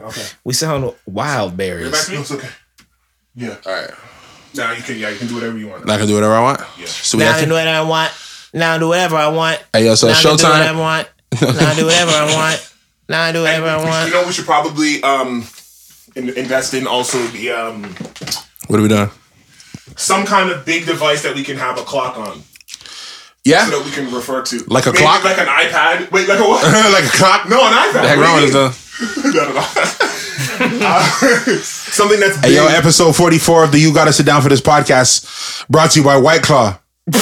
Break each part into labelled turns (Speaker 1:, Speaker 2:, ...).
Speaker 1: Okay.
Speaker 2: We sound wild
Speaker 3: You're
Speaker 2: berries.
Speaker 3: back to me?
Speaker 1: It's okay. Yeah.
Speaker 3: All right.
Speaker 1: Now you can. Yeah, you can do whatever you want.
Speaker 3: Now I can do whatever I want.
Speaker 1: Yeah.
Speaker 3: So we
Speaker 2: Now I
Speaker 3: have
Speaker 2: can do
Speaker 3: to.
Speaker 2: what I want. Now I do whatever I want.
Speaker 3: Hey yo, so
Speaker 2: Now I can do whatever I
Speaker 3: showtime.
Speaker 2: want. Now I do whatever I want. Now I do whatever I
Speaker 1: You
Speaker 2: want.
Speaker 1: know, we should probably um in, invest in also the um
Speaker 3: What are we doing?
Speaker 1: some kind of big device that we can have a clock on so
Speaker 3: Yeah.
Speaker 1: that we can refer to,
Speaker 3: Like a
Speaker 1: Maybe
Speaker 3: clock?
Speaker 1: like an iPad. Wait, like a what?
Speaker 3: like a clock.
Speaker 1: no, an iPad.
Speaker 3: The
Speaker 1: What
Speaker 3: heck
Speaker 1: do
Speaker 3: wrong
Speaker 1: you
Speaker 3: with
Speaker 1: mean?
Speaker 3: us?
Speaker 1: No, no, no. Uh, something that's big.
Speaker 3: Hey yo, episode forty four of the You Gotta Sit Down for This podcast, brought to you by White Claw.
Speaker 2: Hey,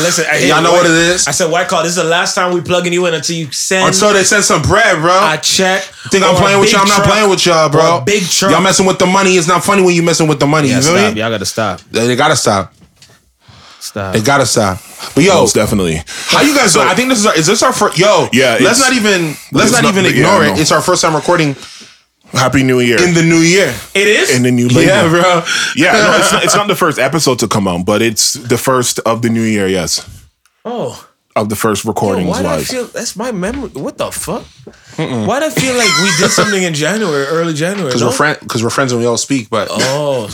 Speaker 2: listen, I
Speaker 3: Y'all know what it is.
Speaker 2: I said, White Call, this is the last time we plugging you in until you send
Speaker 3: Until they send some bread, bro.
Speaker 2: a check.
Speaker 3: Think
Speaker 2: or
Speaker 3: I'm
Speaker 2: a
Speaker 3: playing with
Speaker 2: big
Speaker 3: y'all? I'm not
Speaker 2: truck.
Speaker 3: playing with y'all, bro.
Speaker 2: Or a big truck.
Speaker 3: Y'all messing with the money. It's not funny when you messing with the money.
Speaker 2: Yeah,
Speaker 3: you feel
Speaker 2: stop.
Speaker 3: me?
Speaker 2: Y'all gotta stop.
Speaker 3: They, they gotta stop.
Speaker 2: Stop.
Speaker 3: They gotta stop. But yo,
Speaker 4: Most definitely.
Speaker 3: how you guys?
Speaker 4: So-
Speaker 3: doing? I think this is our, is this our first. Yo,
Speaker 4: Yeah, it's-
Speaker 3: Let's not even let's
Speaker 4: it's
Speaker 3: not,
Speaker 4: not-
Speaker 3: even
Speaker 4: yeah,
Speaker 3: ignore
Speaker 4: I know.
Speaker 3: it. It's our first time recording
Speaker 4: Happy New Year.
Speaker 3: in the new year.
Speaker 2: It is?
Speaker 4: and then you label.
Speaker 3: Yeah,
Speaker 4: Yeah,
Speaker 3: bro.
Speaker 4: no, it's, not, it's not the first episode to come out, but it's the first of the new year, yes.
Speaker 2: oh.
Speaker 4: Of the first
Speaker 2: Yo,
Speaker 4: recordings
Speaker 2: why do I
Speaker 4: wise.
Speaker 2: feel that's my memory? What the fuck? Why do I feel like we did something in January, early January?
Speaker 3: Because
Speaker 2: no?
Speaker 3: we're friends. Because we're friends and we all speak. But
Speaker 2: Oh,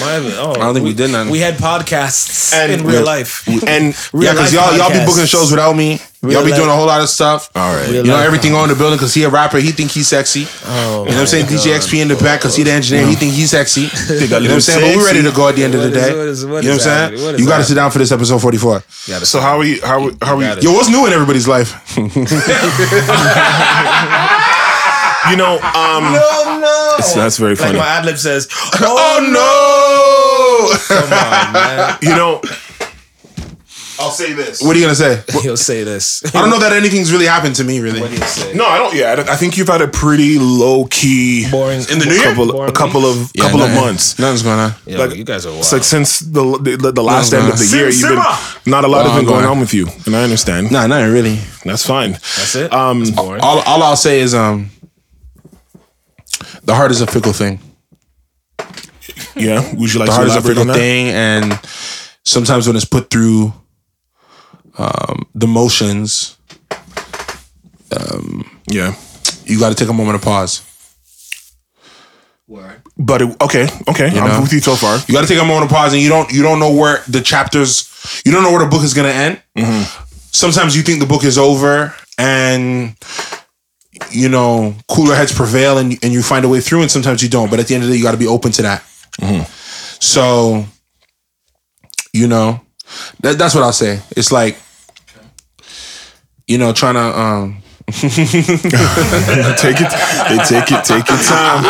Speaker 2: my, oh, I
Speaker 3: don't think we did nothing.
Speaker 2: We had podcasts
Speaker 3: And-
Speaker 2: in real life.
Speaker 3: and yeah,
Speaker 2: Real life
Speaker 3: because y'all y'all be
Speaker 2: podcasts.
Speaker 3: booking shows without me. y'all be
Speaker 2: life-
Speaker 3: doing a whole lot of stuff.
Speaker 4: All right.
Speaker 3: You know everything on the building because he a rapper, he think he's sexy.
Speaker 2: Oh,
Speaker 3: You know what I'm saying? DJ XP in the back because he the engineer, he think he's sexy. you know what I'm saying? But we ready to go at the end of the
Speaker 2: What is-
Speaker 3: day.
Speaker 2: what is- what
Speaker 3: you know
Speaker 2: is
Speaker 3: what I'm
Speaker 2: happening? What
Speaker 3: saying?
Speaker 2: is
Speaker 3: You got to sit down for this episode 44.
Speaker 4: So how are you how how are you
Speaker 3: Yo, what's new in everybody's life?
Speaker 4: you know, um
Speaker 2: oh no!
Speaker 4: that's very
Speaker 2: like
Speaker 4: funny.
Speaker 2: my ad lib says.
Speaker 3: oh
Speaker 2: Oh,
Speaker 3: no!
Speaker 2: come on, man.
Speaker 4: You know,
Speaker 1: I'll say this.
Speaker 3: what are you gonna say?
Speaker 2: He'll say this.
Speaker 3: I don't know that anything's really happened to me, really.
Speaker 2: He'll say.
Speaker 4: no, I don't yeah, I, don't- I think you've had a pretty low key
Speaker 2: Boring
Speaker 3: In the new year?
Speaker 4: couple
Speaker 2: Boring
Speaker 4: a couple of
Speaker 3: Yeah,
Speaker 4: couple of
Speaker 3: nothing-
Speaker 4: months.
Speaker 3: Nothing's going on.
Speaker 2: Yo,
Speaker 4: like-
Speaker 2: you guys are wild.
Speaker 4: It's like since the the, the last
Speaker 3: No,
Speaker 4: end
Speaker 3: no.
Speaker 4: of the
Speaker 1: Sim
Speaker 4: year, you've
Speaker 1: Simma.
Speaker 4: been not a lot
Speaker 3: Long
Speaker 4: of been going
Speaker 3: gone.
Speaker 4: on with you, and I understand.
Speaker 3: Nah, nothing really.
Speaker 4: That's fine.
Speaker 2: That's it.
Speaker 4: Um,
Speaker 2: That's boring.
Speaker 3: All, all I'll say is um, the heart is a fickle thing.
Speaker 4: Yeah, would you like to
Speaker 3: the heart is a
Speaker 4: elaborate on
Speaker 3: fickle
Speaker 4: that?
Speaker 3: thing, and sometimes when it's put through um, the motions,
Speaker 4: Yeah,
Speaker 3: you got to take a moment to pause.
Speaker 4: but it, okay, okay,
Speaker 3: know?
Speaker 4: I'm with you so far.
Speaker 3: You got to take a moment to pause, and you don't you don't know where the chapters, you don't know where the book is gonna end. Sometimes you think the book is over, and you know cooler heads prevail, and and you find a way through, and sometimes you don't. But at the end of the day, you got to be open to that.
Speaker 4: Mm-hmm.
Speaker 3: So, you know, that, that's what I'll say. It's like, you know, trying to. Um,
Speaker 4: take it, they take it, take your time.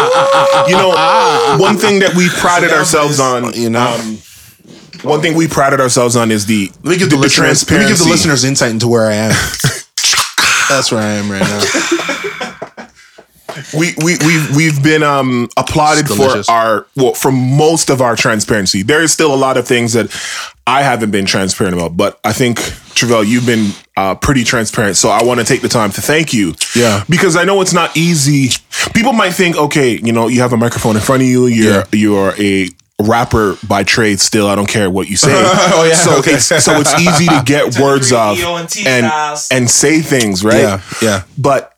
Speaker 4: you know, one thing that we prided ourselves on,
Speaker 3: you know,
Speaker 4: one thing we prided ourselves on is the
Speaker 3: let me give the,
Speaker 4: the
Speaker 3: listeners, let me give the
Speaker 4: transparency.
Speaker 3: listeners insight into where I am. That's where I am right now.
Speaker 4: we we we we've been um applauded
Speaker 3: It's
Speaker 4: for
Speaker 3: delicious.
Speaker 4: our well for most of our transparency. There is still a lot of things that I haven't been transparent about, but I think Travell, you've been uh, pretty transparent. So I want to take the time to thank you.
Speaker 3: Yeah.
Speaker 4: because I know it's not easy. People might think, okay, you know, you have a microphone in front of you. You're
Speaker 3: Yeah.
Speaker 4: you're a rapper by trade. Still, I don't care what you say.
Speaker 3: Oh, yeah,
Speaker 4: so
Speaker 3: okay.
Speaker 4: it's so it's easy to get words
Speaker 2: three
Speaker 4: off
Speaker 2: EONT
Speaker 4: and
Speaker 2: styles.
Speaker 4: and say things right
Speaker 3: Yeah, yeah.
Speaker 4: but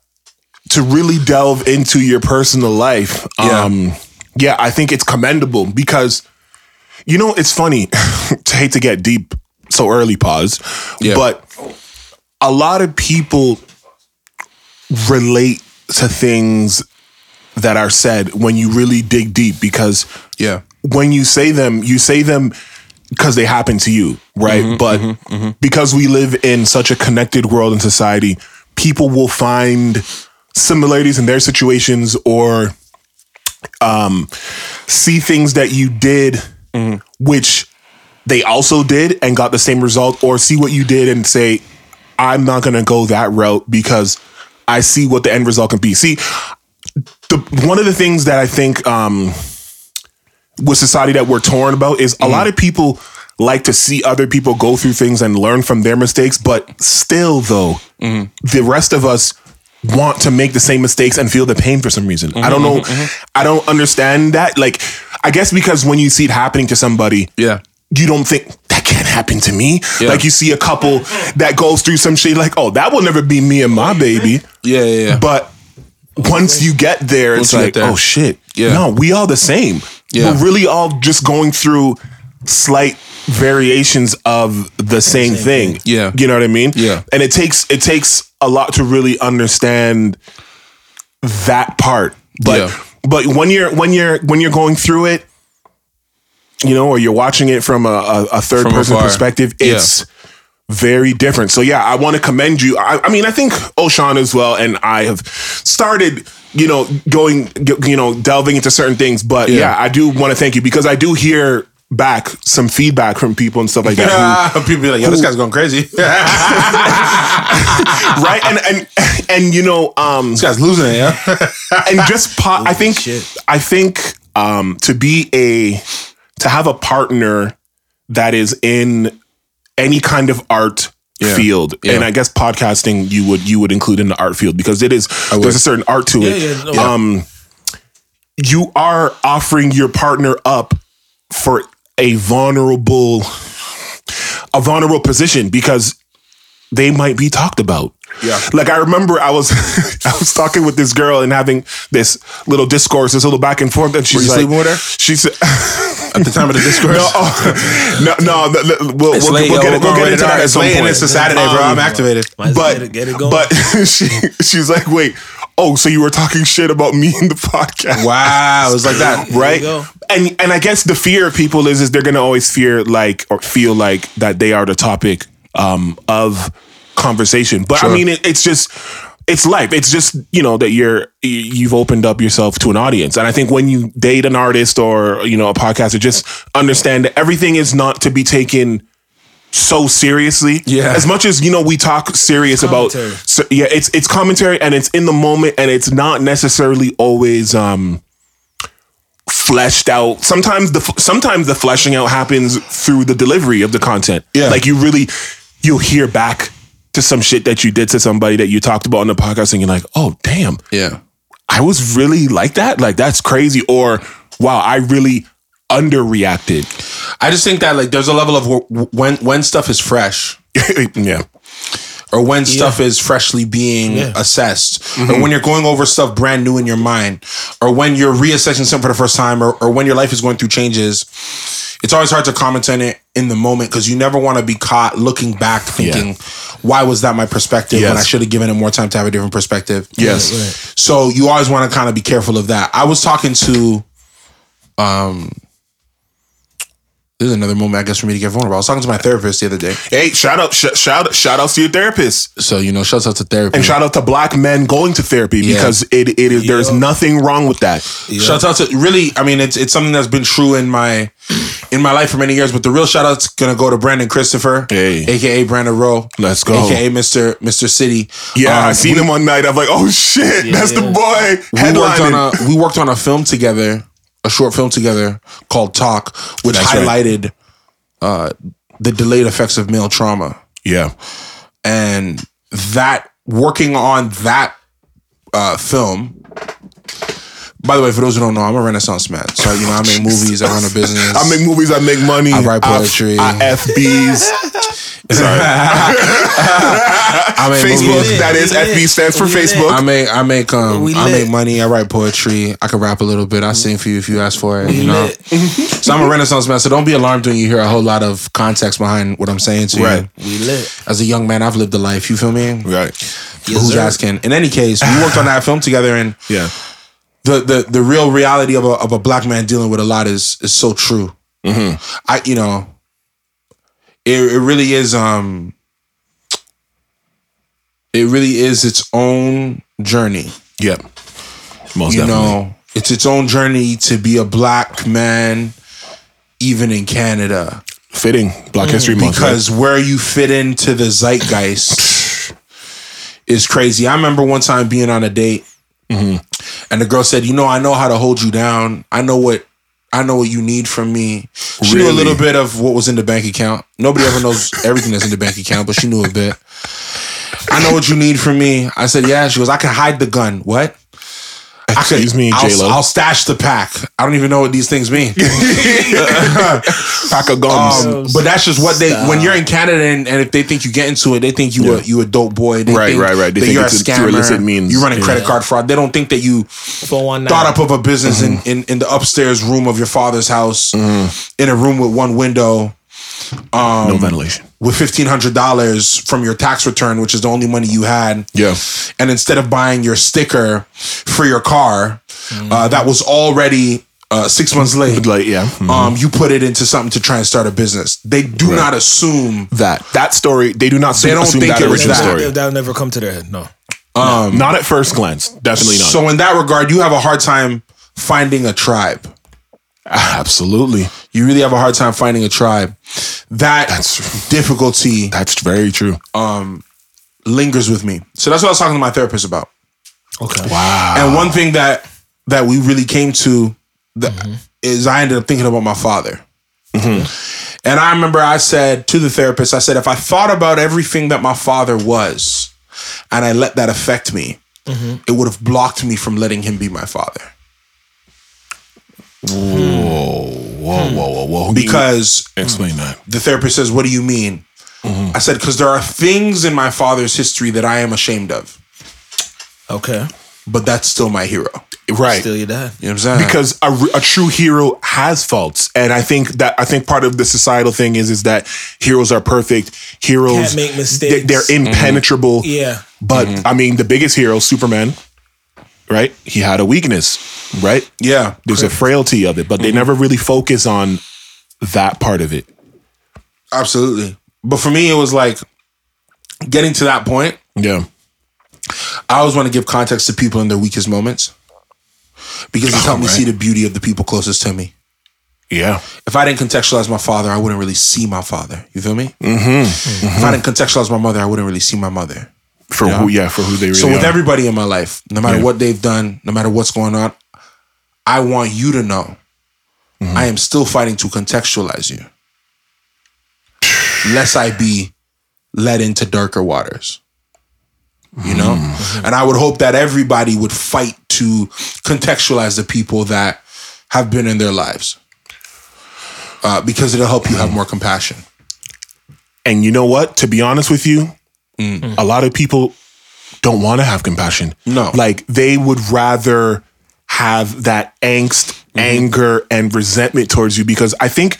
Speaker 4: to really delve into your personal life
Speaker 3: Yeah.
Speaker 4: um yeah i think it's commendable because you know it's funny to hate to get deep so early pause
Speaker 3: Yeah.
Speaker 4: but a lot of people relate to things that are said when you really dig deep because
Speaker 3: Yeah.
Speaker 4: when you say them, you say them because they happen to you, right? but because we live in such a connected world and society, people will find similarities in their situations or um, see things that you did, which they also did and got the same result, or see what you did and say, I'm not going to go that route because I see what the end result can be. See, the, one of the things that I think um, with society that we're torn about is a lot of people like to see other people go through things and learn from their mistakes, but still, though, the rest of us want to make the same mistakes and feel the pain for some reason. I don't know. I don't understand that. Like, I guess because when you see it happening to somebody,
Speaker 3: Yeah.
Speaker 4: you don't think that can't happen to me.
Speaker 3: Yeah.
Speaker 4: Like you see a couple that goes through some shit, like, oh, that will never be me and my baby.
Speaker 3: Yeah, yeah, yeah.
Speaker 4: But once you get there, it's
Speaker 5: Once you get
Speaker 4: like,
Speaker 5: there.
Speaker 4: oh shit.
Speaker 5: Yeah.
Speaker 4: No, we all the same.
Speaker 5: Yeah.
Speaker 4: We're really all just going through slight variations of the same, thing.
Speaker 5: Yeah.
Speaker 4: You know what I mean?
Speaker 5: Yeah.
Speaker 4: And it takes it takes a lot to really understand that part. But
Speaker 5: Yeah.
Speaker 4: but when you're when you're when you're going through it, you know, or you're watching it from a, a, a third
Speaker 5: From
Speaker 4: person
Speaker 5: afar.
Speaker 4: perspective,
Speaker 5: Yeah.
Speaker 4: it's very different. So yeah, I want to commend you. I, I mean, I think Oshan as well, and I have started, you know, going, g- you know, delving into certain things. But yeah, I do want to thank you because I do hear back some feedback from people and stuff like that.
Speaker 3: Ah, people be like, yo, this guy's going crazy. this
Speaker 4: who- right? And and and you know, um,
Speaker 3: guy's losing it, yeah?
Speaker 4: and just po- I think
Speaker 2: shit.
Speaker 4: I think um, to be a to have a partner that is in any kind of art field, and I guess podcasting you would you would include in the art field because it is there's a certain art to
Speaker 2: yeah,
Speaker 4: it.
Speaker 2: no,
Speaker 4: um, you are offering your partner up for a vulnerable a vulnerable position because they might be talked about. Yeah. Like I remember I was I was talking with this girl and having this little discourse, this little back and forth, and she's
Speaker 3: you
Speaker 4: like,
Speaker 3: sleeping with her?
Speaker 4: She said,
Speaker 3: At the time of the discourse.
Speaker 4: "No, oh, no, no, th- th- we'll,
Speaker 5: It's
Speaker 4: we'll,
Speaker 5: late,
Speaker 4: we'll
Speaker 5: yo.
Speaker 4: get,
Speaker 5: We're
Speaker 4: it,
Speaker 5: going
Speaker 4: we'll get
Speaker 5: right
Speaker 4: into
Speaker 5: now.
Speaker 4: that at
Speaker 3: It's
Speaker 4: some
Speaker 3: late and
Speaker 4: point." Oh,
Speaker 3: it's a Saturday, bro. I'm activated.
Speaker 2: Might as well
Speaker 4: but
Speaker 2: get it, get it going.
Speaker 4: but she she's like, wait, oh, so you were talking shit about me in the podcast?
Speaker 3: Wow, it was like that.
Speaker 4: right?
Speaker 2: you go.
Speaker 4: And and I guess the fear of people is is they're gonna always fear like or feel like that they are the topic um, of conversation. But I mean, it, it's just it's life. It's just you know that you're y- you've opened up yourself to an audience. And I think when you date an artist or you know a podcaster, just understand that everything is not to be taken. So seriously,
Speaker 5: Yeah.
Speaker 4: As much as you know, we talk serious about,
Speaker 2: Commentary.
Speaker 4: so, yeah. It's it's commentary and it's in the moment and it's not necessarily always um fleshed out. Sometimes the sometimes the fleshing out happens through the delivery of the content.
Speaker 3: Yeah.
Speaker 4: like you really you'll hear back to some shit that you did to somebody that you talked about on the podcast, and you're like, oh damn,
Speaker 5: Yeah.
Speaker 4: I was really like that. Like that's crazy. Or wow, I really underreacted.
Speaker 3: I just think that like there's a level of wh- when when stuff is fresh
Speaker 4: yeah,
Speaker 3: or when stuff is freshly being
Speaker 2: Yeah.
Speaker 3: assessed or when you're going over stuff brand new in your mind or when you're reassessing something for the first time or, or when your life is going through changes. It's always hard to comment on it in the moment because you never want to be caught looking back thinking, why was that my perspective when I
Speaker 4: Yes.
Speaker 3: should have given it more time to have a different perspective?
Speaker 4: yes,
Speaker 3: So you always want to kind of be careful of that. I was talking to, um, this is another moment I guess for me to get vulnerable. I was talking to my therapist the other day.
Speaker 4: Hey, shout out, sh- shout shout out to your therapist,
Speaker 3: So you know, shouts out to therapy.
Speaker 4: and shout out to black men going to therapy because it it is there's nothing wrong with that.
Speaker 3: Shouts out to really. I mean, it's it's something that's been true in my in my life for many years. But the real shout out's gonna go to Brandon Christopher,
Speaker 4: Hey.
Speaker 3: aka Brandon Rowe,
Speaker 4: Let's go.
Speaker 3: aka Mister Mister City.
Speaker 4: Yeah,
Speaker 3: Um,
Speaker 4: I seen him one night. I'm like, oh shit, that's the boy.
Speaker 3: we worked on
Speaker 4: headlining.
Speaker 3: a we worked on a film together, a short film together called Talk, which
Speaker 4: right.
Speaker 3: highlighted uh, the delayed effects of male trauma,
Speaker 4: yeah.
Speaker 3: and that working on that uh, film. By the way, for those who don't know, I'm a Renaissance man. So you know, I make movies, I run a business.
Speaker 4: I make movies. I make money. I
Speaker 3: write
Speaker 4: f-
Speaker 3: poetry.
Speaker 4: I FBs. Sorry,
Speaker 3: I make
Speaker 4: Facebook.
Speaker 3: movies.
Speaker 4: That is
Speaker 2: We lit.
Speaker 4: FB stands for
Speaker 2: We lit.
Speaker 4: Facebook.
Speaker 3: I make I make um
Speaker 2: We
Speaker 3: I
Speaker 2: lit.
Speaker 3: make money. I write poetry. I can rap a little bit. I sing for you if you ask for it. You know.
Speaker 2: Lit.
Speaker 3: So I'm a Renaissance man. So don't be alarmed when you hear a whole lot of context behind what I'm saying to
Speaker 4: Right.
Speaker 3: you.
Speaker 2: We lit.
Speaker 3: As a young man, I've lived a life. You feel me?
Speaker 4: right.
Speaker 3: Who's
Speaker 2: sir.
Speaker 3: asking? In any case, we worked on that film together, and
Speaker 4: Yeah.
Speaker 3: the the the real reality of a of a black man dealing with a lot is is so true.
Speaker 2: Mm-hmm.
Speaker 3: I you know, it it really is um, it really is its own journey.
Speaker 4: Yeah. Most
Speaker 3: you know it's its own journey to be a black man even in canada
Speaker 4: fitting Black History Month.
Speaker 3: because where you fit into the zeitgeist is crazy i remember one time being on a date
Speaker 4: Mm-hmm.
Speaker 3: and the girl said you know i know how to hold you down i know what I know what you need from me. She knew a
Speaker 4: Really?
Speaker 3: little bit of what was in the bank account. Nobody ever knows everything that's in the bank account, but she knew a bit. I know what you need from me. I said, yeah. She goes, I can hide the gun. What?
Speaker 4: Excuse me,
Speaker 3: I'll,
Speaker 4: J-Lo.
Speaker 3: I'll stash the pack. I don't even know what these things mean.
Speaker 4: Pack of gums.
Speaker 3: Um, but that's just what they when you're in Canada and, and if they think you get into it, they think you a you a dope boy. They
Speaker 4: Right,
Speaker 3: think
Speaker 4: right, right. They
Speaker 3: that
Speaker 4: think
Speaker 3: you're a
Speaker 4: it's
Speaker 3: scammer.
Speaker 4: through illicit means.
Speaker 3: You're running credit
Speaker 2: Yeah.
Speaker 3: card fraud. They don't think that you
Speaker 2: For one
Speaker 3: thought up of a business
Speaker 4: Mm-hmm.
Speaker 3: in, in in the upstairs room of your father's house in a room with one window
Speaker 4: no ventilation.
Speaker 3: with fifteen hundred dollars from your tax return, which is the only money you had.
Speaker 4: Yeah.
Speaker 3: And instead of buying your sticker for your car, uh, that was already uh, six months late.
Speaker 4: Like, yeah.
Speaker 3: Um, you put it into something to try and start a business. They do not assume
Speaker 4: that. That story, they do not assume,
Speaker 3: They don't
Speaker 4: assume
Speaker 3: think
Speaker 4: that Um,
Speaker 3: it was
Speaker 4: original
Speaker 3: that.
Speaker 4: story.
Speaker 2: That'll never come to their head. No.
Speaker 4: not at first glance. Definitely not.
Speaker 3: So in that regard, you have a hard time finding a tribe.
Speaker 4: Absolutely.
Speaker 3: You really have a hard time finding a tribe. That
Speaker 4: That's-
Speaker 3: difficulty
Speaker 4: That's very true.
Speaker 3: lingers with me. So that's what I was talking to my therapist about.
Speaker 2: Okay.
Speaker 4: wow.
Speaker 3: And one thing that that we really came to that is I ended up thinking about my father. And I remember I said to the therapist, I said, if I thought about everything that my father was and I let that affect me, it would have blocked me from letting him be my father.
Speaker 4: Whoa, whoa, whoa, whoa.
Speaker 3: Because
Speaker 4: explain that.
Speaker 3: the therapist says, What do you mean? I said, Because there are things in my father's history that I am ashamed of,
Speaker 2: Okay.
Speaker 3: but that's still my hero.
Speaker 4: Right.
Speaker 2: Still your dad.
Speaker 3: You know what I'm saying?
Speaker 4: because a, re- a true hero has faults and i think that i think part of the societal thing is is that heroes are perfect heroes
Speaker 2: Can't make mistakes. Mm-hmm.
Speaker 4: They, are impenetrable
Speaker 2: Yeah.
Speaker 4: but i mean the biggest hero superman right he had a weakness right
Speaker 3: yeah,
Speaker 4: there's a frailty of it but
Speaker 2: Mm-hmm.
Speaker 4: they never really focus on that part of it
Speaker 3: absolutely. But for me, it was like getting to that point.
Speaker 4: yeah
Speaker 3: I always want to give context to people in their weakest moments because it's helped me
Speaker 4: right.
Speaker 3: see the beauty of the people closest to me.
Speaker 4: yeah
Speaker 3: If I didn't contextualize my father, I wouldn't really see my father. You feel me? Mm-hmm. If I didn't contextualize my mother, I wouldn't really see my mother.
Speaker 4: for who yeah for who they really
Speaker 3: So with
Speaker 4: are.
Speaker 3: everybody in my life, no matter what they've done, no matter what's going on, I want you to know I am still fighting to contextualize you. Lest I be led into darker waters. You know? And I would hope that everybody would fight to contextualize the people that have been in their lives. Uh, because it'll help you have more compassion.
Speaker 4: And you know what? To be honest with you,
Speaker 3: Mm.
Speaker 4: a lot of people don't want to have compassion.
Speaker 3: No.
Speaker 4: Like they would rather have that angst,
Speaker 3: Mm-hmm.
Speaker 4: anger, and resentment towards you because I think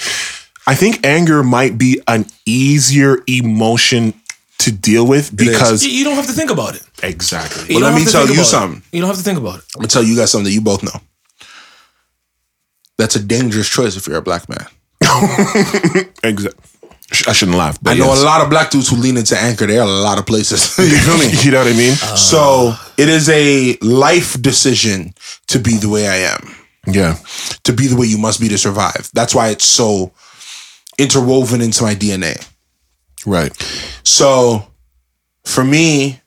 Speaker 4: I think anger might be an easier emotion to deal with because
Speaker 2: You, you don't have to think about it.
Speaker 4: exactly.
Speaker 2: You
Speaker 3: let
Speaker 2: don't
Speaker 3: me
Speaker 2: have to
Speaker 3: tell
Speaker 2: think
Speaker 3: you
Speaker 2: about it.
Speaker 3: something.
Speaker 2: You don't have to think about it.
Speaker 3: I'm gonna tell you guys something that you both know. That's a dangerous choice if you're a black man.
Speaker 4: Exactly. I shouldn't laugh. But
Speaker 3: I know
Speaker 4: yes.
Speaker 3: a lot of black dudes who lean into anger. They are a lot of Uh, places. you feel me?
Speaker 4: you know what I mean?
Speaker 3: So it is a life decision to be the way I am,
Speaker 4: yeah.
Speaker 3: to be the way you must be to survive. That's why it's so interwoven into my DNA.
Speaker 4: Right.
Speaker 3: So for me,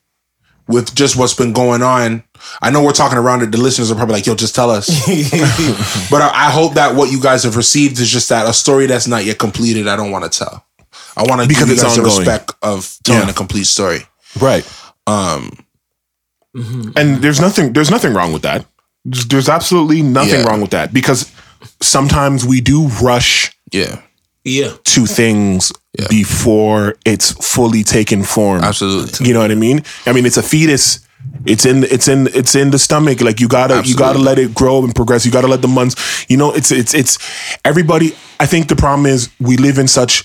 Speaker 3: with just what's been going on, I know we're talking around it. The listeners are probably like, yo, just tell us. but I, I hope that what you guys have received is just that a story that's not yet completed, I don't want to tell. I want to give
Speaker 4: Because
Speaker 3: you
Speaker 4: it's
Speaker 3: guys the
Speaker 4: ongoing.
Speaker 3: respect of telling
Speaker 4: Yeah.
Speaker 3: a complete story.
Speaker 4: Right. Um, and there's nothing there's nothing wrong with that. There's, there's absolutely nothing
Speaker 3: Yeah.
Speaker 4: wrong with that because sometimes we do rush
Speaker 3: Yeah,
Speaker 2: Yeah.
Speaker 4: to things before it's fully taken form.
Speaker 3: absolutely.
Speaker 4: You know what I mean? I mean it's a fetus. It's in it's in it's in the stomach. Like you gotta you gotta let it grow and progress. You gotta let the months. You know it's it's it's everybody. I think the problem is we live in such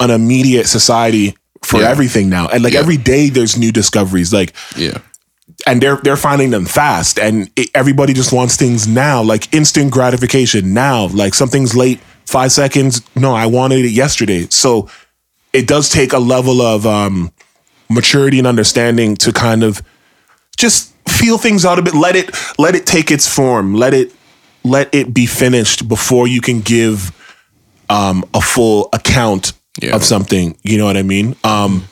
Speaker 4: an immediate society for
Speaker 3: Yeah.
Speaker 4: everything now, and like every day there's new discoveries. Like
Speaker 3: Yeah.
Speaker 4: and they're they're finding them fast and it, everybody just wants things now like instant gratification now like something's late 5 seconds no i wanted it yesterday so it does take a level of um maturity and understanding to kind of just feel things out a bit let it let it take its form let it let it be finished before you can give um a full account
Speaker 3: Yeah.
Speaker 4: of something you know what i mean um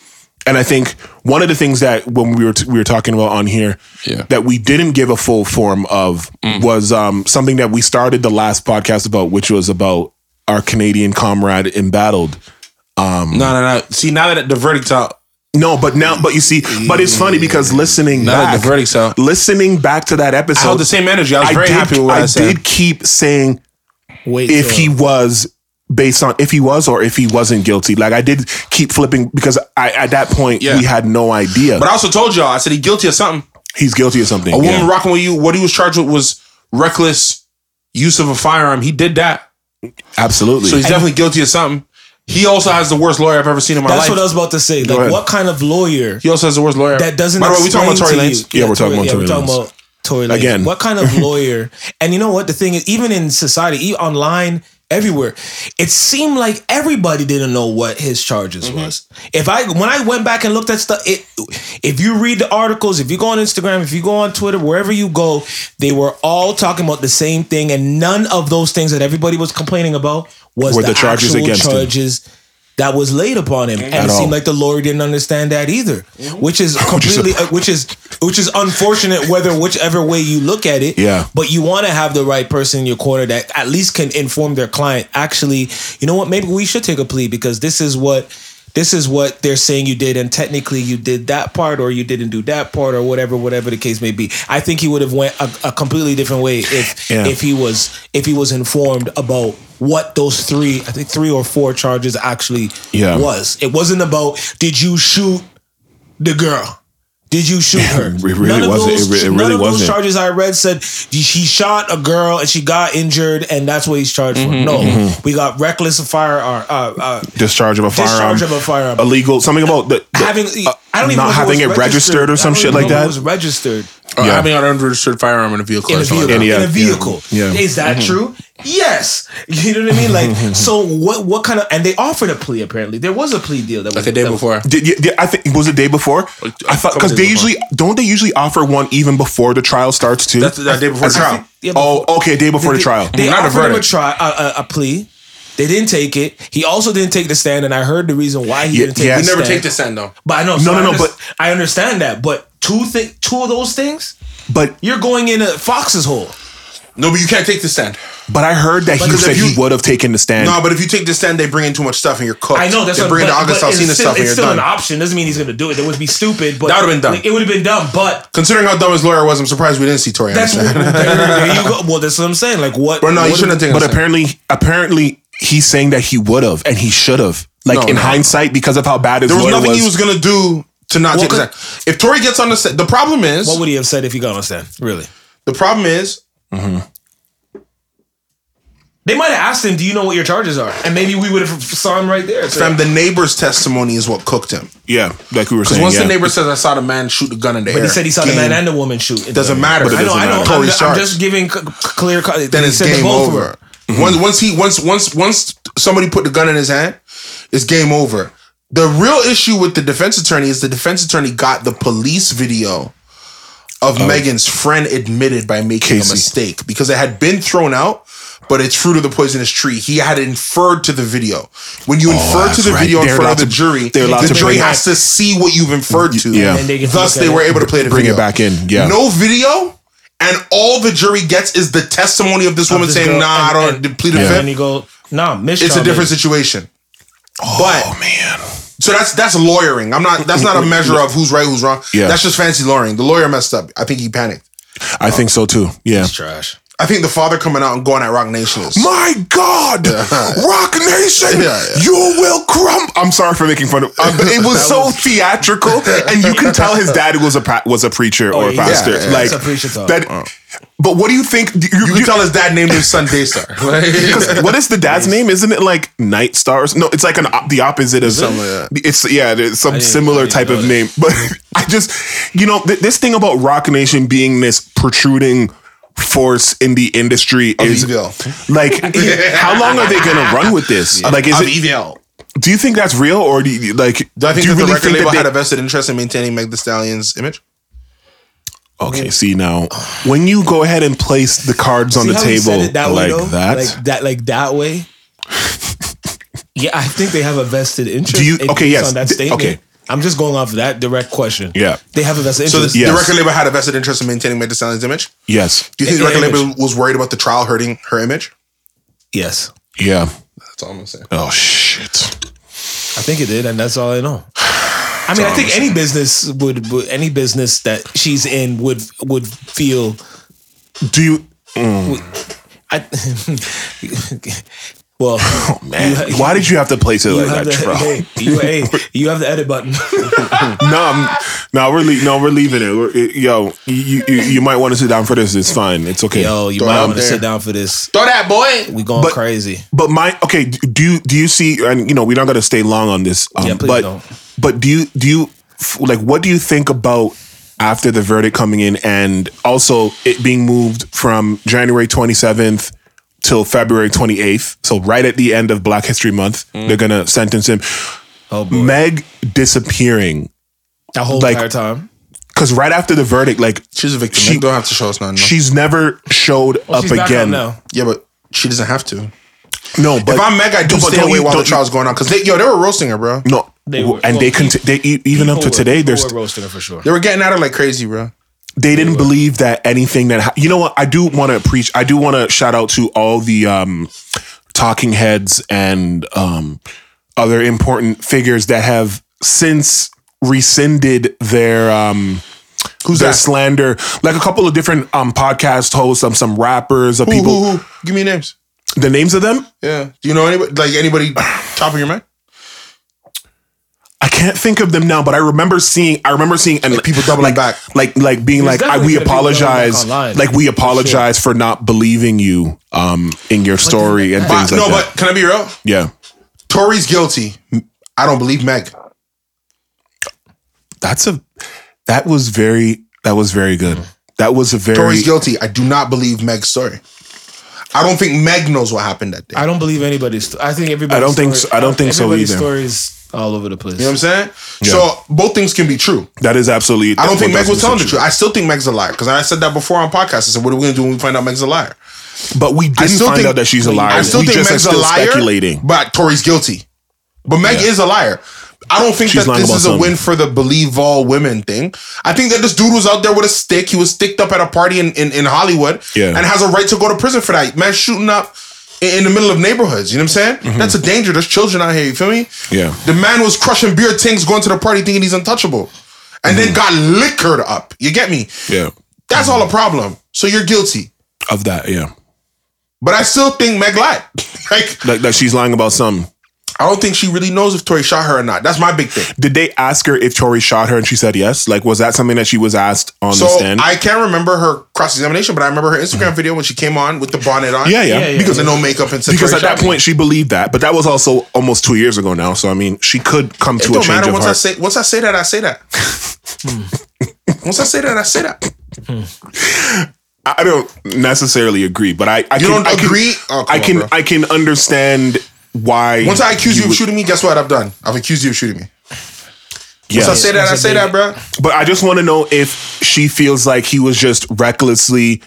Speaker 4: and I think one of the things that when we were t- we were talking about on here
Speaker 3: Yeah. Mm.
Speaker 4: that we didn't give a full form of was um, something that we started the last podcast about, which was about our Canadian comrade embattled.
Speaker 3: No, no, no. See, now that the verdict's out,
Speaker 4: No, but now, but you see, but it's funny because listening
Speaker 3: Mm. Now
Speaker 4: back,
Speaker 3: the verdict's out.
Speaker 4: listening back to that episode,
Speaker 3: held the same energy. I was very
Speaker 4: did,
Speaker 3: happy with what I said.
Speaker 4: did keep saying
Speaker 2: Wait,
Speaker 4: if he was based on if he was or if he wasn't guilty. Like I did keep flipping because I at that point
Speaker 3: Yeah.
Speaker 4: we had no idea
Speaker 3: But I also told y'all, I said he guilty of something.
Speaker 4: he's guilty of something.
Speaker 3: A woman
Speaker 4: yeah.
Speaker 3: rocking with you, what he was charged with was reckless use of a firearm. He did that.
Speaker 4: Absolutely.
Speaker 3: So he's definitely guilty of something. He also has the worst lawyer I've ever seen in my
Speaker 2: That's
Speaker 3: life.
Speaker 2: what I was about to say. Like,
Speaker 4: ahead.
Speaker 2: what kind of lawyer
Speaker 3: he also has the worst lawyer.
Speaker 2: that doesn't?
Speaker 3: By the way, we
Speaker 2: explain
Speaker 3: talking about Tory
Speaker 2: to you-
Speaker 3: Lanez.
Speaker 4: Yeah, we're talking about
Speaker 2: yeah,
Speaker 4: Tory
Speaker 2: We're talking
Speaker 4: Lanez.
Speaker 2: about Tory Lanez.
Speaker 4: Again.
Speaker 2: what kind of lawyer? And you know what? The thing is, even in society, e- online, everywhere, it seemed like everybody didn't know what his charges
Speaker 4: Mm-hmm.
Speaker 2: was. If I when I went back and looked at stuff, it, if you read the articles, if you go on Instagram, if you go on Twitter, wherever you go, they were all talking about the same thing, and none of those things that everybody was complaining about was
Speaker 4: Were
Speaker 2: the,
Speaker 4: the charges
Speaker 2: charges
Speaker 4: against him.
Speaker 2: charges. That was laid upon him, and it
Speaker 4: all. Mm-hmm.
Speaker 2: seemed like the lawyer didn't understand that either, which is completely, uh, which is, which is unfortunate. Whether whichever way you look at it,
Speaker 4: Yeah.
Speaker 2: But you want to have the right person in your corner that at least can inform their client. Actually, you know what? Maybe we should take a plea because this is what this is what they're saying you did, and technically you did that part, or you didn't do that part, or whatever, whatever the case may be. I think he would have went a, a completely different way if
Speaker 4: Yeah.
Speaker 2: if he was if he was informed about what those three, I think three or four charges actually
Speaker 4: Yeah.
Speaker 2: was. It wasn't about did you shoot the girl. Did you shoot her?
Speaker 4: It really wasn't. It re- it
Speaker 2: none
Speaker 4: really
Speaker 2: of
Speaker 4: wasn't.
Speaker 2: those charges I read said he shot a girl and she got injured and that's what he's charged for.
Speaker 3: Mm-hmm,
Speaker 2: No, we got reckless firearm, uh, uh,
Speaker 4: discharge of a firearm.
Speaker 2: discharge of a firearm.
Speaker 4: Illegal something about the, the-
Speaker 2: having e,
Speaker 4: uh,
Speaker 2: I don't even know
Speaker 4: not
Speaker 2: if
Speaker 4: having it
Speaker 2: was
Speaker 4: registered or
Speaker 2: I
Speaker 4: some
Speaker 2: don't
Speaker 4: shit
Speaker 2: even
Speaker 4: like
Speaker 2: know if
Speaker 4: that.
Speaker 2: It was registered
Speaker 3: or
Speaker 4: Yeah.
Speaker 3: Uh, having an unregistered firearm in a vehicle.
Speaker 2: in
Speaker 3: or
Speaker 2: a
Speaker 3: something
Speaker 2: vehicle.
Speaker 3: Like
Speaker 2: In
Speaker 4: that. Yeah.
Speaker 2: a vehicle.
Speaker 4: Yeah. Mm-hmm.
Speaker 2: Is that true? Yes. You know what I mean? Like, so what? What kind of? And they offered a plea. Apparently, there was a plea deal that was
Speaker 3: that. Like a day
Speaker 2: that-
Speaker 3: before.
Speaker 4: Did, you- did, I think was it day before? I thought
Speaker 3: couple
Speaker 4: because they
Speaker 3: days before.
Speaker 4: usually don't they usually offer one even before the trial starts too.
Speaker 3: That's that day before the trial.
Speaker 2: Yeah, but-
Speaker 4: oh, okay, day before the
Speaker 2: They-
Speaker 4: trial.
Speaker 2: They
Speaker 3: Not a
Speaker 2: offered him a
Speaker 3: verdict.
Speaker 2: try a, a, a plea. They didn't take it. He also didn't take the stand, and I heard the reason why he
Speaker 4: Yeah,
Speaker 2: didn't take.
Speaker 4: he
Speaker 2: the
Speaker 4: has-
Speaker 3: We never
Speaker 2: stand.
Speaker 3: take the stand though.
Speaker 2: But I know.
Speaker 4: no,
Speaker 2: I
Speaker 4: no,
Speaker 2: underst-
Speaker 4: but-
Speaker 2: I understand that. But two thi- two of those things,
Speaker 4: But
Speaker 2: you're going in a fox's hole.
Speaker 3: No, but you can't take the stand.
Speaker 4: but I heard that he
Speaker 3: Because
Speaker 4: said
Speaker 3: if you-
Speaker 4: he would have taken the stand.
Speaker 3: No, but if you take the stand, they bring in too much stuff and you're cooked.
Speaker 2: I know that's
Speaker 3: they
Speaker 2: what.
Speaker 3: bring in
Speaker 2: but-
Speaker 3: the August
Speaker 2: but it's
Speaker 3: Alsina
Speaker 2: still-
Speaker 3: stuff and
Speaker 2: It's
Speaker 3: you're
Speaker 2: still an
Speaker 3: done.
Speaker 2: option. Doesn't mean he's going to do it. That would be stupid. But
Speaker 3: That would've been dumb.
Speaker 2: like, it would have been dumb. But
Speaker 3: Considering how dumb his lawyer was, I'm surprised we didn't see Tori. on the
Speaker 2: that's
Speaker 3: stand.
Speaker 2: there, there you go. Well, that's what I'm saying. Like what?
Speaker 3: Or no, you
Speaker 2: what-
Speaker 3: shouldn't have taken.
Speaker 4: but
Speaker 3: the stand.
Speaker 4: apparently, apparently he's saying that he would have and he should have. Like
Speaker 3: No,
Speaker 4: in
Speaker 3: no.
Speaker 4: hindsight, because of how bad his
Speaker 3: there was
Speaker 4: lawyer
Speaker 3: nothing
Speaker 4: was.
Speaker 3: he was gonna do to not take the
Speaker 2: could-
Speaker 3: stand. If Tori gets on the stand, the problem is
Speaker 2: What would he have said if he got on stand? Really?
Speaker 3: the problem is
Speaker 2: They might have asked him, "Do you know what your charges are?" And maybe we would have saw him right there. So-
Speaker 3: fam, the neighbor's testimony is what cooked him.
Speaker 4: yeah, like we were
Speaker 3: Because
Speaker 4: saying.
Speaker 3: once
Speaker 4: yeah.
Speaker 3: the neighbor says, "I saw the man shoot the gun in the air,"
Speaker 2: He said he saw
Speaker 3: game.
Speaker 2: the man and the woman shoot. It
Speaker 3: Doesn't matter.
Speaker 2: I know.
Speaker 3: Doesn't
Speaker 2: I know.
Speaker 3: matter.
Speaker 2: I'm,
Speaker 3: Totally
Speaker 2: ju- I'm
Speaker 3: charged.
Speaker 2: just giving c- c- clear. cut.
Speaker 3: then it's game over.
Speaker 4: Mm-hmm.
Speaker 3: Once once he once once once somebody put the gun in his hand, it's game over. The real issue with the defense attorney is the defense attorney got the police video of Megan's friend admitted by
Speaker 4: Oh.
Speaker 3: making
Speaker 4: Casey.
Speaker 3: a mistake because it had been thrown out, but it's fruit of the poisonous tree. He had inferred to the video. When you infer to
Speaker 4: Oh, that's
Speaker 3: the
Speaker 4: right.
Speaker 3: video in
Speaker 4: They're
Speaker 3: front
Speaker 4: allowed
Speaker 3: of the
Speaker 4: to-
Speaker 3: jury,
Speaker 4: they're allowed
Speaker 3: the
Speaker 4: to
Speaker 3: jury
Speaker 4: bring
Speaker 3: has to see what you've inferred to.
Speaker 4: yeah. And then
Speaker 2: they can
Speaker 3: Thus,
Speaker 2: look at
Speaker 3: they were
Speaker 2: it.
Speaker 3: able to play the
Speaker 4: Bring it
Speaker 3: video.
Speaker 4: back in, yeah.
Speaker 3: No video. And all the jury gets is the testimony of this woman
Speaker 2: this
Speaker 3: saying,
Speaker 2: girl
Speaker 3: "Nah, I
Speaker 2: and-
Speaker 3: don't
Speaker 2: and-
Speaker 3: deplete a
Speaker 4: Yeah.
Speaker 3: fifth."
Speaker 2: And he go, "Nah, mistrial."
Speaker 3: It's a different
Speaker 2: baby."
Speaker 3: situation. But
Speaker 4: oh man,
Speaker 3: so that's that's lawyering. I'm not. That's not a measure of who's right, who's wrong.
Speaker 4: Yeah.
Speaker 3: That's just fancy lawyering. The lawyer messed up. I think he panicked.
Speaker 4: I think so too. Yeah.
Speaker 2: Trash.
Speaker 3: I think the father coming out and going at Rock Nation is.
Speaker 4: My God, Rock Nation,
Speaker 3: Yeah, yeah.
Speaker 4: you will crumb. I'm sorry for making fun of. uh, but it was so theatrical, and you can tell his dad was a pa- was a preacher or a
Speaker 2: Oh, yeah,
Speaker 4: pastor.
Speaker 3: yeah, yeah.
Speaker 4: Like
Speaker 2: It's Oh. a preacher talk.
Speaker 4: that. But what do you think? You,
Speaker 3: You can tell his dad named his son Daystar.
Speaker 4: because what is the dad's name? Isn't it like Night Stars? No, it's like an op- the opposite of some.
Speaker 3: like
Speaker 4: It's yeah, there's some
Speaker 2: didn't- I
Speaker 4: similar
Speaker 2: didn't
Speaker 4: type
Speaker 2: know
Speaker 4: of
Speaker 2: that.
Speaker 4: name. But I just you know th- this thing about Rock Nation being this protruding force in the industry is
Speaker 3: evil.
Speaker 4: like how long are they gonna run with this? Like is
Speaker 3: Of
Speaker 4: it
Speaker 3: EVL.
Speaker 2: e-
Speaker 4: do you think that's real or do you like
Speaker 3: Do I think
Speaker 4: you
Speaker 3: that the record label had a vested interest in maintaining Meg The Stallion's image?
Speaker 4: Okay, see now when you go ahead and place the cards on
Speaker 2: See
Speaker 4: the
Speaker 2: how he
Speaker 4: table
Speaker 2: said it that way,
Speaker 4: like
Speaker 2: though?
Speaker 4: that.
Speaker 2: Like that. Like that way. Yeah, I think they have a vested interest.
Speaker 4: Do you-
Speaker 2: in-
Speaker 4: okay, yes.
Speaker 2: On that
Speaker 4: D-
Speaker 2: statement.
Speaker 4: okay.
Speaker 2: I'm just going off that direct question.
Speaker 4: Yeah.
Speaker 2: They have a vested
Speaker 3: So the,
Speaker 2: interest.
Speaker 3: the
Speaker 4: Yes.
Speaker 3: record label had a vested interest in maintaining Meg The Stallion's image.
Speaker 4: yes.
Speaker 3: Do you think
Speaker 2: Yeah,
Speaker 3: the record
Speaker 2: image.
Speaker 3: label was worried about the trial hurting her image?
Speaker 2: yes.
Speaker 4: Yeah.
Speaker 3: That's all I'm gonna say.
Speaker 4: Oh shit.
Speaker 2: I think it did, and that's all I know. I mean, I think any business would, would any business that she's in would would feel.
Speaker 4: Do you?
Speaker 2: I, well, man,
Speaker 4: Oh, Why did you have to place it
Speaker 2: you,
Speaker 4: like
Speaker 2: have
Speaker 4: that,
Speaker 2: the,
Speaker 4: Trell?
Speaker 2: hey, you, hey, you have the edit button.
Speaker 4: no, I'm, no, we're le- no, we're leaving it. We're, it- yo, you, you you might want to sit down for this. It's fine. It's okay.
Speaker 2: Yo, you
Speaker 3: Throw
Speaker 2: might
Speaker 3: it
Speaker 2: want to
Speaker 3: there.
Speaker 2: sit down for this.
Speaker 3: Throw that boy.
Speaker 2: We going
Speaker 4: But-
Speaker 2: crazy.
Speaker 4: But my okay, do you do you see? And you know, we're not gonna stay long on this. Um,
Speaker 2: Yeah, please
Speaker 4: but
Speaker 2: don't.
Speaker 4: but do you do you f- like what do you think about after the verdict coming in and also it being moved from January twenty seventh till February twenty eighth? So right at the end of Black History Month, they're gonna sentence him.
Speaker 2: Oh Mm. boy,
Speaker 4: Meg disappearing
Speaker 2: that whole
Speaker 4: like-
Speaker 2: entire time.
Speaker 4: because right after the verdict, like
Speaker 3: She's a victim.
Speaker 4: She-
Speaker 3: They don't have to show us nothing. no.
Speaker 4: she's never showed up
Speaker 2: Oh, She's back
Speaker 4: again.
Speaker 2: on now.
Speaker 3: yeah, but she doesn't have to.
Speaker 4: No, but
Speaker 3: if I'm Meg, I do
Speaker 4: but
Speaker 3: stay
Speaker 4: don't
Speaker 3: away
Speaker 4: you-
Speaker 3: while the
Speaker 4: don't you-
Speaker 3: trial's going on because they yo they were roasting her, bro.
Speaker 4: No,
Speaker 2: They were-
Speaker 4: and
Speaker 2: well,
Speaker 4: they conti- they e- even up to today. They're
Speaker 2: There's
Speaker 4: st-
Speaker 2: roasting her for sure.
Speaker 3: They were getting at her like crazy, bro.
Speaker 4: they didn't believe that anything that ha- you know what I do want to preach. I do want to shout out to all the um, talking heads and um, other important figures that have since rescinded their um, who's their
Speaker 3: that?
Speaker 4: slander. Like a couple of different um, podcast hosts, um, some rappers, of
Speaker 3: Who,
Speaker 4: people.
Speaker 3: who, who? Give me names.
Speaker 4: The names of them
Speaker 3: Yeah. Do you know anybody like anybody top of your mind?
Speaker 4: I can't think of them now, but I remember seeing. I remember seeing and
Speaker 3: people doubling
Speaker 4: like,
Speaker 3: back.
Speaker 4: like like being like, I,
Speaker 2: definitely
Speaker 4: "We
Speaker 2: gonna be doubling back
Speaker 4: apologize,
Speaker 2: online,
Speaker 4: like we apologize for not believing you um in your story and
Speaker 3: But-
Speaker 4: things like
Speaker 3: no,
Speaker 4: that."
Speaker 3: but can I be real?
Speaker 4: yeah,
Speaker 3: Tori's guilty. I don't believe Meg.
Speaker 4: that's a that was very that was very good. That was a very
Speaker 3: Tori's guilty. I do not believe Meg's story. I don't think Meg knows what happened that day.
Speaker 2: I don't believe anybody's. I think everybody.
Speaker 4: I don't think so- I don't think so either.
Speaker 2: Stories all over the place.
Speaker 3: You know what I'm saying? So both things can be true.
Speaker 4: that is absolutely.
Speaker 3: I don't think Meg was telling the truth. I still think Meg's a liar because I said that before on podcast. I said, "What are we gonna do when we find out Meg's a liar?"
Speaker 4: But we didn't
Speaker 3: still
Speaker 4: find
Speaker 3: think-
Speaker 4: out that she's a liar.
Speaker 3: I still
Speaker 4: we
Speaker 3: think
Speaker 4: just
Speaker 3: Meg's
Speaker 4: are still
Speaker 3: a liar,
Speaker 4: speculating.
Speaker 3: but Tori's guilty. But Meg is a liar. I don't think
Speaker 4: She's
Speaker 3: that
Speaker 4: lying
Speaker 3: this
Speaker 4: about
Speaker 3: is a
Speaker 4: something.
Speaker 3: win for the believe all women thing. I think that this dude was out there with a stick. He was sticked up at a party in, in, in Hollywood
Speaker 4: Yeah.
Speaker 3: and has a right to go to prison for that. Man shooting up in, in the middle of neighborhoods. You know what I'm saying?
Speaker 4: Mm-hmm.
Speaker 3: That's a danger. There's children out here. You feel me?
Speaker 4: Yeah.
Speaker 3: The man was crushing beer tings, going to the party thinking he's untouchable.
Speaker 4: Mm-hmm.
Speaker 3: And then got liquored up. You get me?
Speaker 4: Yeah,
Speaker 3: That's all a problem. So you're guilty.
Speaker 4: of that. Yeah,
Speaker 3: But I still think Meg lied. like,
Speaker 4: like that she's lying about something.
Speaker 3: I don't think she really knows if Tori shot her or not. That's my big thing.
Speaker 4: Did they ask her if Tori shot her and she said yes? Like, was that something that she was asked on
Speaker 3: So
Speaker 4: the stand?
Speaker 3: I can't remember her cross examination, but I remember her Instagram video when she came on with the bonnet on.
Speaker 4: Mm-hmm. Yeah, yeah.
Speaker 2: Yeah, yeah.
Speaker 3: Because of no makeup and said
Speaker 4: Because
Speaker 3: Tori
Speaker 4: at that
Speaker 3: shot me.
Speaker 4: point she believed that, but that was also almost two years ago now. So I mean, she could come
Speaker 3: it
Speaker 4: to a
Speaker 3: don't
Speaker 4: change
Speaker 3: matter.
Speaker 4: of
Speaker 3: Once I
Speaker 4: heart.
Speaker 3: say once I say that, I say that. once I say that, I say that.
Speaker 4: I I don't necessarily agree, but I, I
Speaker 3: You
Speaker 4: can,
Speaker 3: don't
Speaker 4: I can-
Speaker 3: agree? Oh, come
Speaker 4: I
Speaker 3: on,
Speaker 4: can
Speaker 3: bro.
Speaker 4: I can understand why.
Speaker 3: Once I accuse you, of
Speaker 4: would-
Speaker 3: shooting me, guess what I've done? I've accused you of shooting me.
Speaker 4: yes.
Speaker 3: Once I say that, I
Speaker 2: That's a
Speaker 3: say
Speaker 2: big-
Speaker 3: that, bro.
Speaker 4: but I just want to know if she feels like he was just recklessly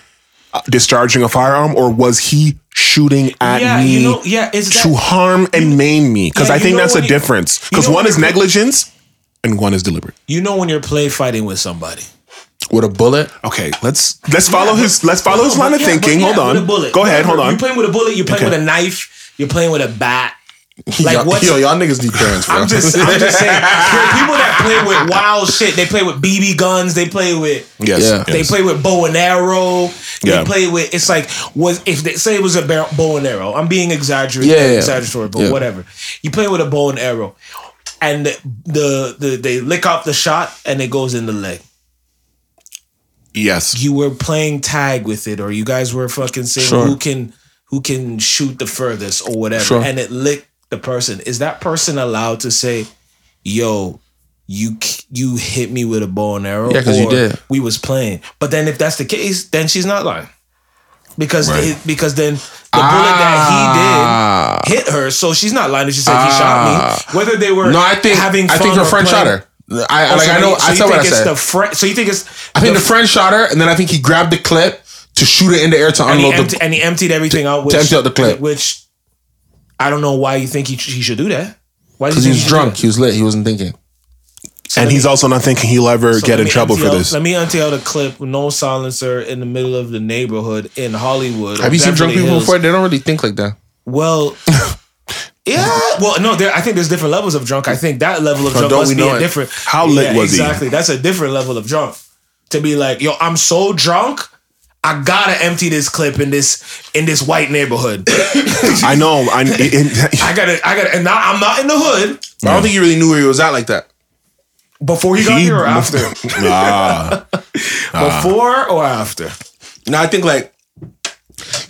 Speaker 4: uh, discharging a firearm, or was he shooting at
Speaker 2: yeah,
Speaker 4: me
Speaker 2: you know, yeah, it's
Speaker 4: to
Speaker 2: that.
Speaker 4: harm and maim me? Because
Speaker 2: Yeah,
Speaker 4: I
Speaker 2: you
Speaker 4: think
Speaker 2: know
Speaker 4: that's a
Speaker 2: when you-
Speaker 4: difference. Because
Speaker 2: know
Speaker 4: one
Speaker 2: when
Speaker 4: is
Speaker 2: you're-
Speaker 4: negligence, and one is deliberate.
Speaker 2: You know when you're play fighting with somebody.
Speaker 3: With a bullet.
Speaker 4: Okay, let's let's follow his let's follow his
Speaker 2: No,
Speaker 4: line
Speaker 2: but
Speaker 4: of
Speaker 2: yeah, but
Speaker 4: thinking.
Speaker 2: yeah,
Speaker 4: hold
Speaker 2: with a
Speaker 4: on.
Speaker 2: bullet.
Speaker 4: Go ahead. Hold
Speaker 2: You're
Speaker 4: on.
Speaker 2: playing with a bullet. You're playing
Speaker 4: Okay.
Speaker 2: with a knife. You're playing with a bat.
Speaker 3: Yo-
Speaker 2: Like what's
Speaker 3: Yo, y'all niggas need parents, bro.
Speaker 2: I'm just, I'm just saying. There are people that play with wild shit. They play with BB guns. They play with.
Speaker 4: Yes.
Speaker 3: Yeah.
Speaker 2: They
Speaker 4: yes.
Speaker 2: play with bow and arrow. They
Speaker 4: Yeah.
Speaker 2: play with. It's like was if they say it was a bar- bow and arrow. I'm being exaggerated,
Speaker 3: Yeah, yeah, yeah.
Speaker 2: exaggeratory, but
Speaker 3: Yeah.
Speaker 2: whatever. You play with a bow and arrow, and the, the the they lick off the shot and it goes in the leg.
Speaker 4: Yes.
Speaker 2: You were playing tag with it, or you guys were fucking saying
Speaker 3: Sure.
Speaker 2: who can who can shoot the furthest or whatever,
Speaker 3: Sure.
Speaker 2: and it licked the person. Is that person allowed to say, "Yo"? You k- you hit me with a bow and arrow.
Speaker 3: Yeah, 'cause you
Speaker 2: or
Speaker 3: did.
Speaker 2: We was playing, but then if that's the case, then she's not lying because
Speaker 4: Right.
Speaker 2: it- because then the bullet
Speaker 3: Ah.
Speaker 2: that he did hit her, so she's not lying. if She said he shot me. Whether they were
Speaker 3: No, I think
Speaker 2: having
Speaker 3: I
Speaker 2: fun
Speaker 3: think her
Speaker 2: or
Speaker 3: friend
Speaker 2: playing-
Speaker 3: shot her. I, I-
Speaker 2: Oh,
Speaker 3: like
Speaker 2: so
Speaker 3: I
Speaker 2: then
Speaker 3: know
Speaker 2: you- so
Speaker 3: I
Speaker 2: you
Speaker 3: saw what I
Speaker 2: think it's
Speaker 3: said.
Speaker 2: The Fre- so you think it's
Speaker 3: I think the friend shot her, and then I think he grabbed the clip to shoot it in the air to
Speaker 2: and he,
Speaker 3: unload the.
Speaker 2: empty, and he emptied everything out. Which,
Speaker 3: empty out the clip.
Speaker 2: Which I don't know why you think he, he should do that. Why do you
Speaker 3: Because he
Speaker 2: think
Speaker 3: was
Speaker 2: should do
Speaker 3: drunk.
Speaker 2: that?
Speaker 3: He was lit. He wasn't thinking.
Speaker 4: And he's also not thinking he'll ever
Speaker 2: So
Speaker 4: get
Speaker 2: let
Speaker 4: in
Speaker 2: me
Speaker 4: trouble for
Speaker 2: empty out-
Speaker 4: this.
Speaker 2: Let me empty out a clip. with No silencer in the middle of the neighborhood in Hollywood. or
Speaker 3: Have you seen drunk
Speaker 2: Beverly
Speaker 3: people
Speaker 2: Hills.
Speaker 3: before? They don't really think like that.
Speaker 2: Well, Yeah. Well, no, there, I think there's different levels of drunk. I think that level of drunk
Speaker 4: don't
Speaker 2: must
Speaker 4: we
Speaker 2: be
Speaker 4: know
Speaker 2: a
Speaker 4: it?
Speaker 2: different.
Speaker 4: How lit was he?
Speaker 2: Exactly. That's a different level of drunk. To be like, yo, I'm so drunk, I gotta empty this clip in this in this white neighborhood.
Speaker 4: I know. I, it, it-
Speaker 2: I gotta, I gotta, and now I'm not in the hood
Speaker 3: I don't think he really knew where he was at like that.
Speaker 2: before he got
Speaker 4: He
Speaker 2: here or
Speaker 4: must-
Speaker 2: after. Ah.
Speaker 4: nah.
Speaker 2: Before or after?
Speaker 3: No, I think like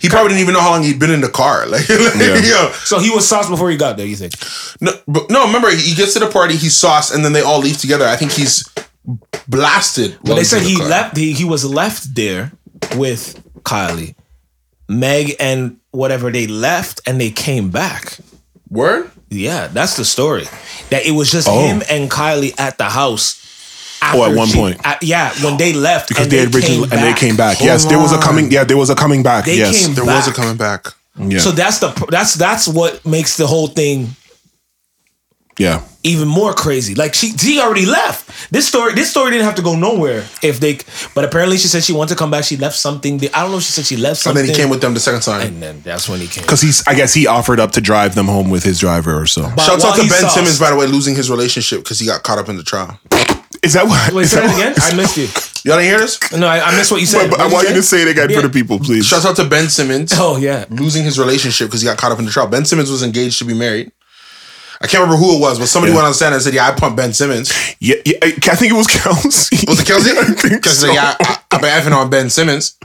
Speaker 3: he probably didn't even know how long he'd been in the car. Like, like, yo,
Speaker 2: So he was sauce before he got there. You think?
Speaker 3: no, but no. Remember, he gets to the party, he's sauced, and then they all leave together. I think he's blasted.
Speaker 2: But they said he left. He, he was left there with Kylie, Meg, and whatever. They left and they came back.
Speaker 3: Word.
Speaker 2: Yeah, that's the story. That it was just him and Kylie at the house.
Speaker 4: Oh, at
Speaker 2: after
Speaker 4: one
Speaker 2: she-
Speaker 4: point.
Speaker 2: at- yeah, when they left
Speaker 4: because they had originally and they came back.
Speaker 3: Hold
Speaker 4: yes, there was a coming. Yeah, there was a coming back.
Speaker 2: They
Speaker 4: yes,
Speaker 2: came
Speaker 3: There was a
Speaker 2: Back.
Speaker 3: coming back.
Speaker 4: yeah,
Speaker 2: So that's the that's that's what makes the whole thing
Speaker 4: yeah.
Speaker 2: even more crazy. Like she, she already left. This story, this story didn't have to go nowhere if they. But apparently, she said she wanted to come back. She left something. there. I don't know. if She said she left
Speaker 3: And
Speaker 2: something.
Speaker 3: then he came with them the second time.
Speaker 2: and then that's when he came.
Speaker 4: Because he's, I guess he offered up to drive them home with his driver or so.
Speaker 2: But
Speaker 3: Shouts
Speaker 2: Uh,
Speaker 3: out
Speaker 2: while
Speaker 3: to
Speaker 2: he
Speaker 3: Ben
Speaker 2: sauced-
Speaker 3: Simmons, by the way, losing his relationship because he got caught up in the trial.
Speaker 4: Is that what?
Speaker 2: Wait,
Speaker 4: is
Speaker 2: say
Speaker 4: that
Speaker 2: that
Speaker 4: what-
Speaker 2: again. I missed you.
Speaker 3: Y'all didn't hear this?
Speaker 2: No, I, I missed what you said.
Speaker 4: But, but I
Speaker 2: What'd
Speaker 4: want you to
Speaker 2: say?
Speaker 4: say it again for
Speaker 2: Yeah.
Speaker 4: the people, please.
Speaker 3: Shouts out to Ben Simmons.
Speaker 2: Oh yeah.
Speaker 3: losing his relationship because he got caught up in the trial. Ben Simmons was engaged to be married. I can't remember who it was, but somebody
Speaker 4: Yeah.
Speaker 3: went on stand and said, "Yeah, I pumped Ben Simmons."
Speaker 4: Yeah, yeah, I I think it was Kelsey.
Speaker 3: Was it Kelsey?
Speaker 4: I think
Speaker 3: Because
Speaker 4: so.
Speaker 3: yeah, I, I've been effing on Ben Simmons.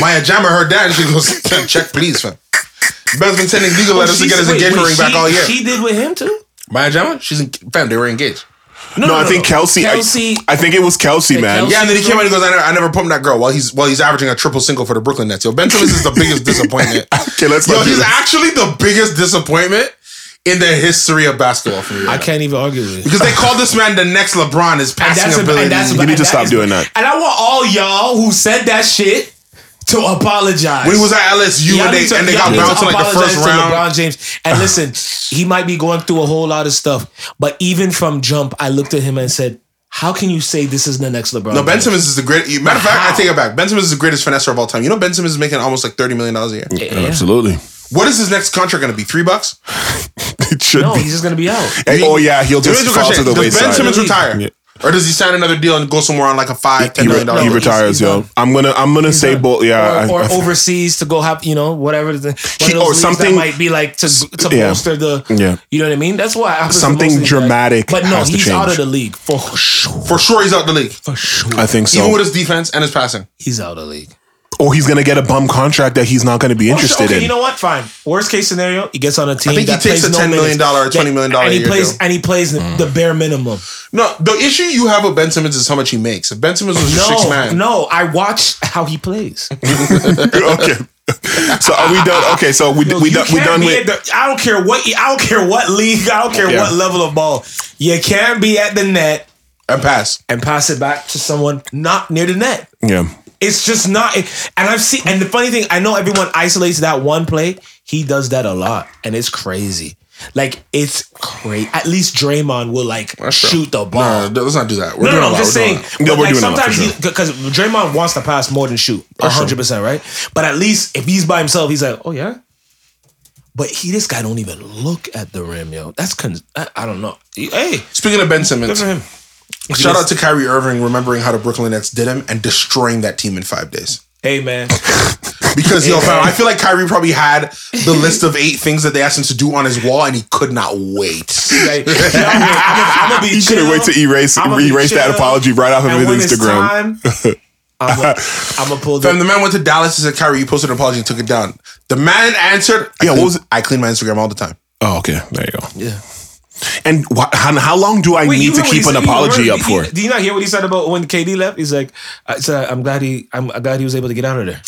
Speaker 3: Maya Jammer, her dad, she goes, "Check, please, fam." Ben's been sending legal letters to
Speaker 2: Oh, She
Speaker 3: get his
Speaker 2: said- wait,
Speaker 3: engagement
Speaker 2: wait,
Speaker 3: ring back
Speaker 2: she-
Speaker 3: all year.
Speaker 2: She did with him too.
Speaker 3: Maya Jammer, she's in, fam. They were engaged.
Speaker 4: No, I think Kelsey. I-
Speaker 2: Kelsey.
Speaker 4: I, think it was Kelsey, man.
Speaker 2: Kelsey-
Speaker 3: Yeah, and then he came out and he goes, "I never, I never pumped that girl." While he's while he's averaging a triple single for the Brooklyn Nets. Yo, Ben Simmons is the biggest disappointment.
Speaker 4: Okay, let's
Speaker 3: Yo,
Speaker 4: not do
Speaker 3: he's
Speaker 4: this.
Speaker 3: actually the biggest disappointment in the history of basketball for me.
Speaker 2: I can't even argue with it.
Speaker 3: Because they call this man the next LeBron. His
Speaker 2: And
Speaker 3: passing
Speaker 2: a- and
Speaker 3: ability.
Speaker 2: a-
Speaker 4: You need to
Speaker 2: and
Speaker 4: stop
Speaker 2: is-
Speaker 4: doing that.
Speaker 2: And I want all y'all who said that shit to apologize.
Speaker 3: when he was at LSU
Speaker 2: Y'all
Speaker 3: and they,
Speaker 2: need to-
Speaker 3: and they
Speaker 2: y'all
Speaker 3: got
Speaker 2: need
Speaker 3: bounced in like the
Speaker 2: apologize
Speaker 3: first
Speaker 2: to
Speaker 3: round.
Speaker 2: LeBron James. And listen, he might be going through a whole lot of stuff, but even from jump, I looked at him and said, "How can you say this is the next LeBron?"
Speaker 3: No, Ben
Speaker 2: James?
Speaker 3: Simmons is the great. Matter of fact, I
Speaker 2: How?
Speaker 3: take it back. Ben Simmons is the greatest finesser of all time. You know, Ben Simmons is making almost like thirty million dollars a year.
Speaker 2: Yeah.
Speaker 4: Absolutely.
Speaker 3: What is his next contract going to be? Three bucks?
Speaker 4: It should
Speaker 2: No,
Speaker 4: be.
Speaker 2: he's just gonna be out.
Speaker 4: Hey, oh yeah, he'll just
Speaker 3: Here's the
Speaker 4: fall to
Speaker 3: question.
Speaker 4: the
Speaker 3: does
Speaker 4: wayside.
Speaker 3: Ben Simmons
Speaker 2: Yeah.
Speaker 3: retire, or does he sign another deal and go somewhere on like a five,
Speaker 4: he,
Speaker 3: ten million
Speaker 4: re-
Speaker 3: dollar?
Speaker 4: he
Speaker 2: he's-
Speaker 3: deal?
Speaker 4: retires,
Speaker 2: he's
Speaker 4: yo.
Speaker 2: done.
Speaker 4: I'm gonna, I'm gonna say both. Yeah,
Speaker 2: or,
Speaker 4: I-
Speaker 2: or
Speaker 4: I-
Speaker 2: overseas to go have you know whatever the, one
Speaker 4: He-
Speaker 2: of those
Speaker 4: or
Speaker 2: leagues
Speaker 4: something-
Speaker 2: that might be like to to
Speaker 4: Yeah.
Speaker 2: bolster the
Speaker 4: Yeah.
Speaker 2: you know what I mean. That's why happens to
Speaker 4: Something
Speaker 2: most of these guys.
Speaker 4: dramatic
Speaker 2: But no,
Speaker 4: has to
Speaker 2: he's
Speaker 4: change.
Speaker 2: out of the league for sure.
Speaker 3: For sure, he's out the league.
Speaker 2: For sure,
Speaker 4: I think
Speaker 3: Even with
Speaker 4: so.
Speaker 3: his defense and his passing.
Speaker 2: he's out of the league.
Speaker 4: Or he's gonna get a bum contract that he's not gonna be
Speaker 2: Oh, okay,
Speaker 4: interested
Speaker 2: you
Speaker 4: in.
Speaker 2: know what? Fine. Worst case scenario, he gets on a team.
Speaker 3: think he
Speaker 2: that
Speaker 3: takes
Speaker 2: plays
Speaker 3: a
Speaker 2: no
Speaker 3: $10 million
Speaker 2: minutes.
Speaker 3: or $20 million
Speaker 2: and
Speaker 3: a
Speaker 2: he
Speaker 3: year
Speaker 2: plays
Speaker 3: deal.
Speaker 2: and he plays the-
Speaker 4: Mm.
Speaker 2: the bare minimum.
Speaker 3: No, the issue you have with Ben Simmons is how much he makes. If Ben Simmons was your six
Speaker 2: No,
Speaker 3: man,
Speaker 2: no, I watch how he plays.
Speaker 4: okay. So are we done? Okay, so we we
Speaker 2: You
Speaker 4: done, we
Speaker 2: can't
Speaker 4: done
Speaker 2: be
Speaker 4: with.
Speaker 2: at the- I don't care what. I don't care what league. I don't care
Speaker 4: Yeah.
Speaker 2: what level of ball. You can't be at the net
Speaker 3: and pass.
Speaker 2: and pass it back to someone not near the net.
Speaker 4: yeah.
Speaker 2: It's just not. And I've seen. And the funny thing, I know everyone isolates that one play. He does that a lot, and it's crazy. Like it's crazy. At least Draymond will like
Speaker 3: true.
Speaker 2: shoot the
Speaker 3: No,
Speaker 2: ball.
Speaker 3: let's not do that. We're
Speaker 2: No, no,
Speaker 3: doing
Speaker 2: no,
Speaker 3: a
Speaker 2: I'm
Speaker 3: lot.
Speaker 2: just
Speaker 3: We're
Speaker 2: saying.
Speaker 3: doing a lot.
Speaker 4: No,
Speaker 2: but,
Speaker 4: we're
Speaker 2: like,
Speaker 4: doing a lot, for
Speaker 2: sometimes
Speaker 4: sure.
Speaker 2: because Draymond wants to pass more than shoot, hundred percent, right? But at least if he's by himself, he's like, oh yeah. But he, this guy, don't even look at the rim, yo. That's con- I, I don't know. Hey,
Speaker 3: Speaking of Ben Simmons,
Speaker 2: good for him.
Speaker 3: Shout out to Kyrie Irving remembering how the Brooklyn Nets did him and destroying that team in five days.
Speaker 2: Hey man,
Speaker 3: Because yo, fam, I feel like Kyrie probably had the list of eight things that they asked him to do on his wall, and he could not wait.
Speaker 2: like, I'm gonna be.
Speaker 4: He couldn't
Speaker 2: chill.
Speaker 4: wait to erase
Speaker 2: I'ma be
Speaker 4: erase that
Speaker 2: chill.
Speaker 4: apology right off of
Speaker 2: And
Speaker 4: his
Speaker 2: when it's
Speaker 4: Instagram.
Speaker 2: time, I'm gonna- I'm gonna pull
Speaker 3: Fam,
Speaker 2: the.
Speaker 3: the man went to Dallas and said, "Kyrie, you posted an apology and took it down." The man answered, I
Speaker 4: Yeah, what
Speaker 3: clean-
Speaker 4: was it?
Speaker 3: I clean my Instagram all the time."
Speaker 4: Oh, okay. There you go.
Speaker 2: Yeah.
Speaker 4: And wh- how, how long do I
Speaker 2: Wait, you
Speaker 4: need to
Speaker 2: heard what he
Speaker 4: keep an
Speaker 2: said- you
Speaker 4: apology
Speaker 2: heard-
Speaker 4: up
Speaker 2: you-
Speaker 4: for?
Speaker 2: Do you not hear what he said about when KD left? He's like, I- so I'm glad he, I'm glad he was able to get out of there.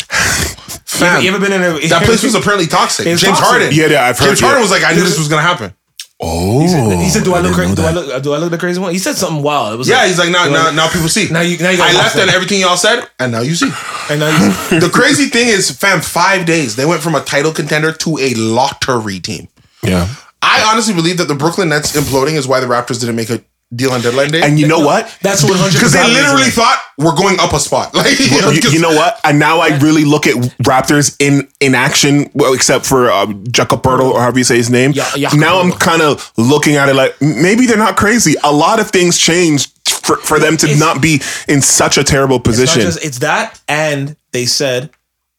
Speaker 3: Fam,
Speaker 2: You ever been in a
Speaker 3: that place was apparently toxic.
Speaker 2: It's
Speaker 3: James
Speaker 2: toxic.
Speaker 3: Harden,
Speaker 4: Yeah, yeah, I've heard-
Speaker 3: James Harden
Speaker 4: yeah.
Speaker 3: was like, "I knew this was gonna happen."
Speaker 4: Oh,
Speaker 2: He said, "Do I look
Speaker 4: didn't
Speaker 2: crazy? Do
Speaker 4: know
Speaker 2: I
Speaker 4: that.
Speaker 2: look? Do I look the crazy one?" He said something wild. It was
Speaker 3: Yeah,
Speaker 2: like,
Speaker 3: he's like, "Now,
Speaker 2: do I
Speaker 3: now,
Speaker 2: look-
Speaker 3: now people see."
Speaker 2: Now you- now you gotta
Speaker 3: I
Speaker 2: watch
Speaker 3: left,
Speaker 2: that.
Speaker 3: and everything y'all said, and now you see.
Speaker 2: And now he's-
Speaker 3: The crazy thing is, fam, five days they went from a title contender to a lottery team.
Speaker 4: Yeah.
Speaker 3: I honestly believe that the Brooklyn Nets imploding is why the Raptors didn't make a deal on deadline day.
Speaker 4: And you know what?
Speaker 2: That's 100
Speaker 3: because they literally thought we're going up a spot. Like you know,
Speaker 4: you, you
Speaker 3: 'cause-
Speaker 4: know what? And now I really look at Raptors in in action, well, except for um, Jacoberto or however you say his name.
Speaker 2: Ya- Jacoberto.
Speaker 4: now I'm kind of looking at it like m- maybe they're not crazy. A lot of things change for, for them to
Speaker 2: It's-
Speaker 4: not be in such a terrible
Speaker 2: It's,
Speaker 4: position.
Speaker 2: not just, it's that, and they said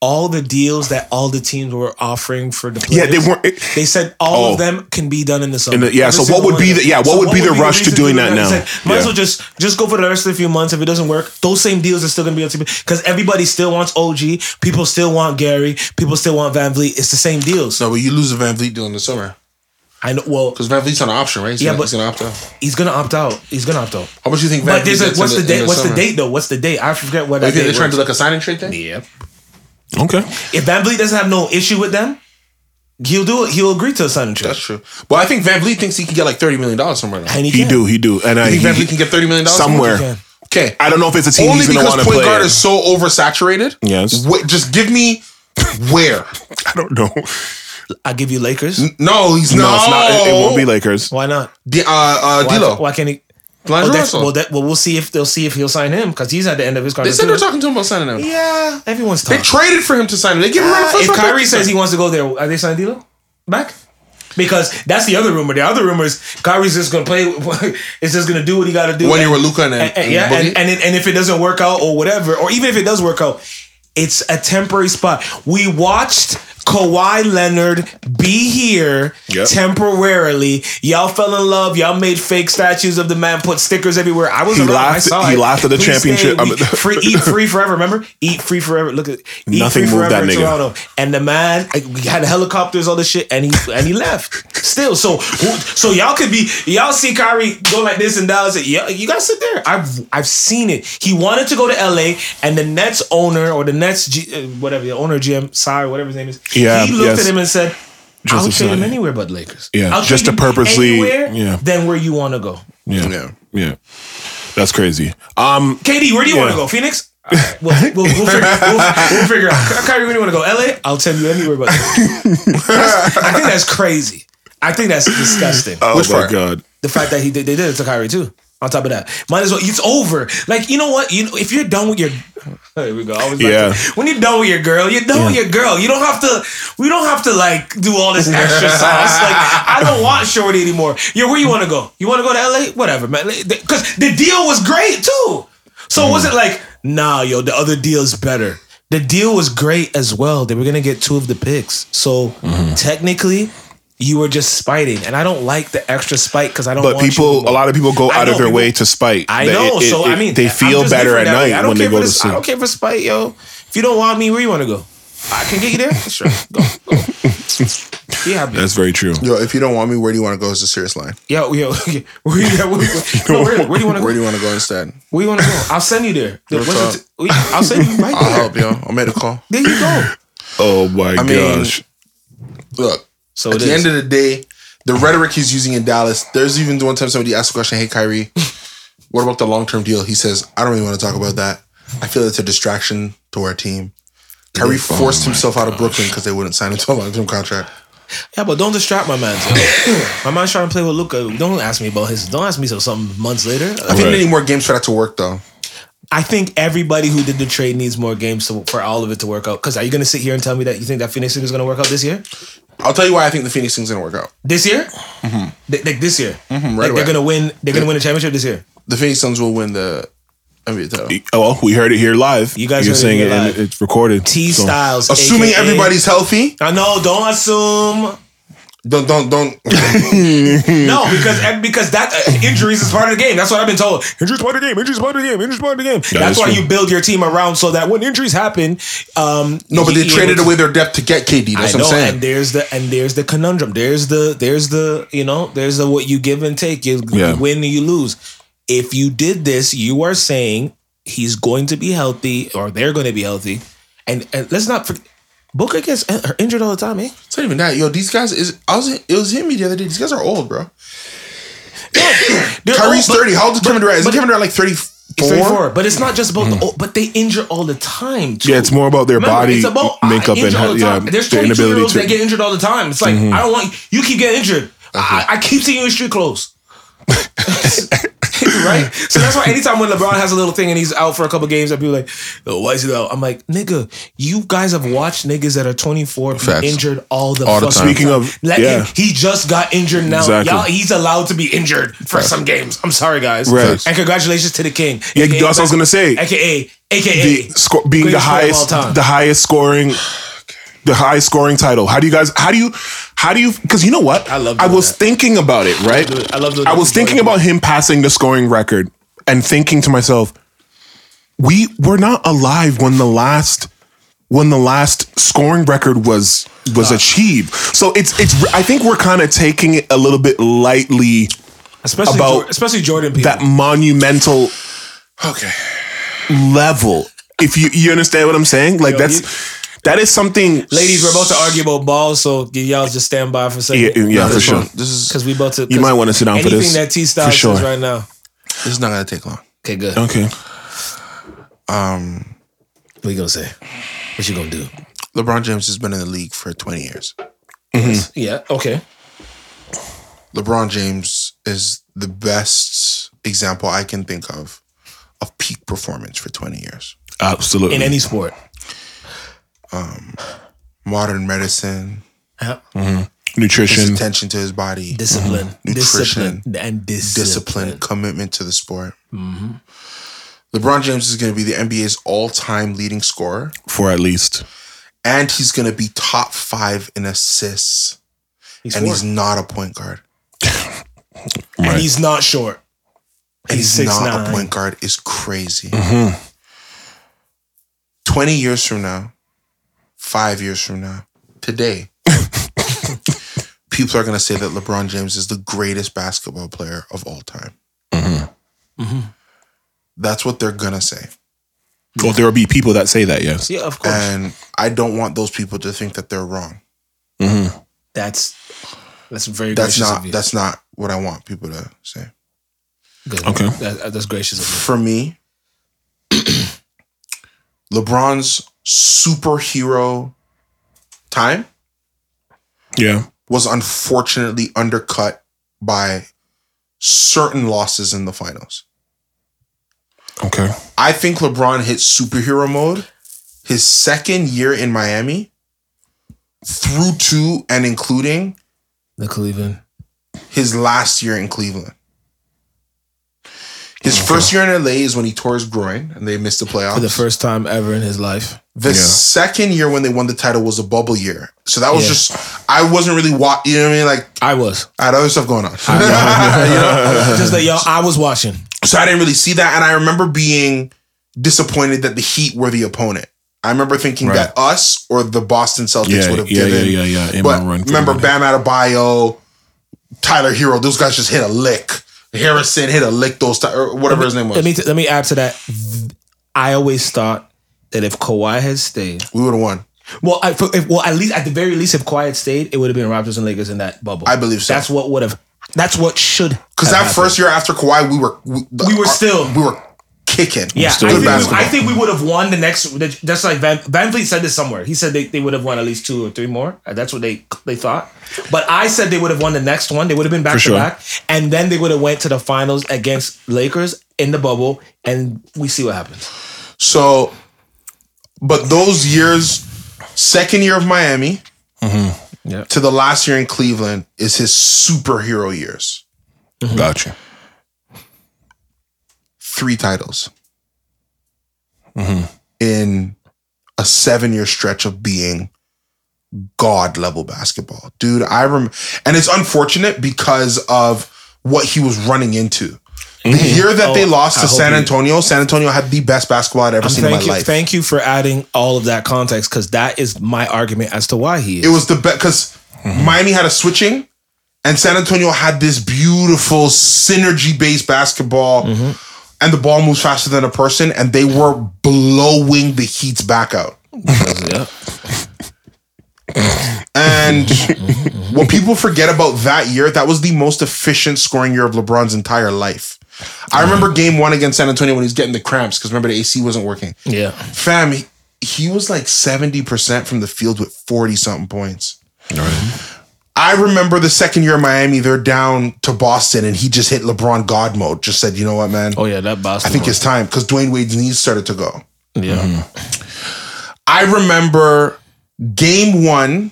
Speaker 2: all the deals that all the teams were offering for the
Speaker 4: yeah,
Speaker 2: players.
Speaker 4: they weren't. it-
Speaker 2: They said all
Speaker 4: Oh.
Speaker 2: of them can be done in the summer.
Speaker 4: In the- yeah,
Speaker 2: Every
Speaker 4: so what
Speaker 2: single
Speaker 4: would
Speaker 2: one
Speaker 4: be
Speaker 2: of
Speaker 4: the-
Speaker 2: them.
Speaker 4: yeah, what would
Speaker 2: what
Speaker 4: be the rush to
Speaker 2: reason
Speaker 4: doing
Speaker 2: do
Speaker 4: that now?
Speaker 2: It's like, might as
Speaker 4: Yeah.
Speaker 2: well just just go for the rest of the few months. If it doesn't work, those same deals are still gonna be on TV because everybody still wants OG. People still want Gary. People still want Van Vliet. It's the same deals.
Speaker 3: no, but you lose a Van Vliet deal in the summer
Speaker 2: I know. Well,
Speaker 3: because Van Vliet's on an option, right? He's
Speaker 2: Yeah,
Speaker 3: gonna,
Speaker 2: but-
Speaker 3: he's gonna opt out.
Speaker 2: he's gonna opt out. He's gonna opt out.
Speaker 3: How much do you think? Van
Speaker 2: But there's
Speaker 3: Vliet
Speaker 2: a,
Speaker 3: gets
Speaker 2: what's
Speaker 3: in
Speaker 2: the date?
Speaker 3: in
Speaker 2: What's the
Speaker 3: summer?
Speaker 2: date though? What's the date? I forget what
Speaker 3: You
Speaker 2: that
Speaker 3: think
Speaker 2: date
Speaker 3: they're trying to
Speaker 2: was.
Speaker 3: do like a sign and trade thing?
Speaker 2: Yep.
Speaker 4: okay.
Speaker 2: If Van Vliet doesn't have no issue with them, he'll do it. He'll agree to a signing trade.
Speaker 3: That's true. But I think Van Vliet thinks he can get like thirty million dollars somewhere. Now.
Speaker 2: And
Speaker 4: He
Speaker 2: can.
Speaker 4: do, he do, and I
Speaker 3: You think Van Vliet
Speaker 4: he,
Speaker 3: can get thirty million dollars
Speaker 2: He
Speaker 4: somewhere.
Speaker 2: can.
Speaker 3: Okay,
Speaker 4: I don't know if it's a team
Speaker 3: only
Speaker 4: he's going to
Speaker 3: because
Speaker 4: want to play.
Speaker 3: point guard
Speaker 4: in.
Speaker 3: is so oversaturated.
Speaker 4: Yes.
Speaker 3: Wait, just give me where.
Speaker 4: I don't know.
Speaker 2: I give you Lakers.
Speaker 3: No, he's
Speaker 4: No,
Speaker 3: not.
Speaker 4: it's not. It, it won't be Lakers.
Speaker 2: Why not?
Speaker 3: D- uh, uh,
Speaker 2: Why,
Speaker 3: D'Lo.
Speaker 2: why can't he?
Speaker 3: D'Angelo
Speaker 2: Oh, that's,
Speaker 3: Russell.
Speaker 2: well, that, well, we'll see if they'll see if he'll sign him because he's at the end of his
Speaker 3: they
Speaker 2: contract.
Speaker 3: said they're
Speaker 2: too.
Speaker 3: talking to him about signing him.
Speaker 2: yeah, everyone's
Speaker 3: They
Speaker 2: talking.
Speaker 3: traded for him to sign him. They give him a
Speaker 2: Uh,
Speaker 3: first
Speaker 2: if
Speaker 3: round
Speaker 2: Kyrie
Speaker 3: pick.
Speaker 2: says he wants to go there, are they signing D'Lo back? Because that's the other rumor. The other rumor is Kyrie's just gonna play. Is just gonna do what he got to do.
Speaker 3: one year
Speaker 2: And-
Speaker 3: with Luca and,
Speaker 2: and, and-
Speaker 3: and
Speaker 2: yeah,
Speaker 3: Boogie.
Speaker 2: and, and, it- and if it doesn't work out or whatever, or even if it does work out, it's a temporary spot. We watched Kawhi Leonard be here
Speaker 4: Yep.
Speaker 2: temporarily. Y'all fell in love. Y'all made fake statues of the man, put stickers everywhere. I was
Speaker 4: He
Speaker 2: around. I
Speaker 4: laughed-
Speaker 2: saw
Speaker 4: he
Speaker 2: it.
Speaker 4: laughed at the
Speaker 2: Please
Speaker 4: championship.
Speaker 2: stay. We-
Speaker 4: I'm-
Speaker 2: free, eat free forever. Remember, eat free forever. Look at eat
Speaker 4: Nothing
Speaker 2: free
Speaker 4: moved
Speaker 2: forever
Speaker 4: that
Speaker 2: in
Speaker 4: nigga.
Speaker 2: Toronto. And the man like, we had helicopters, all this shit, and he and he left. Still, so who, so y'all could be y'all see Kyrie go like this in Dallas. and y'all- you gotta sit there. I've I've seen it. He wanted to go to L.A. and the Nets owner or the Nets G, uh, whatever the owner GM Sire whatever his name is.
Speaker 4: Yeah,
Speaker 2: he looked
Speaker 4: yes.
Speaker 2: at him and said. I'll
Speaker 4: Joseph
Speaker 2: trade him
Speaker 4: Sire.
Speaker 2: anywhere but Lakers.
Speaker 4: Yeah,
Speaker 2: I'll
Speaker 4: just
Speaker 2: trade
Speaker 4: to
Speaker 2: him
Speaker 4: purposely-
Speaker 2: anywhere
Speaker 4: yeah.
Speaker 2: Than where you want to go,
Speaker 4: Yeah.
Speaker 3: Yeah.
Speaker 4: Yeah. Yeah. That's crazy. Um,
Speaker 2: KD. Where do you want to
Speaker 4: Yeah.
Speaker 2: go? Phoenix. All right, we'll, we'll, we'll, figure, we'll, we'll figure out. Ky- Kyrie, where do you want to go? LA? I'll tell you anywhere but Lakers. That's- I think that's crazy. I think that's disgusting.
Speaker 4: oh
Speaker 3: Which
Speaker 4: my
Speaker 3: part?
Speaker 4: god.
Speaker 2: the fact that he did, they did it to Kyrie too. On top of that, might as well. It's over. Like you know what? You know, if you're done with your, there we go. I was back
Speaker 4: Yeah.
Speaker 2: to- when you're done with your girl, you're done with your girl. You don't have to. We don't have to like do all this extra sauce. Like I don't want shorty anymore. Yeah, where you want to go? You want to go to L.A.? Whatever, man. Because the deal was great too. So
Speaker 4: Mm.
Speaker 2: it wasn't like nah, yo. The other deal's better. The deal was great as well. They were gonna get two of the picks. So
Speaker 4: Mm-hmm.
Speaker 2: technically. You were just spiting, and I don't like the extra spite because I don't.
Speaker 4: But
Speaker 2: want you
Speaker 4: people,
Speaker 2: anymore.
Speaker 4: a lot of people go
Speaker 2: I
Speaker 4: out
Speaker 2: know,
Speaker 4: of their
Speaker 2: people-
Speaker 4: way to spite.
Speaker 2: I
Speaker 4: They-
Speaker 2: know.
Speaker 4: it-
Speaker 2: so
Speaker 4: it-
Speaker 2: I mean,
Speaker 4: they
Speaker 2: I'm
Speaker 4: feel
Speaker 2: just
Speaker 4: better
Speaker 2: different
Speaker 4: at
Speaker 2: that way. I
Speaker 4: night
Speaker 2: don't
Speaker 4: when they
Speaker 2: care
Speaker 4: go
Speaker 2: for
Speaker 4: to
Speaker 2: this- I
Speaker 4: sleep.
Speaker 2: don't care for spite, yo. If you don't want me, where you want to go? I can get you there. Sure, go. go. Be happy.
Speaker 4: That's very true.
Speaker 3: Yo, if you don't want me, where do you want to go? Is a serious line.
Speaker 2: Yo, yo, where, you- where, no, where, where do you want to
Speaker 3: Where
Speaker 2: go?
Speaker 3: do you want to go instead?
Speaker 2: Where you want to go? I'll send you there.
Speaker 3: What's
Speaker 2: What's the t- I'll send you right
Speaker 3: I'll
Speaker 2: there.
Speaker 3: help, yo. I'll make a call.
Speaker 2: There you go.
Speaker 4: Oh my
Speaker 3: mean,
Speaker 4: gosh.
Speaker 3: Look,
Speaker 2: So
Speaker 3: at
Speaker 2: it
Speaker 3: the
Speaker 2: is.
Speaker 3: end of the day, the rhetoric he's using in Dallas. There's even the one time somebody asked a question, "Hey, Kyrie, what about the long term deal?" He says, "I don't really want to talk about that. I feel it's a distraction to our team." Kyrie
Speaker 2: Oh
Speaker 3: forced himself out of Brooklyn because they wouldn't sign him to a long term contract.
Speaker 2: yeah, but don't distract my man. yo. my man's trying to play with Luca. Don't ask me about his. Don't ask me so something months later.
Speaker 3: I think
Speaker 4: Right.
Speaker 3: they need more games for that to work, though.
Speaker 2: I think everybody who did the trade needs more games to, for all of it to work out. Because are you going to sit here and tell me that you think that Phoenix is going to work out this year?
Speaker 3: I'll tell you why I think the Phoenix thing's gonna work out.
Speaker 2: This year? Th- like this year?
Speaker 3: Mm-hmm. right
Speaker 2: like they're
Speaker 3: away.
Speaker 2: gonna win. They're gonna win a championship this year.
Speaker 3: The Phoenix Suns will win the NBA title.
Speaker 4: Oh, well, we heard it here live.
Speaker 2: You guys
Speaker 4: You're
Speaker 2: heard it
Speaker 4: saying
Speaker 2: here
Speaker 4: it, and
Speaker 2: live.
Speaker 4: it- it's recorded.
Speaker 2: T
Speaker 4: so-
Speaker 2: Styles,
Speaker 3: Assuming
Speaker 2: aka
Speaker 3: everybody's healthy,
Speaker 2: I know. Don't assume.
Speaker 3: don't don't don't.
Speaker 2: No, because because that uh, injuries is part of the game. That's what I've been told. Injuries part of the game. Injuries part of the game. Injuries part of the game. That's
Speaker 4: is
Speaker 2: why
Speaker 4: true.
Speaker 2: you build your team around so that when injuries happen, um,
Speaker 3: No, but they
Speaker 2: you- you-
Speaker 3: traded away their depth to get KD.
Speaker 2: I
Speaker 3: That's what
Speaker 2: know,
Speaker 3: I'm saying.
Speaker 2: and there's the and there's the conundrum. There's the there's the you know there's the what you give and take. You, you
Speaker 4: Yeah.
Speaker 2: win and you lose. If you did this, you are saying he's going to be healthy, or they're going to be healthy, and, and let's not forget, Booker gets in- injured all the time, eh?
Speaker 3: It's not even that. Yo, these guys is I was it was hitting me the other day. These guys are old, bro.
Speaker 2: They're old,
Speaker 3: Kyrie's
Speaker 2: but-
Speaker 3: thirty. How old is Kevin Durant? Is
Speaker 2: but-
Speaker 3: Kevin Durant like
Speaker 2: he's
Speaker 3: 34?
Speaker 2: 34, but it's not just about
Speaker 3: Mm-hmm.
Speaker 2: the old, but they injure all the time. Too.
Speaker 4: Yeah, it's more about their
Speaker 2: Remember,
Speaker 4: body
Speaker 2: it's about uh,
Speaker 4: makeup and
Speaker 2: injured all
Speaker 4: how,
Speaker 2: the
Speaker 4: yeah,
Speaker 2: time. There's
Speaker 4: their
Speaker 2: 22 year
Speaker 4: inability
Speaker 2: olds that
Speaker 4: to. Mm-hmm.
Speaker 2: get injured all the time. It's like I don't want you keep getting injured. I, I keep seeing you in street clothes. right? So that's why anytime when LeBron has a little thing and he's out for a couple games, I'd be like, "Oh, why is he out?" I'm like, "Nigga, you guys have watched niggas that are 24 be
Speaker 3: Facts.
Speaker 2: injured all the
Speaker 3: All the
Speaker 2: fucking
Speaker 3: time.
Speaker 4: Speaking of-
Speaker 2: Let
Speaker 4: yeah.
Speaker 2: him- he just got injured now.
Speaker 4: Exactly.
Speaker 2: Y'all, he's allowed to be injured for some games. I'm sorry, guys.
Speaker 4: Right.
Speaker 2: And congratulations to the king.
Speaker 4: Yeah, that's what I was gonna say.
Speaker 2: AKA, AKA,
Speaker 4: the, sco- being the
Speaker 2: greatest player of all
Speaker 4: highest,
Speaker 2: time.
Speaker 4: the highest scoring, the highest scoring title. How do you guys? How do you? How do you? Because you know what? I
Speaker 2: love
Speaker 4: I
Speaker 2: doing
Speaker 4: was
Speaker 2: that.
Speaker 4: thinking about it. Right.
Speaker 2: doing- I love doing
Speaker 4: I was
Speaker 2: that.
Speaker 4: thinking about him passing the scoring record and thinking to myself, we were not alive when the last when the last scoring record was was achieved. So it's it's. I think we're kind of taking it a little bit lightly.
Speaker 2: especially
Speaker 4: about
Speaker 2: Jor- especially Jordan people.
Speaker 4: That monumental
Speaker 1: Okay.
Speaker 4: level. If you you understand what I'm saying, like that's that is something.
Speaker 2: Ladies, we're about to argue about balls, so y- y'all just stand by for a second.
Speaker 4: Yeah, yeah, for sure.
Speaker 3: This is
Speaker 2: Because we about to.
Speaker 4: You might wanna sit down for
Speaker 2: anything
Speaker 4: this,
Speaker 2: Anything that T
Speaker 4: for
Speaker 2: Styles
Speaker 4: sure.
Speaker 2: says right now.
Speaker 3: this is not gonna take long.
Speaker 2: Okay, good.
Speaker 4: Okay,
Speaker 2: What you gonna say? What you gonna do?
Speaker 3: LeBron James has been in the league for 20 years.
Speaker 4: Hmm.
Speaker 2: Yeah. Okay.
Speaker 3: LeBron James is the best example I can think of of peak performance for 20 years.
Speaker 4: absolutely.
Speaker 2: In any sport.
Speaker 3: Modern medicine,
Speaker 2: Yeah.
Speaker 3: his
Speaker 4: nutrition,
Speaker 3: attention to his body,
Speaker 2: Mm-hmm. Discipline.
Speaker 4: Mm-hmm.
Speaker 3: Nutrition.
Speaker 2: Discipline. And discipline. Mm-hmm.
Speaker 3: discipline, commitment to the sport. LeBron James is going to be the NBA's all-time leading scorer,
Speaker 4: for at least
Speaker 3: and he's going to be top five in assists.
Speaker 2: He's
Speaker 3: and
Speaker 2: short.
Speaker 3: he's not a point guard.
Speaker 2: and he's not short.
Speaker 3: And
Speaker 2: He's
Speaker 3: he's, not
Speaker 2: 6'9".
Speaker 3: a point guard is crazy. 20 years from now, five years from now, today, people are going to say that LeBron James is the greatest basketball player of all time.
Speaker 4: Mm-hmm.
Speaker 2: Mm-hmm.
Speaker 3: That's what they're going to say.
Speaker 4: Well, there will be people that say that. Yes,
Speaker 2: Yeah, of course.
Speaker 3: And I don't want those people to think that they're wrong.
Speaker 4: Mm-hmm.
Speaker 2: that's that's very
Speaker 3: That's
Speaker 2: gracious
Speaker 3: not
Speaker 2: of you.
Speaker 3: that's not what I want people to say.
Speaker 2: good.
Speaker 4: Okay.
Speaker 2: That, that's gracious of you.
Speaker 3: for me, LeBron's superhero time
Speaker 4: yeah,
Speaker 3: was unfortunately undercut by certain losses in the finals.
Speaker 4: okay,
Speaker 3: I think LeBron hit superhero mode his second year in Miami through to and including
Speaker 2: The Cleveland.
Speaker 3: his last year in Cleveland. His first year in LA is when he tore his groin and they missed the playoffs.
Speaker 2: For the first time ever in his life.
Speaker 3: The second year when they won the title was a bubble year. So that was
Speaker 2: Yeah.
Speaker 3: just I wasn't really wa- you know what I mean? Like
Speaker 2: I was.
Speaker 3: I had other stuff going on.
Speaker 2: Just that y'all I was watching.
Speaker 3: so I didn't really see that. And I remember being disappointed that the Heat were the opponent. I remember thinking that us or the Boston Celtics
Speaker 4: yeah,
Speaker 3: would have
Speaker 4: yeah, yeah,
Speaker 3: given.
Speaker 4: yeah, yeah, yeah.
Speaker 3: But remember Bam Adebayo, Tyler Hero, those guys just hit a lick. Harrison hit a lick those ti- or whatever his name was.
Speaker 2: Let me let me add to that. I always thought that if Kawhi had stayed,
Speaker 3: we would have won.
Speaker 2: well, I, for, if, well, at least at the very least, if Kawhi had stayed, it would have been Raptors and Lakers in that bubble.
Speaker 3: I believe so.
Speaker 2: That's what would have. That's what should.
Speaker 3: Because that
Speaker 2: have happened.
Speaker 3: first year after Kawhi, we were we,
Speaker 2: We were still-
Speaker 3: we were kicking.
Speaker 2: Yeah,
Speaker 3: good
Speaker 2: I, think we,
Speaker 3: basketball.
Speaker 2: I think we would have won the next. That's like Van, Van Fleet said this somewhere. He said they, they would have won at least two or three more. Uh, That's what they they thought. But I said they would have won the next one. They would have been back to
Speaker 4: sure.
Speaker 2: back, and then they would have went to the finals against Lakers in the bubble, and we see what happens.
Speaker 3: So, but those years, second year of Miami
Speaker 2: Mm-hmm. Yeah.
Speaker 3: to the last year in Cleveland is his superhero years.
Speaker 4: Gotcha.
Speaker 3: Three titles
Speaker 2: Mm-hmm.
Speaker 3: in a seven year stretch of being god level basketball. Dude, I remember, and it's unfortunate because of what he was running into. The year that they
Speaker 2: Oh,
Speaker 3: lost
Speaker 2: I
Speaker 3: to
Speaker 2: hope
Speaker 3: San
Speaker 2: you-
Speaker 3: Antonio, San Antonio had the best basketball I'd ever seen in my
Speaker 2: Thank you,
Speaker 3: life.
Speaker 2: thank you for adding all of that context because that is my argument as to why he is.
Speaker 3: it was the best because Miami had a switching, and San Antonio had this beautiful synergy based basketball, and the ball moves faster than a person, and they were blowing the Heat's back out.
Speaker 2: yeah.
Speaker 3: And what people forget about that year, that was the most efficient scoring year of LeBron's entire life. I remember game one against San Antonio when he was getting the cramps because remember the AC wasn't working.
Speaker 2: yeah.
Speaker 3: Fam, he, he was like 70% from the field with 40 something points. I remember the second year in Miami, they're down to Boston, and he just hit LeBron God mode. Just said, you know what, man?
Speaker 2: Oh yeah, that Boston.
Speaker 3: I think it's Mm-hmm. time because Dwayne Wade's knees started to go.
Speaker 2: one. yeah.
Speaker 3: I remember game one,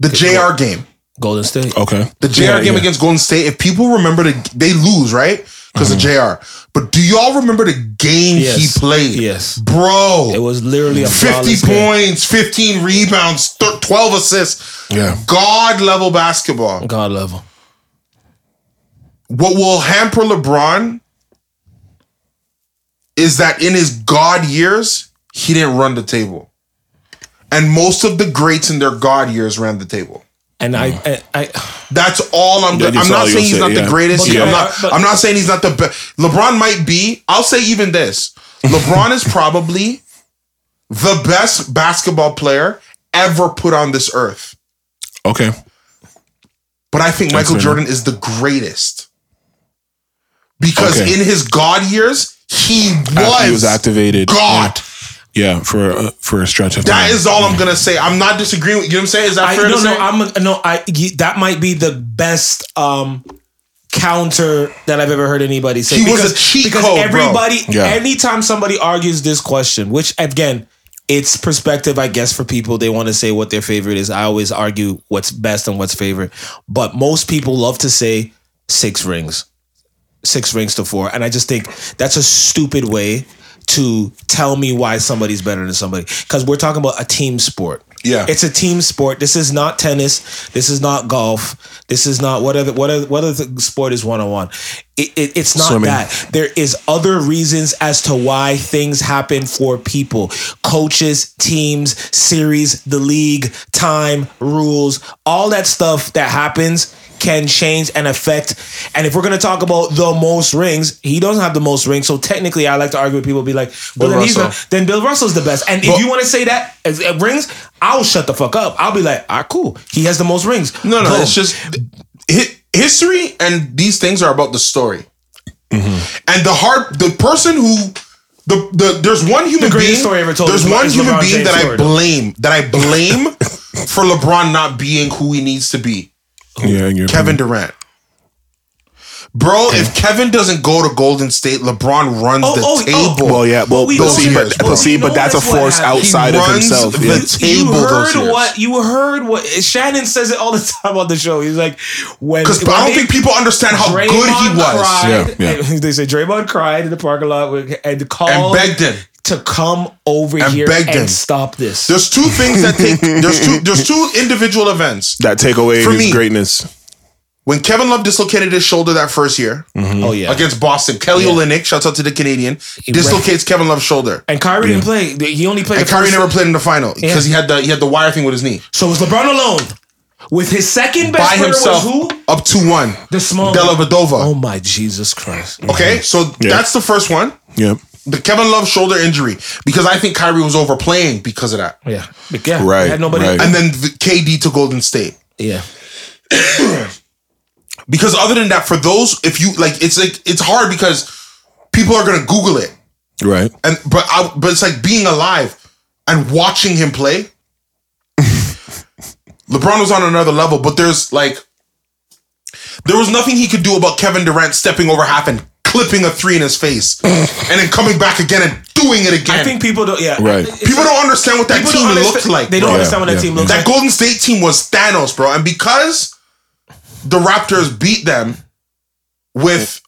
Speaker 3: the JR game.
Speaker 2: Golden State.
Speaker 3: Oh,
Speaker 4: Okay.
Speaker 3: The JR game against Golden State, if people remember the they lose, right? Because of JR. But do y'all remember the game
Speaker 2: Mm-hmm. Yes.
Speaker 3: he played?
Speaker 2: Yes.
Speaker 3: Bro.
Speaker 2: It was literally a
Speaker 3: 50
Speaker 2: flawless game.
Speaker 3: points, 15 rebounds, thir- 12 assists.
Speaker 4: Yeah.
Speaker 3: God level basketball.
Speaker 2: God level.
Speaker 3: What will hamper LeBron is that in his God years, he didn't run the table. And most of the greats in their God years ran the table.
Speaker 2: And I, I, I
Speaker 3: That's all I'm.
Speaker 4: Yeah,
Speaker 3: I'm
Speaker 4: that's all
Speaker 3: not
Speaker 4: you'll
Speaker 3: saying he's
Speaker 4: say,
Speaker 3: not
Speaker 4: yeah.
Speaker 3: the greatest.
Speaker 2: But
Speaker 3: I'm
Speaker 2: yeah,
Speaker 3: not.
Speaker 2: but-
Speaker 3: I'm not saying he's not the best. LeBron might be. I'll say even this. LeBron is probably the best basketball player ever put on this earth.
Speaker 4: Okay.
Speaker 3: But I think Michael
Speaker 4: fair
Speaker 3: Jordan is the greatest because
Speaker 4: Okay.
Speaker 3: in his God years he was,
Speaker 4: After he was activated.
Speaker 3: God.
Speaker 4: Yeah, for uh, for a stretch of
Speaker 3: That
Speaker 4: time.
Speaker 3: is all I'm gonna say. I'm not disagreeing. with You know what I'm saying? Is that
Speaker 2: I
Speaker 3: fair
Speaker 2: no,
Speaker 3: to
Speaker 2: no,
Speaker 3: say?
Speaker 2: I'm no, I y- that might be the best um counter that I've ever heard anybody say.
Speaker 3: He was a cheat
Speaker 2: because
Speaker 3: code, bro.
Speaker 2: everybody,
Speaker 4: Yeah.
Speaker 2: anytime somebody argues this question, which again, it's perspective, I guess, for people. They want to say what their favorite is. I always argue what's best and what's favorite, but most people love to say six rings, six rings to four, and I just think that's a stupid way. To tell me why somebody's better than somebody, because we're talking about a team sport.
Speaker 3: Yeah.
Speaker 2: it's a team sport. This is not tennis. This is not golf. This is not what other what other, what other sport is one on one. It, it, it's not
Speaker 4: Swimming.
Speaker 2: that. There is other reasons as to why things happen for people, coaches, teams, series, the league, time, rules, all that stuff that happens can change and affect. And if we're gonna talk about the most rings, he doesn't have the most rings. So technically, I like to argue with people. Be like, well, then he's
Speaker 3: Russell.
Speaker 2: not then Bill Russell's the best. And if you want to say that as it rings, I'll shut the fuck up. I'll be like, all right, cool. He has the most rings.
Speaker 3: No, no,
Speaker 2: Boom.
Speaker 3: it's just hi- history, and these things are about the story.
Speaker 4: Mm-hmm.
Speaker 3: And the hard, the person who, the the there's one human
Speaker 2: greatest
Speaker 3: being.
Speaker 2: story ever told
Speaker 3: there's
Speaker 2: is Le-
Speaker 3: one
Speaker 2: is
Speaker 3: human
Speaker 2: LeBron
Speaker 3: being
Speaker 2: James
Speaker 3: that I
Speaker 2: story, though.
Speaker 3: blame, that I blame for LeBron not being who he needs to be.
Speaker 4: yeah, in your
Speaker 3: Kevin Durant. Bro, if Kevin doesn't go to Golden State, LeBron runs
Speaker 2: Oh,
Speaker 3: the
Speaker 2: oh, oh.
Speaker 3: table.
Speaker 4: Well, yeah. Well,
Speaker 2: But we
Speaker 4: but
Speaker 3: know
Speaker 4: see,
Speaker 3: that-
Speaker 4: but,
Speaker 3: well,
Speaker 4: but, see,
Speaker 2: we know
Speaker 4: but that's a
Speaker 2: that's what
Speaker 4: force
Speaker 2: happened. He
Speaker 4: outside of
Speaker 3: runs
Speaker 4: himself.
Speaker 3: the-
Speaker 4: yeah.
Speaker 3: table
Speaker 2: you
Speaker 3: those
Speaker 2: heard
Speaker 3: years.
Speaker 2: what you heard what Shannon says it all the time on the show. He's like, when
Speaker 3: Because I don't think people understand how good he was.
Speaker 2: Cried,
Speaker 4: Yeah, yeah.
Speaker 2: They say Draymond cried in the parking lot with- and
Speaker 3: And
Speaker 2: called
Speaker 3: begged him.
Speaker 2: to come over
Speaker 3: And
Speaker 2: here
Speaker 3: begged
Speaker 2: and
Speaker 3: him.
Speaker 2: stop this.
Speaker 3: There's two things that take. There's two. There's two individual events.
Speaker 4: That take away
Speaker 3: For
Speaker 4: his
Speaker 3: me.
Speaker 4: greatness.
Speaker 3: When Kevin Love dislocated his shoulder that first year,
Speaker 2: oh yeah,
Speaker 3: against Boston. Kelly Olynyk, shouts out to the Canadian, dislocates Kevin Love's shoulder.
Speaker 2: and Kyrie didn't play. He only played.
Speaker 3: And
Speaker 2: the
Speaker 3: Kyrie
Speaker 2: first-
Speaker 3: never played in the final because he had the he had the wire thing with his knee
Speaker 2: So it was LeBron alone with his second best
Speaker 3: by
Speaker 2: player
Speaker 3: himself.
Speaker 2: was who?
Speaker 3: Up two one,
Speaker 2: The small
Speaker 3: Della
Speaker 2: guy.
Speaker 3: Vadova.
Speaker 2: Oh my Jesus Christ!
Speaker 3: Okay, so that's the first one,
Speaker 4: Yep.
Speaker 3: the Kevin Love shoulder injury, because I think Kyrie was overplaying because of that.
Speaker 2: Yeah, But yeah,
Speaker 4: Right,
Speaker 2: Had nobody.
Speaker 4: right.
Speaker 3: And then the KD to Golden State.
Speaker 2: Yeah,
Speaker 3: Because other than that, for those, if you like, it's like it's hard because people are gonna Google it,
Speaker 4: Right.
Speaker 3: and but I, but it's like being alive and watching him play. LeBron was on another level, but there's like there was nothing he could do about Kevin Durant stepping over half and clipping a three in his face, and then coming back again and doing it again.
Speaker 2: I think people don't. Yeah,
Speaker 4: Right.
Speaker 2: It's-
Speaker 3: people don't understand what that
Speaker 2: people
Speaker 3: team
Speaker 2: don't understand-
Speaker 3: looked like.
Speaker 2: They don't
Speaker 3: bro.
Speaker 4: Yeah,
Speaker 2: understand what that
Speaker 4: yeah,
Speaker 2: team looks
Speaker 3: That
Speaker 2: like.
Speaker 3: Golden State team was Thanos, bro, and because the Raptors beat them with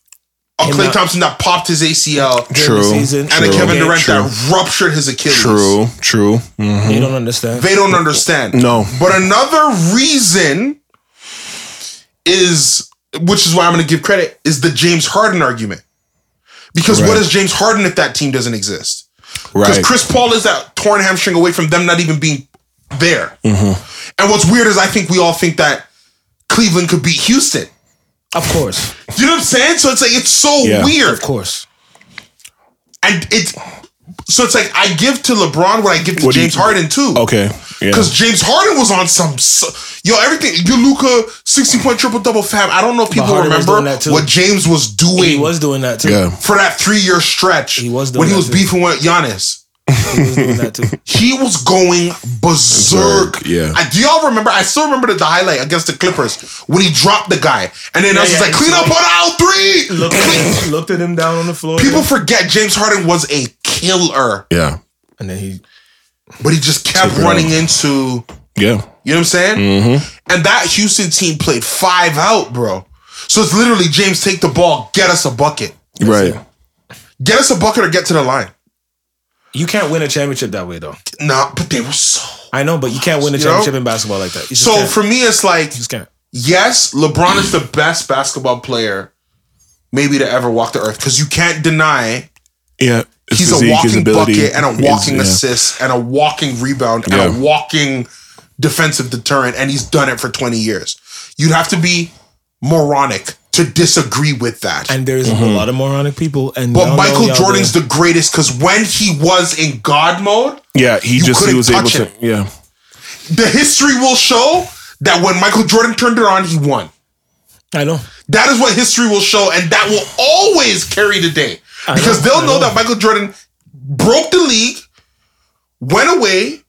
Speaker 3: a
Speaker 2: Him
Speaker 3: Clay
Speaker 2: not-
Speaker 3: Thompson that popped his ACL
Speaker 2: During the
Speaker 4: True.
Speaker 2: season.
Speaker 3: and a
Speaker 2: True.
Speaker 3: Kevin
Speaker 2: Yeah,
Speaker 3: Durant that ruptured his Achilles.
Speaker 4: True. True. Mm.
Speaker 2: You don't understand.
Speaker 3: They don't understand.
Speaker 4: No.
Speaker 3: But another reason is, which is why I'm going to give credit, is the James Harden argument. Because what
Speaker 4: Right.
Speaker 3: is James Harden if that team doesn't exist? Because
Speaker 4: Right.
Speaker 3: Chris Paul is that torn hamstring away from them not even being there.
Speaker 2: Mm-hmm.
Speaker 3: And what's weird is I think we all think that Cleveland could beat Houston.
Speaker 2: Of course,
Speaker 3: You know what I'm saying? So it's like it's so
Speaker 4: Yeah.
Speaker 3: weird.
Speaker 2: of course.
Speaker 3: And it's so it's like I give to LeBron what I give to
Speaker 4: What do you-
Speaker 3: James Harden too.
Speaker 4: okay. Yeah.
Speaker 3: Because James Harden was on some s- yo everything yo Luca sixty point triple double fam. I don't know if people
Speaker 2: Harden was
Speaker 3: remember
Speaker 2: doing that too.
Speaker 3: what James was doing
Speaker 2: He was doing that too.
Speaker 4: Yeah.
Speaker 3: for that three year stretch
Speaker 2: He was doing
Speaker 3: when he
Speaker 2: that
Speaker 3: was
Speaker 2: too.
Speaker 3: beefing with Giannis.
Speaker 2: He was doing that too.
Speaker 3: He was going berserk.
Speaker 6: Berserk, yeah.
Speaker 3: I, do y'all remember? I still remember the highlight against the Clippers when he dropped the guy, and then I was
Speaker 2: yeah,
Speaker 3: just like,
Speaker 2: he
Speaker 3: "Clean up
Speaker 2: dropped-
Speaker 3: on aisle three.
Speaker 2: Looked at, him, looked at him down on the floor.
Speaker 3: People forget James Harden was a killer,
Speaker 6: Yeah.
Speaker 2: and then he
Speaker 3: but he just kept running into.
Speaker 6: Yeah.
Speaker 3: You know what I'm saying?
Speaker 4: Mm-hmm.
Speaker 6: Mm.
Speaker 3: And that Houston team played five out, bro. So it's literally James take the ball, get us a bucket,
Speaker 6: right.
Speaker 3: get us a bucket, or get to the line.
Speaker 2: you can't win a championship that way though.
Speaker 3: Nah, but they were so.
Speaker 2: I know, but you can't win a
Speaker 3: You
Speaker 2: championship
Speaker 3: know?
Speaker 2: in basketball like that. You just
Speaker 3: So
Speaker 2: can't.
Speaker 3: for me, it's like
Speaker 2: You just can't.
Speaker 3: yes, LeBron is the best basketball player maybe to ever walk the earth because you can't deny
Speaker 4: Yeah. It's
Speaker 3: he's
Speaker 4: physique,
Speaker 3: a
Speaker 4: his
Speaker 3: walking
Speaker 4: ability,
Speaker 3: bucket and
Speaker 4: his-
Speaker 3: a walking
Speaker 4: yeah.
Speaker 3: assist and a walking rebound and
Speaker 6: Yeah.
Speaker 3: a walking defensive deterrent, and he's done it for 20 years. You'd have to be moronic to disagree with that.
Speaker 2: And there's a lot of moronic people. And
Speaker 3: Mm-hmm. but
Speaker 2: y'all know
Speaker 3: Michael
Speaker 2: y'all
Speaker 3: Jordan's
Speaker 2: there.
Speaker 3: the greatest because when he was in God mode,
Speaker 4: Yeah, he just he
Speaker 3: couldn't
Speaker 4: was able
Speaker 3: touch
Speaker 4: to.
Speaker 3: it.
Speaker 4: Yeah,
Speaker 3: the history will show that when Michael Jordan turned it on, he won.
Speaker 2: I know.
Speaker 3: That is what history will show, and that will always carry the day. Because
Speaker 2: know,
Speaker 3: they'll
Speaker 2: I
Speaker 3: know,
Speaker 2: know.
Speaker 3: that Michael Jordan broke the league, went away,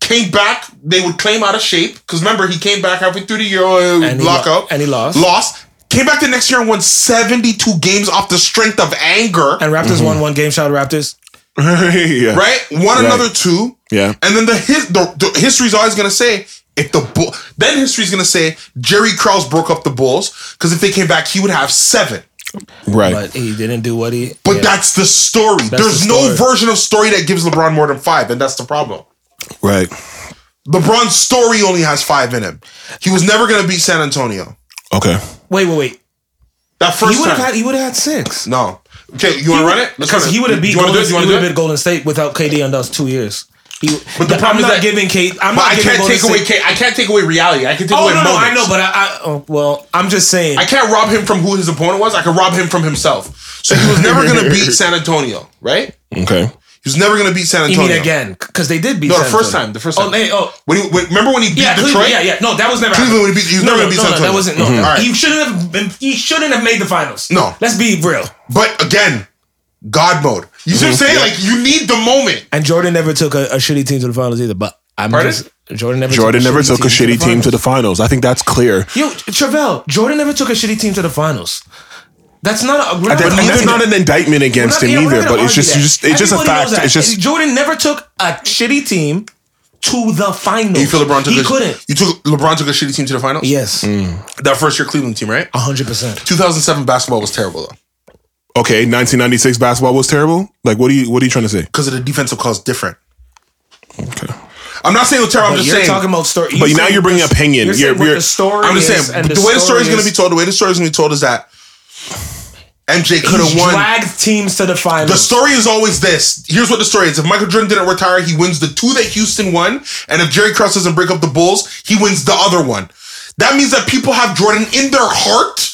Speaker 3: came back. They would claim out of shape. Because remember, he came back halfway through the year, uh,
Speaker 2: And he
Speaker 3: lock
Speaker 2: lo-
Speaker 3: up.
Speaker 2: and he lost.
Speaker 3: Lost. Came back the next year and won 72 games off the strength of anger.
Speaker 2: And Raptors
Speaker 3: Mm-hmm.
Speaker 2: won one game. Shout out Raptors.
Speaker 4: yeah,
Speaker 3: right? Won another two.
Speaker 4: Yeah.
Speaker 3: And then the, his, the, the history's always going to say, if the Bull, then history's going to say Jerry Krause broke up the Bulls because if they came back, he would have seven.
Speaker 4: right.
Speaker 2: But he didn't do what he.
Speaker 3: But
Speaker 2: yeah.
Speaker 3: that's the story. There's
Speaker 2: the
Speaker 3: no
Speaker 2: story.
Speaker 3: version of story that gives LeBron more than five, and that's the problem.
Speaker 4: Right.
Speaker 3: LeBron's story only has five in him. He was never going to beat San Antonio.
Speaker 4: Okay.
Speaker 2: Wait, wait, wait.
Speaker 3: That
Speaker 2: He
Speaker 3: first
Speaker 2: would
Speaker 3: time.
Speaker 2: have had. He would have had six.
Speaker 3: no. Okay, you want to run it? Let's
Speaker 2: Because
Speaker 3: run it.
Speaker 2: he would have
Speaker 3: You
Speaker 2: beat.
Speaker 3: wanna
Speaker 2: Golden,
Speaker 3: do it?
Speaker 2: he
Speaker 3: You
Speaker 2: would
Speaker 3: wanna
Speaker 2: have
Speaker 3: do
Speaker 2: been
Speaker 3: it?
Speaker 2: Golden State without KD on those two years. He,
Speaker 3: But the problem
Speaker 2: I'm
Speaker 3: is
Speaker 2: not
Speaker 3: that-
Speaker 2: giving Kate. I'm
Speaker 3: But
Speaker 2: not
Speaker 3: I
Speaker 2: giving
Speaker 3: can't
Speaker 2: Golden
Speaker 3: take away.
Speaker 2: State-
Speaker 3: Ka- I can't take away reality. I can take
Speaker 2: Oh
Speaker 3: away
Speaker 2: no, no,
Speaker 3: moments.
Speaker 2: I know, but I, I oh, well, I'm just saying.
Speaker 3: I can't rob him from who his opponent was. I can rob him from himself. So he was never going to beat San Antonio, right? He
Speaker 4: Okay.
Speaker 3: was never going to beat San
Speaker 2: you
Speaker 3: Antonio.
Speaker 2: mean again? Because they did beat.
Speaker 3: No, the
Speaker 2: San
Speaker 3: first
Speaker 2: Antonio.
Speaker 3: time. The first
Speaker 2: Oh,
Speaker 3: time.
Speaker 2: they, oh,
Speaker 3: When he, when, remember when he beat
Speaker 2: yeah, Cleveland.
Speaker 3: Detroit?
Speaker 2: Yeah, yeah. No, that was never.
Speaker 3: Cleveland
Speaker 2: happening.
Speaker 3: when he beat- he was never
Speaker 2: no,
Speaker 3: gonna
Speaker 2: no,
Speaker 3: beat San
Speaker 2: no,
Speaker 3: Antonio.
Speaker 2: That wasn't. No,
Speaker 3: Mhm. All right.
Speaker 2: he shouldn't have been. He shouldn't have made the finals.
Speaker 3: No.
Speaker 2: let's be real.
Speaker 3: But again, God mode. You see what I'm saying? Like you need the moment.
Speaker 2: And Jordan never took a, a shitty team to the finals either. But I'm
Speaker 3: Pardon?
Speaker 2: just Jordan never.
Speaker 4: Jordan never took a shitty team to the finals. I think that's clear.
Speaker 2: Yo, Travell, Jordan never took a shitty team to the finals. That's not a. we're not
Speaker 4: That-
Speaker 2: gonna
Speaker 4: that's
Speaker 2: argue
Speaker 4: not
Speaker 2: that.
Speaker 4: an indictment
Speaker 2: We're
Speaker 4: against
Speaker 2: not- yeah,
Speaker 4: him
Speaker 2: we're not
Speaker 4: either,
Speaker 2: gonna
Speaker 4: but it's
Speaker 2: argue
Speaker 4: just,
Speaker 2: that.
Speaker 4: you just it's just a
Speaker 2: Everybody knows
Speaker 4: fact.
Speaker 2: that.
Speaker 4: It's just
Speaker 2: Jordan never took a shitty team to the finals.
Speaker 3: You feel LeBron took
Speaker 2: He
Speaker 3: a,
Speaker 2: couldn't.
Speaker 3: You took LeBron took a shitty team to the finals.
Speaker 2: Yes,
Speaker 3: That first year Cleveland team, right?
Speaker 2: hundred percent.
Speaker 3: 2007 basketball was terrible though,
Speaker 4: okay. 1996 basketball was terrible. Like, what are you what are you trying to say?
Speaker 3: because of the defensive calls different.
Speaker 4: Okay.
Speaker 3: I'm not saying it was terrible.
Speaker 2: But
Speaker 3: I'm just
Speaker 2: you're
Speaker 3: saying.
Speaker 2: talking about story.
Speaker 4: But
Speaker 2: you
Speaker 4: now
Speaker 2: saying
Speaker 4: you're bringing
Speaker 2: this-
Speaker 4: opinion.
Speaker 2: You're,
Speaker 4: You're-
Speaker 2: saying what
Speaker 4: you're-
Speaker 2: the story.
Speaker 3: I'm just
Speaker 2: is,
Speaker 3: saying
Speaker 2: and
Speaker 3: the, way the story is going to be
Speaker 2: is
Speaker 3: told, the way the story is going to be told is that MJ could have
Speaker 2: he's
Speaker 3: won.
Speaker 2: Dragged teams to the finals.
Speaker 3: The story is always this. Here's what the story is. If Michael Jordan didn't retire, he wins the two that Houston won. And if Jerry Krause doesn't break up the Bulls, he wins the other one. That means that people have Jordan in their heart.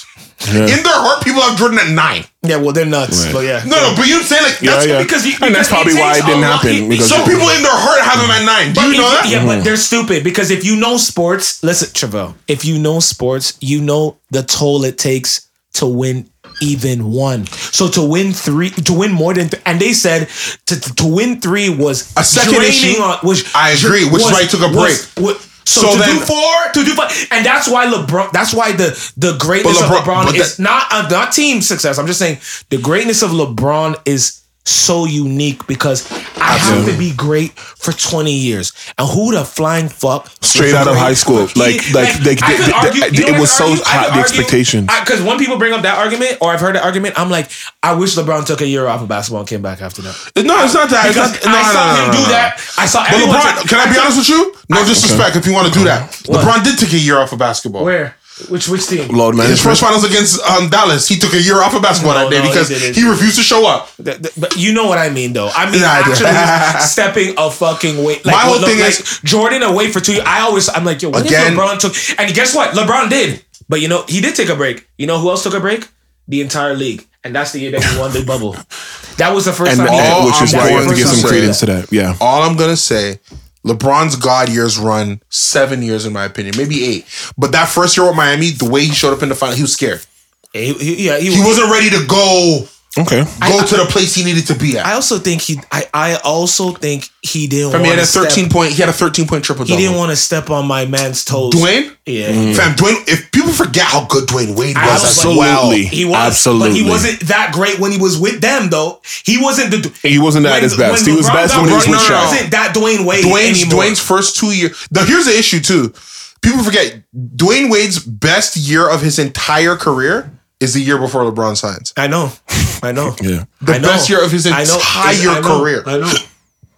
Speaker 3: In their heart, people have Jordan at nine.
Speaker 2: yeah, well, they're nuts. But yeah,
Speaker 3: No, no, but you know what I'm saying? Like, that's
Speaker 4: yeah.
Speaker 2: because you-
Speaker 4: and that's
Speaker 2: because
Speaker 4: probably
Speaker 2: it
Speaker 4: why it
Speaker 2: takes
Speaker 4: didn't
Speaker 2: a lot-
Speaker 4: happen.
Speaker 2: it-
Speaker 4: Because
Speaker 3: some people in their heart have him at nine. Do
Speaker 2: But
Speaker 3: you know
Speaker 2: if-
Speaker 3: that?
Speaker 2: Yeah, but they're stupid because if you know sports, listen, Travell, if you know sports, you know the toll it takes to win even one. So to win three, to win more than, th- and they said to, to win three was
Speaker 3: A second
Speaker 2: draining
Speaker 3: issue.
Speaker 2: on- was-
Speaker 3: I agree, which is why he took a break.
Speaker 2: was- so,
Speaker 3: So
Speaker 2: to
Speaker 3: then-
Speaker 2: do four, to do five, and that's why LeBron. That's why the the greatness
Speaker 3: LeBron-
Speaker 2: of LeBron
Speaker 3: but
Speaker 2: is
Speaker 3: that-
Speaker 2: not uh, not team success. I'm just saying the greatness of LeBron is so unique because I have to be great for 20 years. And who the flying fuck
Speaker 4: Straight out of high school. Like- like, they-
Speaker 2: I could
Speaker 4: they-
Speaker 2: argue-
Speaker 4: they-
Speaker 2: you know
Speaker 4: it
Speaker 2: what
Speaker 4: was
Speaker 2: I
Speaker 4: so
Speaker 2: could argue? I
Speaker 4: high,
Speaker 2: could
Speaker 4: the
Speaker 2: argue-
Speaker 4: expectations.
Speaker 2: I- Cause when people bring up that argument, or I've heard that argument, I'm like, I wish LeBron took a year off of basketball and came back after that.
Speaker 3: No, it's not that. It's
Speaker 2: Because
Speaker 3: not, no,
Speaker 2: I
Speaker 3: no,
Speaker 2: saw
Speaker 3: no,
Speaker 2: him
Speaker 3: no,
Speaker 2: do
Speaker 3: no.
Speaker 2: that. I saw
Speaker 3: But
Speaker 2: everyone
Speaker 3: LeBron,
Speaker 2: take-
Speaker 3: can I be honest with you? No disrespect if you want to do that. LeBron did take a year off of basketball.
Speaker 2: Where? Which which team?
Speaker 4: Load
Speaker 3: His first
Speaker 4: management.
Speaker 3: finals against um, Dallas, he took a year off of basketball
Speaker 2: No,
Speaker 3: that day
Speaker 2: no, he
Speaker 3: because
Speaker 2: didn't.
Speaker 3: he refused to show up.
Speaker 2: Th- th- But you know what I mean, though. I mean,
Speaker 3: Yeah, I do.
Speaker 2: actually stepping a fucking way. Like,
Speaker 3: My whole
Speaker 2: look,
Speaker 3: thing
Speaker 2: like,
Speaker 3: is-
Speaker 2: Jordan away for two. years. I always, I'm like, yo, what if
Speaker 3: Again-
Speaker 2: LeBron took? And guess what? LeBron did. But you know, he did take a break. You know who else took a break? The entire league, and that's the year that he won the bubble. That was the first
Speaker 4: And,
Speaker 2: time.
Speaker 4: and-
Speaker 3: All
Speaker 4: which is
Speaker 3: I'm
Speaker 4: why you have to
Speaker 3: going
Speaker 4: give
Speaker 3: to
Speaker 4: some
Speaker 3: say-
Speaker 4: credence to that. Yeah.
Speaker 3: all I'm gonna say, LeBron's God years run seven years in my opinion, maybe eight. But that first year with Miami, the way he showed up in the final, he was scared.
Speaker 2: He- he- yeah, he,
Speaker 3: He
Speaker 2: was.
Speaker 3: wasn't ready to go
Speaker 4: Okay.
Speaker 3: Go to the place he needed to be at.
Speaker 2: I also think he. I, I also think he didn't.
Speaker 3: I
Speaker 2: want
Speaker 3: mean, he had
Speaker 2: to
Speaker 3: a thirteen point. He had a thirteen point triple
Speaker 2: He
Speaker 3: double.
Speaker 2: didn't want to step on my man's toes.
Speaker 3: Dwayne,
Speaker 2: Yeah.
Speaker 3: fam, Dwayne. If people forget how good Dwayne Wade was,
Speaker 2: was
Speaker 3: as
Speaker 2: like-
Speaker 3: well.
Speaker 4: Absolutely.
Speaker 2: He was,
Speaker 4: Absolutely.
Speaker 2: but he wasn't that great when he was with them, though. He wasn't the.
Speaker 4: He wasn't at
Speaker 2: when-
Speaker 4: his best.
Speaker 2: when
Speaker 4: He was
Speaker 2: LeBron
Speaker 4: best
Speaker 2: got
Speaker 4: when he was
Speaker 2: Dwayne,
Speaker 4: with
Speaker 2: He
Speaker 4: Shaq.
Speaker 2: wasn't that Dwayne Wade
Speaker 3: Dwayne's
Speaker 2: anymore.
Speaker 3: Dwayne's first two years. Now here's the issue too. People forget Dwayne Wade's best year of his entire career is the year before LeBron signs.
Speaker 2: I know. I know.
Speaker 4: Yeah.
Speaker 3: The
Speaker 2: I know.
Speaker 3: best year of his
Speaker 2: I know.
Speaker 3: entire
Speaker 2: I know.
Speaker 3: career.
Speaker 2: I know.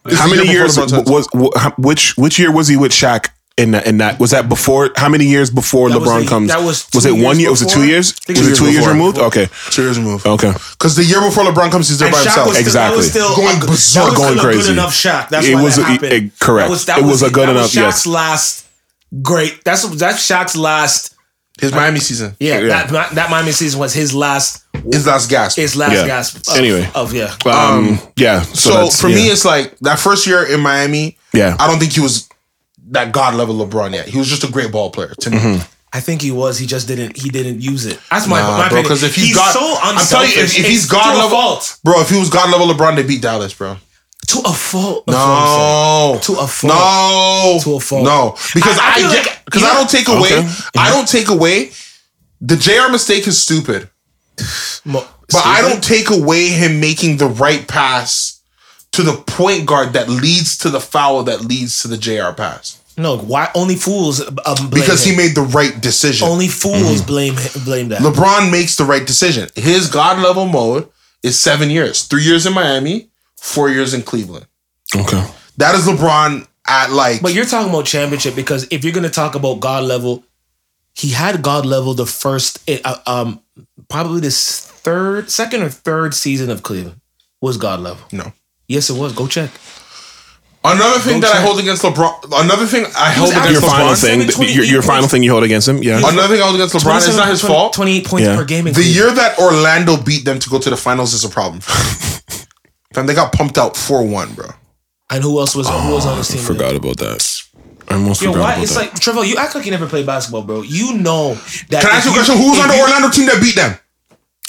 Speaker 3: It's
Speaker 4: How
Speaker 3: the
Speaker 4: many
Speaker 3: year
Speaker 4: years
Speaker 3: before LeBron signs.
Speaker 4: was wh- how- which which year was he with Shaq in that, in that was that before how many years before
Speaker 2: That was
Speaker 4: LeBron
Speaker 2: the-
Speaker 4: comes?
Speaker 2: that was two
Speaker 4: was it
Speaker 2: years
Speaker 4: one year? Was it
Speaker 2: before?
Speaker 4: two
Speaker 2: I
Speaker 4: years?
Speaker 2: think
Speaker 4: Was
Speaker 2: it
Speaker 4: it
Speaker 2: was
Speaker 4: two years
Speaker 3: before.
Speaker 4: removed? Okay,
Speaker 3: two years removed?
Speaker 4: okay.
Speaker 3: Because Oh. the year before Lebron comes, he's there
Speaker 2: And
Speaker 3: by
Speaker 2: Shaq
Speaker 3: himself.
Speaker 2: was still, that
Speaker 4: Exactly.
Speaker 2: was still
Speaker 3: Going
Speaker 2: a good-
Speaker 3: berserk,
Speaker 2: that was
Speaker 4: going
Speaker 2: still a
Speaker 4: crazy.
Speaker 2: good enough Shaq. That's
Speaker 4: It
Speaker 2: why
Speaker 4: was
Speaker 2: that
Speaker 4: a-
Speaker 2: happened.
Speaker 4: it- correct. It was a good
Speaker 2: that
Speaker 4: enough-
Speaker 2: Was
Speaker 4: yes.
Speaker 2: Shaq's last great. That's that's Shaq's last.
Speaker 3: His Miami season.
Speaker 2: Yeah, That, that Miami season was his last.
Speaker 3: His last gasp.
Speaker 2: His last
Speaker 4: Yeah.
Speaker 2: gasp. Of,
Speaker 4: Anyway.
Speaker 2: of yeah.
Speaker 4: Um, yeah. So,
Speaker 3: So,
Speaker 4: that's-
Speaker 3: for me,
Speaker 4: yeah.
Speaker 3: it's like that first year in Miami.
Speaker 4: Yeah.
Speaker 3: I don't think he was that god level LeBron yet. He was just a great ball player to me.
Speaker 2: I think he was. He just didn't. He didn't use it. That's my my opinion.
Speaker 3: because if
Speaker 2: he's,
Speaker 3: he's, god,
Speaker 2: so
Speaker 3: I'm
Speaker 2: unselfish.
Speaker 3: telling you, if, if he's
Speaker 2: it's
Speaker 3: god
Speaker 2: to
Speaker 3: level,
Speaker 2: a fault.
Speaker 3: bro, if he was god level LeBron, they beat Dallas, bro.
Speaker 2: To a fault. That's what I'm saying.
Speaker 3: No,
Speaker 2: To a fault.
Speaker 3: No,
Speaker 2: To a fault.
Speaker 3: No, because
Speaker 2: I- I
Speaker 3: I
Speaker 2: feel
Speaker 3: get-
Speaker 2: like-
Speaker 3: because I
Speaker 2: yeah.
Speaker 3: don't take away.
Speaker 4: Okay.
Speaker 3: I don't take away. The Jr. mistake is stupid,
Speaker 2: Mo-
Speaker 3: but I
Speaker 2: Stupid.
Speaker 3: don't take away him making the right pass to the point guard that leads to the foul that leads to the Jr. pass
Speaker 2: No, why only fools? Um, blame
Speaker 3: because he
Speaker 2: him.
Speaker 3: made Mm-hmm. the right decision.
Speaker 2: only fools blame him, blame that.
Speaker 3: LeBron makes the right decision. His god level mode is seven years, three years in Miami, four years in Cleveland.
Speaker 4: okay.
Speaker 3: That is LeBron at like.
Speaker 2: But you're talking about championship because if you're going to talk about God level, he had God level the first, uh, um, probably this third, second or third season of Cleveland was God level.
Speaker 3: No.
Speaker 2: Yes, it was. Go check.
Speaker 3: Another thing that I hold against LeBron. Another thing I hold
Speaker 2: out
Speaker 4: Your
Speaker 3: against
Speaker 2: It's
Speaker 4: final
Speaker 3: LeBron.
Speaker 2: LeBron,
Speaker 4: thing, that-
Speaker 2: 728
Speaker 4: your, your final
Speaker 2: points.
Speaker 4: thing you hold against him, yeah.
Speaker 3: Another thing I hold against LeBron. It's not his
Speaker 2: 27
Speaker 3: fault.
Speaker 2: 28 points
Speaker 4: Yeah.
Speaker 2: per game. in
Speaker 3: The
Speaker 2: Cleveland.
Speaker 3: year that Orlando beat them to go to the finals is a problem. Fam, they got pumped out four one, bro.
Speaker 2: And who else was, who was on this team?
Speaker 4: Oh, Forgot about that. I almost
Speaker 2: Yo,
Speaker 4: forgot
Speaker 2: why?
Speaker 4: about
Speaker 2: It's
Speaker 4: that.
Speaker 2: like, Trevor, you act like you never played basketball, bro. You know that.
Speaker 3: Can I
Speaker 2: if
Speaker 3: ask you a
Speaker 2: you-
Speaker 3: question? Who was
Speaker 2: if
Speaker 3: on the
Speaker 2: you-
Speaker 3: Orlando team that beat them?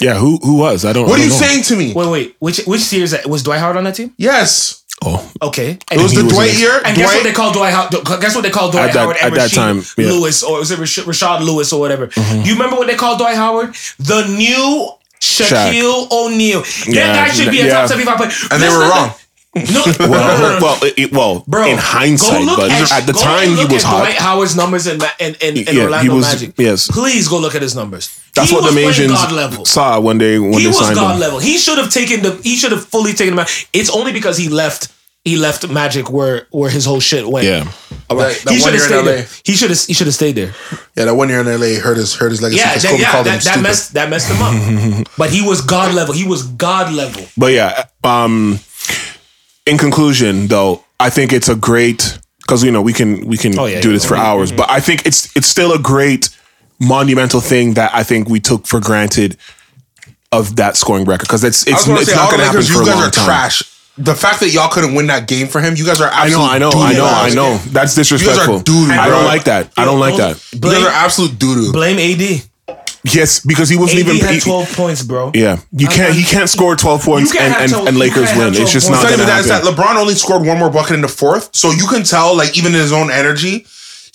Speaker 4: yeah, who who was? I don't.
Speaker 3: What
Speaker 4: I
Speaker 3: are you
Speaker 4: don't know.
Speaker 3: saying to me?
Speaker 2: Wait, wait. Which which year is that? Was Dwight Howard on that team?
Speaker 3: Yes,
Speaker 4: Oh,
Speaker 2: Okay.
Speaker 3: it was
Speaker 4: he
Speaker 3: the
Speaker 4: was
Speaker 3: Dwight
Speaker 4: in-
Speaker 3: year.
Speaker 2: And guess what they
Speaker 3: Dwight.
Speaker 2: call Dwight Howard? Guess what they call Dwight
Speaker 4: At that-
Speaker 2: Howard and
Speaker 4: at that
Speaker 2: Rasheed
Speaker 4: time, yeah. Mm-hmm.
Speaker 2: Lewis or was it Rash- Rashad Lewis or whatever? You remember what they called Dwight Howard? The new Shaquille O'Neal. That
Speaker 4: Yeah,
Speaker 2: guy should be a
Speaker 4: yeah.
Speaker 2: top seventy-five player.
Speaker 3: And they
Speaker 2: Let's
Speaker 3: were
Speaker 2: not-
Speaker 3: wrong.
Speaker 2: No, no, no, no, no.
Speaker 4: Well, well, it, it- well
Speaker 2: Bro,
Speaker 4: in hindsight,
Speaker 2: go look
Speaker 4: but at the
Speaker 2: go
Speaker 4: time
Speaker 2: and
Speaker 4: he
Speaker 2: look
Speaker 4: was
Speaker 2: at
Speaker 4: hot.
Speaker 2: Dwight Howard's numbers in, Ma- in, in, in
Speaker 4: Yeah, he
Speaker 2: Orlando
Speaker 4: was-
Speaker 2: Magic.
Speaker 4: yes.
Speaker 2: please go look at his numbers.
Speaker 4: That's
Speaker 2: He
Speaker 4: what the
Speaker 2: was playing
Speaker 4: Magians
Speaker 2: God level.
Speaker 4: saw when they when
Speaker 2: He
Speaker 4: they
Speaker 2: was
Speaker 4: signed
Speaker 2: God
Speaker 4: him.
Speaker 2: level. He should have taken the. He should have fully taken him out. It's only because he left. He left Magic where where his whole shit went.
Speaker 4: Yeah.
Speaker 3: That, that
Speaker 2: he
Speaker 3: one
Speaker 2: should have
Speaker 3: year
Speaker 2: stayed
Speaker 3: in LA.
Speaker 2: there. He should have. He should have stayed there.
Speaker 3: Yeah, that one year in LA hurt his hurt his legacy.
Speaker 2: Yeah,
Speaker 3: 'cause
Speaker 2: that,
Speaker 3: Kobe
Speaker 2: yeah,
Speaker 3: called him
Speaker 2: that, that
Speaker 3: stupid.
Speaker 2: messed that messed him up. but he was god level. He was god level.
Speaker 4: But yeah, um, in conclusion, though, I think it's a great because you know we can we can
Speaker 2: Oh, yeah,
Speaker 4: do
Speaker 2: yeah.
Speaker 4: this for hours, but I think it's it's still a great monumental thing that I think we took for granted of that scoring record because it's
Speaker 3: I
Speaker 4: it's,
Speaker 3: was gonna
Speaker 4: it's
Speaker 3: say,
Speaker 4: not
Speaker 3: all
Speaker 4: going to
Speaker 3: the
Speaker 4: happen
Speaker 3: Lakers,
Speaker 4: for
Speaker 3: you
Speaker 4: a
Speaker 3: guys
Speaker 4: long
Speaker 3: are
Speaker 4: time.
Speaker 3: trash. The fact that y'all couldn't win that game for him, you guys are
Speaker 4: I know,
Speaker 3: absolutely
Speaker 4: I know, I know, I know. That's disrespectful.
Speaker 3: doo-doo,
Speaker 4: I don't
Speaker 3: bro.
Speaker 4: like that. I don't like that.
Speaker 3: You guys
Speaker 2: Blame,
Speaker 3: are absolute doo doo.
Speaker 2: blame AD.
Speaker 4: Yes, because he wasn't
Speaker 2: AD
Speaker 4: even.
Speaker 2: had
Speaker 4: he-
Speaker 2: twelve points, bro.
Speaker 4: yeah, you can't. He can't score twelve points
Speaker 2: can't
Speaker 4: and
Speaker 2: have
Speaker 4: and,
Speaker 2: 12
Speaker 4: and
Speaker 2: you
Speaker 4: Lakers
Speaker 2: can't have
Speaker 4: win.
Speaker 2: 12
Speaker 4: It's just
Speaker 2: points.
Speaker 4: not going
Speaker 3: It's not even
Speaker 4: to
Speaker 3: that. It's that
Speaker 4: happen.
Speaker 3: LeBron only scored one more bucket in the fourth, so you can tell, like even in his own energy,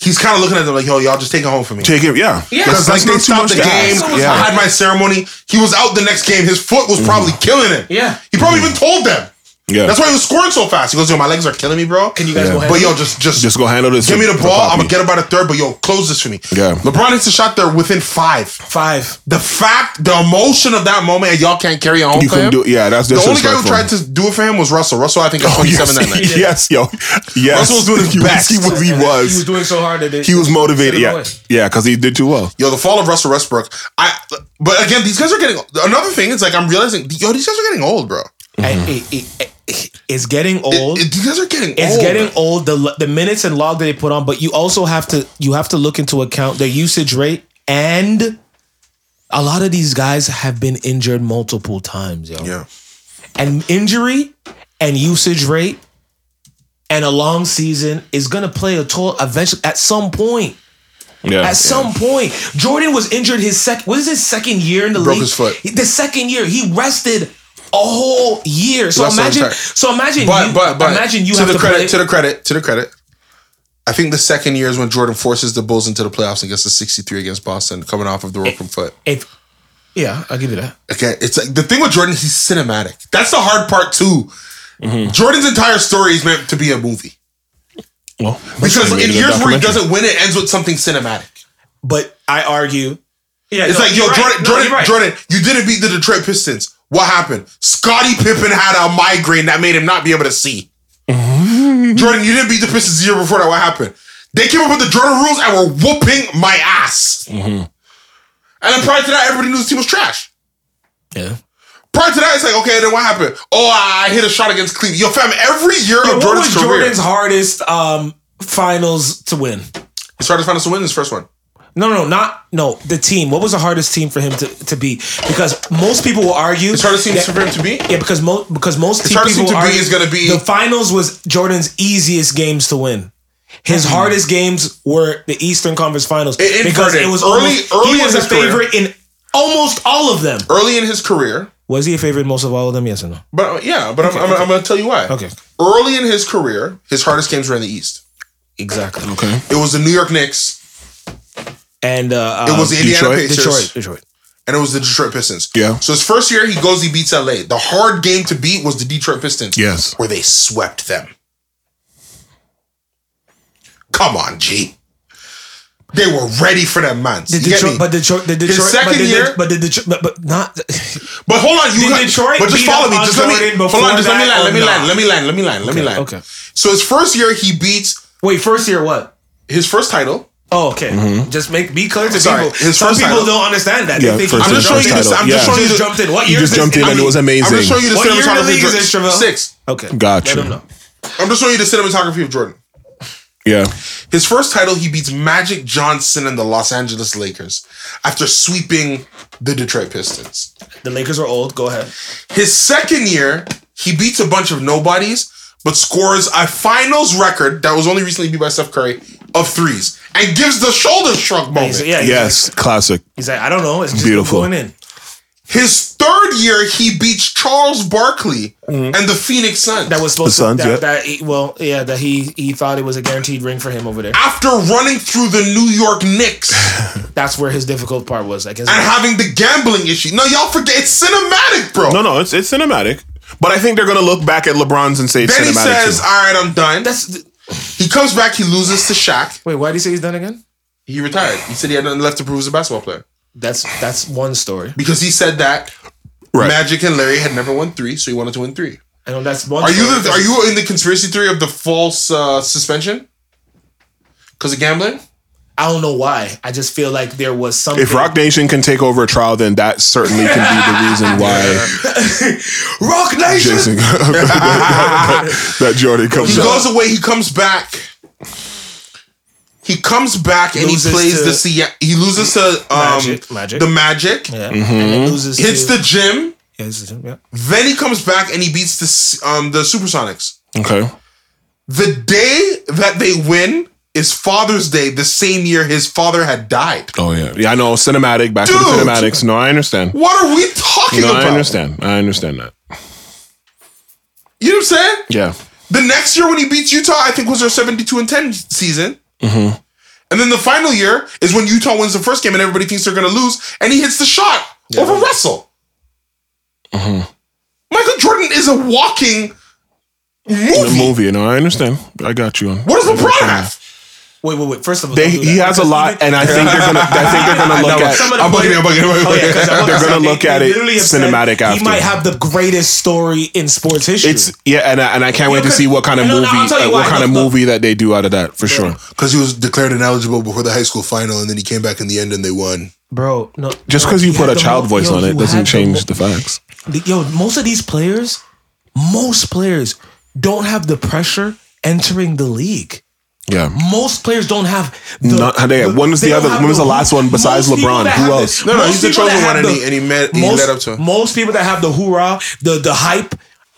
Speaker 3: he's kind of looking at them like, "Yo, y'all just take it home for me."
Speaker 4: Take it. Yeah.
Speaker 2: Yeah.
Speaker 4: That's-
Speaker 3: Because like
Speaker 4: that's
Speaker 3: they
Speaker 4: not too much
Speaker 3: stopped
Speaker 4: to
Speaker 3: the
Speaker 4: ask.
Speaker 3: game.
Speaker 2: So it's
Speaker 3: I
Speaker 4: Yeah.
Speaker 3: had my ceremony. He was out the next game. His foot was probably killing him.
Speaker 2: Mm-hmm. Yeah.
Speaker 3: he probably even told them.
Speaker 4: Yeah.
Speaker 3: that's why he was scoring so fast. He goes, "Yo, my legs are killing me, bro."
Speaker 2: Can you guys
Speaker 4: Yeah.
Speaker 2: go ahead?
Speaker 3: But yo, just just
Speaker 4: Just go handle this.
Speaker 3: Give me
Speaker 4: for-
Speaker 3: the
Speaker 4: for
Speaker 3: ball. I'm
Speaker 4: Poppy.
Speaker 3: gonna get about a third, but yo, close this for me.
Speaker 4: Yeah.
Speaker 3: LeBron hits a shot there within five.
Speaker 2: five.
Speaker 3: The fact, the emotion of that moment, and y'all can't carry on.
Speaker 4: You
Speaker 3: for
Speaker 4: couldn't
Speaker 3: him.
Speaker 4: do it. Yeah, that's
Speaker 3: The only guy who
Speaker 4: disrespectful.
Speaker 3: tried to do it for him was Russell. Russell, I think, got
Speaker 4: Oh,
Speaker 3: 27 that night.
Speaker 4: yes. yes, yo, yes.
Speaker 3: Russell was doing his
Speaker 4: he
Speaker 3: best.
Speaker 4: Was, he was. He
Speaker 2: He was
Speaker 4: was,
Speaker 2: doing so hard that it,
Speaker 4: he was motivated.
Speaker 2: Send him
Speaker 4: Yeah,
Speaker 2: away.
Speaker 4: yeah, because he did too well.
Speaker 3: Yo, the fall of Russell Westbrook. I, but again, these guys are getting. Another thing is like I'm realizing, yo, these guys are getting old, bro.
Speaker 2: And it- it- it- it's getting old.
Speaker 3: It- these guys are getting.
Speaker 2: it's
Speaker 3: old.
Speaker 2: getting old. The the minutes and log that they put on, but you also have to you have to look into account their usage rate and. A lot of these guys have been injured multiple times, yo.
Speaker 3: Yeah.
Speaker 2: and injury and usage rate and a long season is gonna play a toll eventually at some point.
Speaker 4: Yeah,
Speaker 2: At some point, Jordan was injured his second. What is his second year in the
Speaker 3: Broke
Speaker 2: league?
Speaker 3: his foot.
Speaker 2: The second year he rested a whole year. So
Speaker 3: Less than
Speaker 2: imagine,
Speaker 3: entire-
Speaker 2: so imagine,
Speaker 3: But
Speaker 2: you,
Speaker 3: but but
Speaker 2: imagine you
Speaker 3: to
Speaker 2: have
Speaker 3: the
Speaker 2: to
Speaker 3: credit
Speaker 2: play.
Speaker 3: to the credit to the credit. I think the second year is when Jordan forces the Bulls into the playoffs and gets a 63 against Boston, coming off of the broken foot.
Speaker 2: if, yeah, I'll give you that.
Speaker 3: Okay, it's like the thing with Jordan, he's cinematic. That's the hard part too.
Speaker 2: Mm-hmm.
Speaker 3: Jordan's entire story is meant to be a movie
Speaker 2: Well,
Speaker 3: because
Speaker 4: made
Speaker 3: in
Speaker 4: it a
Speaker 3: years where he
Speaker 4: documentary.
Speaker 3: doesn't win, it ends with something cinematic.
Speaker 2: but I argue, yeah,
Speaker 3: It's
Speaker 2: no,
Speaker 3: like, yo,
Speaker 2: you're right.
Speaker 3: Jordan,
Speaker 2: No,
Speaker 3: Jordan,
Speaker 2: you're right.
Speaker 3: Jordan, you didn't beat the Detroit Pistons. What happened? Scottie Pippen had a migraine that made him not be able to see. Jordan, you didn't beat the Pistons the year before that. What happened? They came up with the Jordan rules and were whooping my ass.
Speaker 2: Mm-hmm.
Speaker 3: And then prior to that, everybody knew the team was trash.
Speaker 2: Yeah.
Speaker 3: Prior to that, it's like, okay, then what happened? Oh, I hit a shot against Cleveland. Yo, fam, every year of
Speaker 2: What
Speaker 3: Jordan's
Speaker 2: was
Speaker 3: career,
Speaker 2: Jordan's hardest um, finals to win?
Speaker 3: his hardest finals to win is his first one.
Speaker 2: No, no, no, not no. The team. What was the hardest team for him to, to beat? Because most people will argue
Speaker 3: His hardest team
Speaker 2: that-
Speaker 3: for him to beat.
Speaker 2: Yeah, because most because most team
Speaker 3: hardest
Speaker 2: people
Speaker 3: team to
Speaker 2: argue
Speaker 3: beat is gonna be-
Speaker 2: the finals was Jordan's easiest games to win. His
Speaker 3: Mm-hmm.
Speaker 2: hardest games were the Eastern Conference Finals
Speaker 3: It- it
Speaker 2: because
Speaker 3: inverted.
Speaker 2: it was
Speaker 3: Early-
Speaker 2: almost,
Speaker 3: early
Speaker 2: he
Speaker 3: in
Speaker 2: was a
Speaker 3: his career.
Speaker 2: favorite in almost all of them.
Speaker 3: Early in his career,
Speaker 2: Was he a favorite in most of all of them? Yes or no?
Speaker 3: But uh, yeah, but I'm, I'm, I'm gonna tell you why.
Speaker 2: Okay.
Speaker 3: Early in his career, his hardest games were in the East.
Speaker 2: Exactly.
Speaker 4: Okay.
Speaker 3: It was the New York Knicks,
Speaker 2: And uh,
Speaker 3: it was the Indiana
Speaker 4: Detroit?
Speaker 3: Pacers,
Speaker 2: Detroit. Detroit.
Speaker 3: and it was the Detroit Pistons.
Speaker 4: Yeah.
Speaker 3: So his first year, he goes, he beats LA. The hard game to beat was the Detroit Pistons.
Speaker 4: Yes.
Speaker 3: Where they swept them. Come on, G. They were ready for them, man.
Speaker 2: The Detroit, but Detroit, the Detroit,
Speaker 3: second
Speaker 2: but the,
Speaker 3: year-
Speaker 2: but the Detroit, but, but not.
Speaker 3: But hold on, you
Speaker 2: Did
Speaker 3: got,
Speaker 2: Detroit
Speaker 3: But just
Speaker 2: beat
Speaker 3: follow
Speaker 2: up
Speaker 3: me.
Speaker 2: on
Speaker 3: Just let me.
Speaker 2: Jordan
Speaker 3: Hold on.
Speaker 2: before
Speaker 3: Just let me
Speaker 2: that
Speaker 3: land. Let
Speaker 2: or
Speaker 3: me
Speaker 2: not?
Speaker 3: land. Let me land. Let me land. Let me land.
Speaker 2: okay.
Speaker 3: So his first year, he beats
Speaker 2: Wait, first year what?
Speaker 3: his first title.
Speaker 2: Oh, okay. Just make be clear to
Speaker 3: Mm-hmm. Sorry,
Speaker 2: people.
Speaker 3: his
Speaker 2: Some
Speaker 3: first
Speaker 2: people
Speaker 3: title.
Speaker 2: don't understand that.
Speaker 4: Yeah,
Speaker 2: they think
Speaker 4: first
Speaker 2: I'm just
Speaker 4: title.
Speaker 2: showing you
Speaker 4: First
Speaker 2: this.
Speaker 4: title,
Speaker 2: I'm just
Speaker 4: yeah.
Speaker 2: showing you
Speaker 3: You
Speaker 2: this. jumped in. What year
Speaker 4: You
Speaker 2: is
Speaker 4: just
Speaker 2: this?
Speaker 4: jumped in
Speaker 2: I
Speaker 4: and it
Speaker 2: mean-
Speaker 4: was amazing.
Speaker 3: I'm gonna show you the
Speaker 2: What year in the
Speaker 3: cinematography
Speaker 2: league is
Speaker 3: of Jordan.
Speaker 2: this, Travell?
Speaker 3: Six.
Speaker 2: Okay.
Speaker 4: Gotcha.
Speaker 2: Let 'em know.
Speaker 3: I'm just showing you the cinematography of Jordan.
Speaker 4: Yeah.
Speaker 3: His first title, he beats Magic Johnson and the Los Angeles Lakers after sweeping the Detroit Pistons.
Speaker 2: The Lakers are old. Go ahead.
Speaker 3: His second year, he beats a bunch of nobodies, but scores a finals record that was only recently beat by Steph Curry of threes and gives the shoulder shrug moment.
Speaker 2: He's, yeah. He's,
Speaker 4: Yes. Classic.
Speaker 2: He's like, I don't know. It's just
Speaker 4: Beautiful.
Speaker 2: going in.
Speaker 3: His third year, he beats Charles Barkley and the Phoenix Suns.
Speaker 2: Mm-hmm. That was supposed
Speaker 4: The Suns,
Speaker 2: to. That,
Speaker 4: yeah.
Speaker 2: that he, well, yeah. That he he thought it was a guaranteed ring for him over there.
Speaker 3: after running through the New York Knicks.
Speaker 2: That's where his difficult part was. I guess.
Speaker 3: and having the gambling issue. No, y'all forget it's cinematic, bro.
Speaker 4: No, no, it's it's cinematic. But I think they're gonna look back at LeBron's and say it's
Speaker 3: then he
Speaker 4: cinematic.
Speaker 3: says,
Speaker 4: too.
Speaker 3: "All right, I'm done."
Speaker 2: that's. the-
Speaker 3: he comes back, he loses to Shaq.
Speaker 2: Wait, why did he say he's done again?
Speaker 3: He retired. He said he had nothing left to prove as a basketball player
Speaker 2: That's that's one story.
Speaker 3: because he said that
Speaker 4: Right.
Speaker 3: Magic and Larry had never won three, so he wanted to win three.
Speaker 2: I know that's one.
Speaker 3: Are
Speaker 2: story.
Speaker 3: you the, are you in the conspiracy theory of the false uh, suspension because of gambling?
Speaker 2: I don't know why. I just feel like there was something.
Speaker 4: if Rock Nation can take over a trial, then that certainly can be the reason why
Speaker 2: Rock Nation.
Speaker 4: Jason that, that Jordan comes
Speaker 3: He
Speaker 4: up.
Speaker 3: goes away. He comes back. He comes back and
Speaker 2: Loses
Speaker 3: he plays
Speaker 2: to-
Speaker 3: the Seattle. He loses to um,
Speaker 2: Magic, Magic.
Speaker 3: the Magic.
Speaker 2: Yeah. And
Speaker 4: Mm-hmm.
Speaker 2: it loses.
Speaker 3: Hits
Speaker 2: to,
Speaker 3: the gym.
Speaker 2: Yeah, it's- yeah.
Speaker 3: Then he comes back and he beats the S- um the Supersonics.
Speaker 4: Okay.
Speaker 3: The day that they win is Father's Day. The same year his father had died.
Speaker 4: Oh yeah. Yeah, I know. Cinematic, back to the
Speaker 3: Dude!
Speaker 4: cinematics. No, I understand.
Speaker 3: What are we talking
Speaker 4: No,
Speaker 3: about?
Speaker 4: I understand. I understand that.
Speaker 3: You know what I'm saying?
Speaker 4: Yeah.
Speaker 3: The next year when he beats Utah, I think was their 72 and 10 season. Mm-hmm. And then the final year is when Utah wins the first game and everybody thinks they're going to lose, and he hits the shot over Russell. Mm-hmm. Michael Jordan is a walking
Speaker 4: The
Speaker 3: movie.
Speaker 4: movie, no, I understand. I got you.
Speaker 3: What does LeBron have?
Speaker 2: Wait, wait, wait. First of all,
Speaker 4: They,
Speaker 2: don't do that,
Speaker 4: he has a
Speaker 2: because
Speaker 4: lot,
Speaker 2: even-
Speaker 4: and I think they're gonna. I think they're gonna look
Speaker 2: No,
Speaker 4: at.
Speaker 2: some of the
Speaker 3: I'm bugging you, I'm bugging you, I'm bugging you.
Speaker 2: Oh, yeah, 'cause I was
Speaker 4: They're gonna
Speaker 2: say,
Speaker 4: look
Speaker 2: they-
Speaker 4: at
Speaker 2: they
Speaker 4: it
Speaker 2: literally have said
Speaker 4: cinematic
Speaker 2: He
Speaker 4: after.
Speaker 2: might have the greatest story in sports history.
Speaker 4: It's yeah, and I, and I can't wait to
Speaker 2: could-
Speaker 4: see what kind of
Speaker 2: no, no,
Speaker 4: movie,
Speaker 2: I'll tell you
Speaker 4: uh,
Speaker 2: why.
Speaker 4: what kind of
Speaker 2: Look, look.
Speaker 4: movie that they do out of that for sure.
Speaker 3: Because he was declared ineligible before the high school final, and then he came back in the end and they won.
Speaker 2: bro. No,
Speaker 4: Just because you put a child voice on it doesn't change
Speaker 2: the
Speaker 4: the facts.
Speaker 2: the- yo, most of these players, most players don't have the pressure entering the league.
Speaker 4: Yeah.
Speaker 2: Most players don't have. The,
Speaker 4: Not- they- when was the
Speaker 2: don't
Speaker 4: other-
Speaker 2: have
Speaker 4: when was the last one besides
Speaker 2: most people
Speaker 4: LeBron?
Speaker 2: that
Speaker 4: Who
Speaker 2: have
Speaker 4: else?
Speaker 2: the-
Speaker 3: No, no,
Speaker 2: most
Speaker 3: he's the
Speaker 2: people that
Speaker 3: chosen
Speaker 2: have
Speaker 3: one, and
Speaker 2: the-
Speaker 3: he- and he met- he
Speaker 2: most,
Speaker 3: led up to it.
Speaker 2: Most people that have the hoorah, the the hype.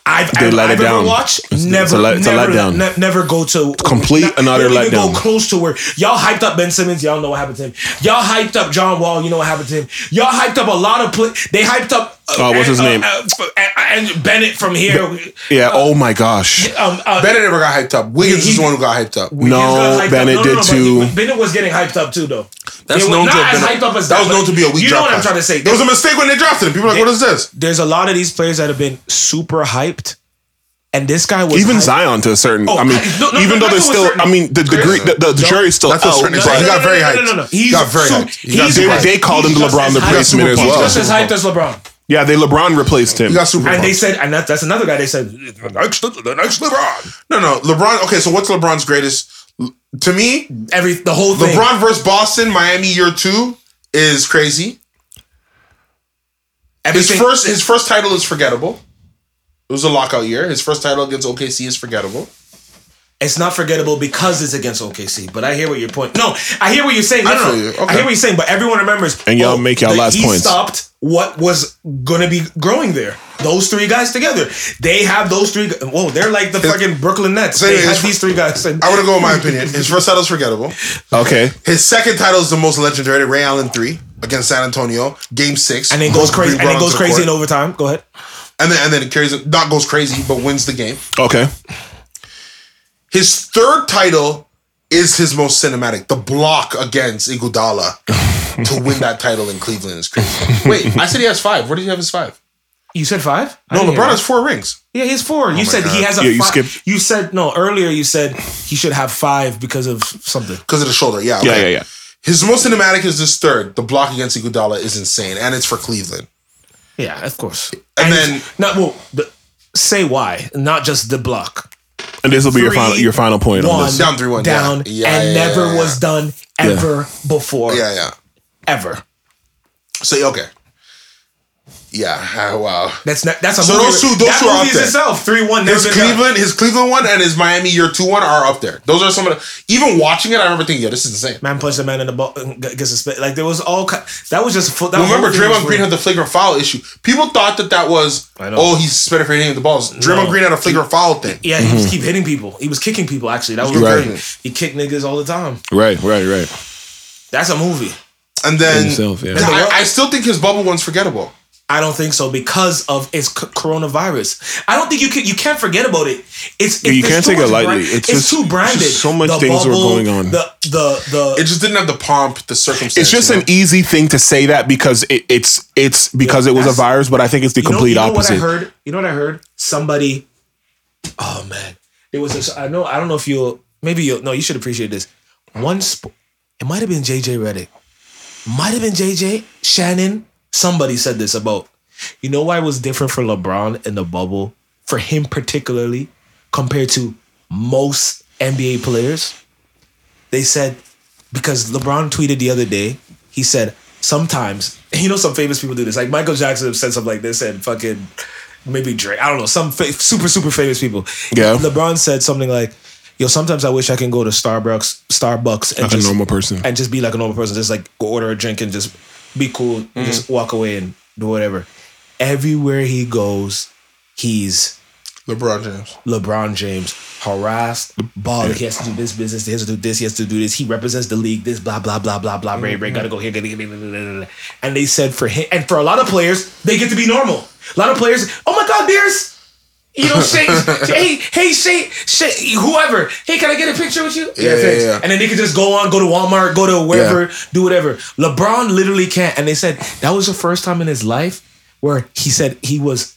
Speaker 2: I've
Speaker 4: They
Speaker 2: ever,
Speaker 4: let it
Speaker 2: I've ever
Speaker 4: down.
Speaker 2: watched.
Speaker 4: It's- it's
Speaker 2: never,
Speaker 4: a let- it's a
Speaker 2: never,
Speaker 4: letdown.
Speaker 2: ne- never go to
Speaker 4: complete
Speaker 2: not-
Speaker 4: another
Speaker 2: don't even
Speaker 4: letdown.
Speaker 2: Go close to where y'all hyped up Ben Simmons. Y'all know what happened to him. Y'all hyped up John Wall. You know what happened to him. Y'all hyped up a lot of play. They hyped up. Uh,
Speaker 4: Oh, what's his name?
Speaker 2: Uh, uh, and Bennett from here.
Speaker 4: Yeah. Oh my gosh.
Speaker 2: um, uh,
Speaker 3: Bennett never got hyped up. Wiggins
Speaker 2: He-
Speaker 3: is the one who got hyped up.
Speaker 2: Wiggins got hyped
Speaker 4: No,
Speaker 2: up.
Speaker 4: Bennett did
Speaker 2: but
Speaker 4: too.
Speaker 2: he- Bennett was getting hyped up too, though.
Speaker 3: That's
Speaker 2: It was
Speaker 3: known to
Speaker 2: not
Speaker 3: have
Speaker 2: as
Speaker 3: been a-
Speaker 2: hyped up as
Speaker 3: that was
Speaker 2: but
Speaker 3: known to be a weak
Speaker 2: You know
Speaker 3: drop
Speaker 2: what I'm
Speaker 3: pass.
Speaker 2: trying to say.
Speaker 3: There was a mistake when they drafted him. People are like, what is this?
Speaker 2: there's a lot of these players that have been super hyped, and this guy was
Speaker 4: Even
Speaker 2: hyped.
Speaker 4: Zion to a certain. I mean,
Speaker 2: no, no,
Speaker 4: even
Speaker 2: no,
Speaker 4: though they're
Speaker 2: that's to a
Speaker 4: still.
Speaker 2: certain-
Speaker 4: I mean, the degree, the, the, the jury's still
Speaker 3: That's a
Speaker 4: out.
Speaker 3: certain
Speaker 4: but-
Speaker 3: extent. He got very
Speaker 2: No, no,
Speaker 3: hyped.
Speaker 2: no, no.
Speaker 3: He
Speaker 2: He's
Speaker 3: got very
Speaker 2: so-
Speaker 3: hyped. He
Speaker 2: he's
Speaker 3: got
Speaker 4: they,
Speaker 3: super
Speaker 2: hyped.
Speaker 3: hyped.
Speaker 4: they called him the
Speaker 2: He's just
Speaker 4: LeBron
Speaker 2: as hyped.
Speaker 4: replacement as
Speaker 3: He's
Speaker 4: well.
Speaker 2: Just as hyped as LeBron.
Speaker 4: Yeah, they LeBron replaced him.
Speaker 3: You got super.
Speaker 2: And they
Speaker 3: pumped.
Speaker 2: said, and that, that's another guy. They said, the next, the next LeBron.
Speaker 3: no, no. LeBron. Okay, so what's LeBron's greatest? To me,
Speaker 2: Every the whole thing.
Speaker 3: LeBron versus Boston, Miami year two is crazy. His
Speaker 2: everything,
Speaker 3: first his first title is forgettable. It was a lockout year. His first title against OKC is forgettable.
Speaker 2: it's not forgettable because it's against OKC. But I hear what your point. No, I hear what you're saying. No,
Speaker 3: I
Speaker 2: no,
Speaker 3: feel
Speaker 2: no.
Speaker 3: you.
Speaker 2: I
Speaker 3: Okay.
Speaker 2: hear what you're saying. But everyone remembers. oh,
Speaker 4: And y'all make y'all
Speaker 2: the-
Speaker 4: last
Speaker 2: he
Speaker 4: points.
Speaker 2: stopped what was gonna be growing there. Those three guys together. They have those three. gu- Whoa, they're like the fucking Brooklyn Nets.
Speaker 3: So
Speaker 2: They
Speaker 3: it's-
Speaker 2: have these three guys. And,
Speaker 3: I want to go with my opinion. His first title is forgettable.
Speaker 4: Okay.
Speaker 3: His second title is the most legendary Ray Allen three against San Antonio, Game Six,
Speaker 2: and it goes
Speaker 3: Both
Speaker 2: crazy. And
Speaker 3: bring
Speaker 2: it
Speaker 3: Bron
Speaker 2: goes
Speaker 3: to the
Speaker 2: crazy in
Speaker 3: court.
Speaker 2: overtime. Go ahead.
Speaker 3: and then and then it carries it, not goes crazy, but wins the game.
Speaker 4: Okay.
Speaker 3: His third title is his most cinematic. The block against Iguodala to win that title in Cleveland is crazy. Wait, I said he has five. Where did he have his five?
Speaker 2: You said five?
Speaker 3: No, LeBron has four rings.
Speaker 2: Yeah, he's four. you said he has a
Speaker 4: Oh Yeah, you
Speaker 2: fi-
Speaker 4: skipped-
Speaker 2: You said no earlier. You said he should have five because of something.
Speaker 3: Because of the shoulder, yeah.
Speaker 4: Yeah, yeah,
Speaker 3: okay.
Speaker 4: yeah.
Speaker 3: His most cinematic is this third. The block against Iguodala is insane, and it's for Cleveland.
Speaker 2: Yeah, of course.
Speaker 3: And then-
Speaker 2: not well. The, say why? Not just the block.
Speaker 4: And this will be your final
Speaker 2: Three,
Speaker 4: your final point on
Speaker 2: One
Speaker 4: this.
Speaker 3: Down 3-1, yeah.
Speaker 2: down,
Speaker 3: Yeah,
Speaker 2: and
Speaker 3: yeah,
Speaker 2: never
Speaker 3: yeah,
Speaker 2: was done ever before.
Speaker 3: Yeah, yeah.
Speaker 2: ever.
Speaker 3: So okay, yeah. uh, wow.
Speaker 2: That's not. That's a
Speaker 3: So
Speaker 2: movie.
Speaker 3: those two- those
Speaker 2: that
Speaker 3: two are
Speaker 2: movie
Speaker 3: out
Speaker 2: is
Speaker 3: there.
Speaker 2: itself three one.
Speaker 3: His Cleveland, his Cleveland one, and his Miami year two one are up there. Those are some of the. Even watching it, I remember thinking, "Yo, this is insane."
Speaker 2: man punched a man in the ball. and g- Gets a spit. Like there was all. ki- That was just. fu- That
Speaker 3: Remember,
Speaker 2: whole thing was
Speaker 3: Draymond
Speaker 2: weird.
Speaker 3: Green had the flagrant foul issue. People thought that that was,
Speaker 2: know.
Speaker 3: oh, he's suspended for hitting the balls. Draymond
Speaker 2: No.
Speaker 3: Green had a flagrant foul thing.
Speaker 2: Yeah, he was keep hitting people. He was kicking people. Actually, that was
Speaker 3: Mm-hmm. Right.
Speaker 2: the thing. He kicked niggas all the time.
Speaker 4: Right, right, right.
Speaker 2: That's a movie.
Speaker 3: And then
Speaker 4: Himself, yeah.
Speaker 3: I, I still think his bubble one's forgettable.
Speaker 2: I don't think so because of it's c- coronavirus. I don't think you can you can't forget about it. It's, it's
Speaker 4: you
Speaker 2: there's
Speaker 4: can't
Speaker 2: too
Speaker 4: take it
Speaker 2: much
Speaker 4: lightly.
Speaker 2: brand-
Speaker 4: It's
Speaker 2: It's,
Speaker 4: just-
Speaker 2: too
Speaker 4: just
Speaker 2: branded.
Speaker 4: so much things were going on.
Speaker 2: The the the
Speaker 3: It just didn't have the pomp, the circumstance.
Speaker 4: It's just
Speaker 3: you
Speaker 4: an
Speaker 3: know?
Speaker 4: easy thing to say that because it, it's it's because it was a
Speaker 2: that's-
Speaker 4: virus, but I think it's the
Speaker 2: you know-
Speaker 4: complete
Speaker 2: you know,
Speaker 4: opposite.
Speaker 2: What I heard, you know what I heard? Somebody. Oh man, it was. This, I know. I don't know if you'll. Maybe you'll. No, you should appreciate this. One. Sp- it might have been JJ Reddick. Might have been JJ Shannon. Somebody said this about. You know why it was different for LeBron in the bubble, for him particularly, compared to most NBA players. They said because LeBron tweeted the other day, he said, sometimes, you know, some famous people do this. Like Michael Jackson said something like this and fucking maybe Drake. I don't know, some fa- super, super famous people.
Speaker 4: Yeah.
Speaker 2: LeBron said something like, yo, sometimes I wish I can go to Starbucks, Starbucks and
Speaker 4: Like a
Speaker 2: just,
Speaker 4: normal person.
Speaker 2: And just be like a normal person. Just like go order a drink and just be cool. and Just walk away and do whatever. Everywhere he goes, he's
Speaker 3: LeBron James.
Speaker 2: LeBron James harassed, balled. He has to do this business. He has to do this. He has to do this. He represents the league. This blah blah blah blah blah. Ray Ray gotta go here. gotta- gotta- gotta- gotta- gotta. And they said for him and for a lot of players, they get to be normal. A lot of players, oh my God, there's you know, Shay, hey, hey, Shay, Shay, whoever. Hey, can I get a picture with you?
Speaker 3: yeah,
Speaker 2: thanks.
Speaker 3: yeah.
Speaker 2: And then they could just go on, go to Walmart, go to wherever, do whatever. LeBron literally can't. And they said that was the first time in his life where he said he was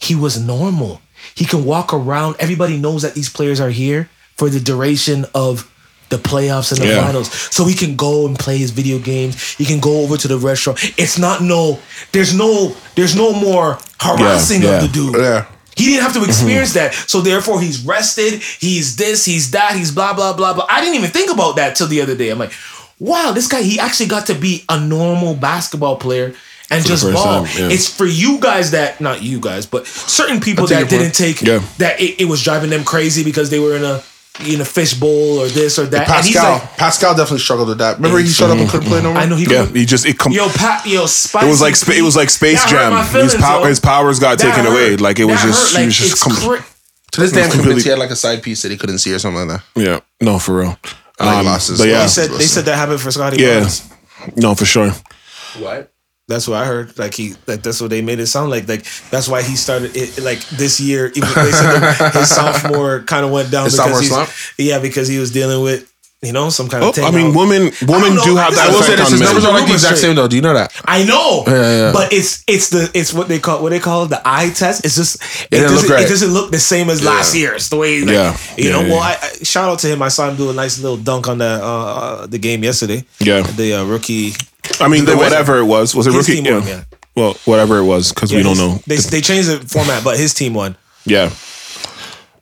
Speaker 2: he was normal. He can walk around. Everybody knows that these players are here for the duration of the playoffs and the
Speaker 4: Yeah.
Speaker 2: finals. So he can go and play his video games. He can go over to the restaurant. It's not no, there's no, there's no more harassing
Speaker 4: yeah, Mm-hmm.
Speaker 2: of the dude.
Speaker 3: yeah.
Speaker 2: He didn't have to experience that. So therefore he's rested. He's this, he's that, he's blah, blah, blah, blah. I didn't even think about that till the other day. I'm like, wow, this guy, he actually got to be a normal basketball player and just
Speaker 4: first
Speaker 2: ball.
Speaker 4: time, yeah.
Speaker 2: It's for you guys that not you guys, but certain people that didn't take
Speaker 4: Yeah.
Speaker 2: that it, it was driving them crazy because they were in a in a fishbowl or this or that. And he's
Speaker 3: Pascal,
Speaker 2: like,
Speaker 3: Pascal definitely struggled with that. Remember he shut up and couldn't play no more.
Speaker 2: I know he.
Speaker 4: Yeah, he just it com-
Speaker 2: Yo, pa- yo, spicy.
Speaker 4: it was like spa- it was like Space
Speaker 2: That hurt
Speaker 4: Jam.
Speaker 2: my
Speaker 4: his,
Speaker 2: feelings,
Speaker 4: pow-
Speaker 2: yo.
Speaker 4: his powers got
Speaker 2: That
Speaker 4: taken away.
Speaker 2: hurt.
Speaker 4: Like it was
Speaker 2: That
Speaker 4: just
Speaker 2: hurt.
Speaker 4: he
Speaker 2: Like,
Speaker 4: was just
Speaker 2: it's
Speaker 4: com-
Speaker 2: cra-
Speaker 3: To this day, I'm
Speaker 4: completely-
Speaker 3: convinced he had like a side piece that he couldn't see or something like that.
Speaker 4: yeah. No, for real.
Speaker 3: Like
Speaker 4: Um,
Speaker 3: losses.
Speaker 4: but yeah,
Speaker 2: they said they said that happened for Scotty.
Speaker 4: yeah.
Speaker 2: Barnes.
Speaker 4: No, for sure.
Speaker 2: That's what I heard. Like he, like that's what they made it sound like. Like that's why he started it. Like this year, even they said that his sophomore kind of went down.
Speaker 3: His sophomore
Speaker 2: he's-
Speaker 3: slump?
Speaker 2: Yeah, because he was dealing with you know some kind
Speaker 4: Oh,
Speaker 2: of. thing.
Speaker 4: I mean, women women
Speaker 2: know,
Speaker 4: do
Speaker 2: I
Speaker 4: have
Speaker 2: just-
Speaker 4: that
Speaker 3: I will
Speaker 4: effect
Speaker 3: say this:
Speaker 4: on
Speaker 3: his
Speaker 4: men.
Speaker 3: numbers are like the
Speaker 2: Rumor
Speaker 3: exact
Speaker 2: straight.
Speaker 3: same, though. Do you know that?
Speaker 2: I know,
Speaker 3: yeah, yeah.
Speaker 2: but it's it's the it's what they call what they call the eye test. It's just it,
Speaker 3: didn't look
Speaker 2: doesn't
Speaker 3: right.
Speaker 2: it doesn't look the same as last year's the way. Like,
Speaker 4: Yeah.
Speaker 2: you
Speaker 4: Yeah,
Speaker 2: know.
Speaker 4: yeah,
Speaker 2: well, I,
Speaker 4: yeah.
Speaker 2: I, shout out to him. I saw him do a nice little dunk on the uh, uh, the game yesterday.
Speaker 4: Yeah.
Speaker 2: the uh, rookie.
Speaker 4: I mean, whatever it was, was it
Speaker 2: His
Speaker 4: rookie?
Speaker 2: team
Speaker 4: Yeah.
Speaker 2: won, yeah.
Speaker 4: Well, whatever it was, because we
Speaker 2: Yeah,
Speaker 4: don't
Speaker 2: his-
Speaker 4: know.
Speaker 2: They they changed the format, but his team won.
Speaker 4: Yeah.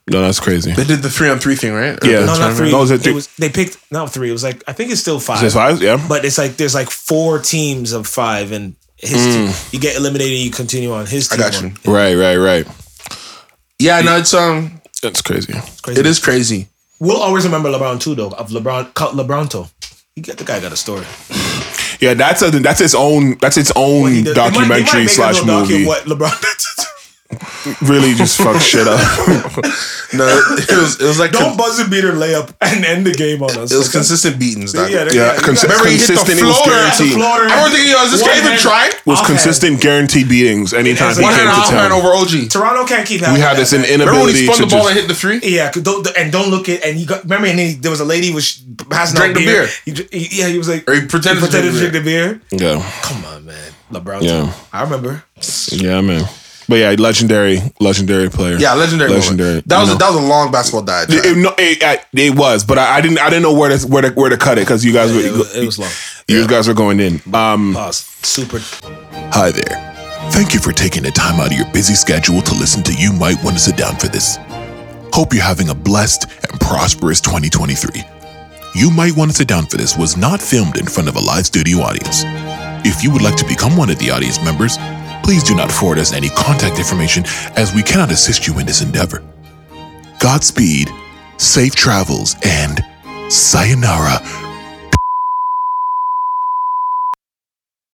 Speaker 4: No, that's crazy.
Speaker 3: They did the three on three thing, right?
Speaker 4: Yeah.
Speaker 2: No, not
Speaker 4: That's what I
Speaker 2: three.
Speaker 4: mean. No, is it
Speaker 2: it
Speaker 4: three?
Speaker 2: was they picked not three. It was like I think it's still five.
Speaker 4: Is it five? Yeah.
Speaker 2: But it's like there's like four teams of five, and his
Speaker 4: Mm.
Speaker 2: team, you get eliminated, you continue on. His
Speaker 3: I
Speaker 2: team
Speaker 3: got you.
Speaker 2: won.
Speaker 4: Right, right, right.
Speaker 3: Yeah, no, it's um,
Speaker 4: That's crazy.
Speaker 3: it is crazy.
Speaker 2: We'll always remember LeBron too, though. Of LeBron, called LeBronto. He got the guy got a story.
Speaker 4: Yeah, that's a that's its own that's its own
Speaker 2: He does- they might- they might
Speaker 4: documentary
Speaker 2: make a
Speaker 4: slash
Speaker 2: little doc in
Speaker 4: movie.
Speaker 2: What LeBron?
Speaker 4: Really, just fuck shit up.
Speaker 3: No, it was it was like
Speaker 2: Don't buzzer beater layup and end the game on us.
Speaker 3: it was consistent beatings. That
Speaker 2: Yeah, they-
Speaker 4: Yeah,
Speaker 2: you
Speaker 4: cons-
Speaker 2: got-
Speaker 3: Remember he hit the
Speaker 4: consistent. It was
Speaker 3: floater at the
Speaker 4: guaranteed.
Speaker 2: floor.
Speaker 3: I remember thinking, yo, uh, is this guy even
Speaker 2: One-hand-
Speaker 3: trying?
Speaker 4: was
Speaker 2: Offhand.
Speaker 4: consistent, guaranteed beatings. Anytime he
Speaker 3: One
Speaker 4: came
Speaker 3: hand
Speaker 4: to
Speaker 3: off
Speaker 4: town,
Speaker 3: hand over OG.
Speaker 2: Toronto can't keep.
Speaker 4: we had this in
Speaker 3: Remember when
Speaker 4: inability
Speaker 3: he
Speaker 4: to
Speaker 3: spun the ball
Speaker 4: just-
Speaker 3: and hit the three?
Speaker 2: Yeah, 'cause don't, and don't look at and he got remember and he, there was a lady who was passing
Speaker 3: Drank
Speaker 2: out
Speaker 3: the
Speaker 2: beer.
Speaker 3: beer.
Speaker 2: He dr- he- yeah, he was like
Speaker 3: Or he pretended to drink
Speaker 2: drink the beer.
Speaker 4: yeah,
Speaker 2: Come on, man, LeBron.
Speaker 4: Yeah.
Speaker 2: I remember.
Speaker 4: yeah, man. But yeah, legendary, legendary player.
Speaker 3: Yeah, legendary. moment.
Speaker 4: legendary.
Speaker 3: That was
Speaker 4: you
Speaker 3: a,
Speaker 4: know.
Speaker 3: that was a long basketball diet.
Speaker 4: It, it- no, it, I- it was, but I, I didn't. I didn't know where to where to where to cut it because you guys were
Speaker 2: It was, it was long.
Speaker 4: you guys were going in. Um,
Speaker 2: Pause. Super.
Speaker 7: Hi there. Thank you for taking the time out of your busy schedule to listen to You Might Want to Sit Down for this. Hope you're having a blessed and prosperous 2023. You Might Want to Sit Down for this was not filmed in front of a live studio audience. If you would like to become one of the audience members, please do not forward us any contact information as we cannot assist you in this endeavor. Godspeed, safe travels, and sayonara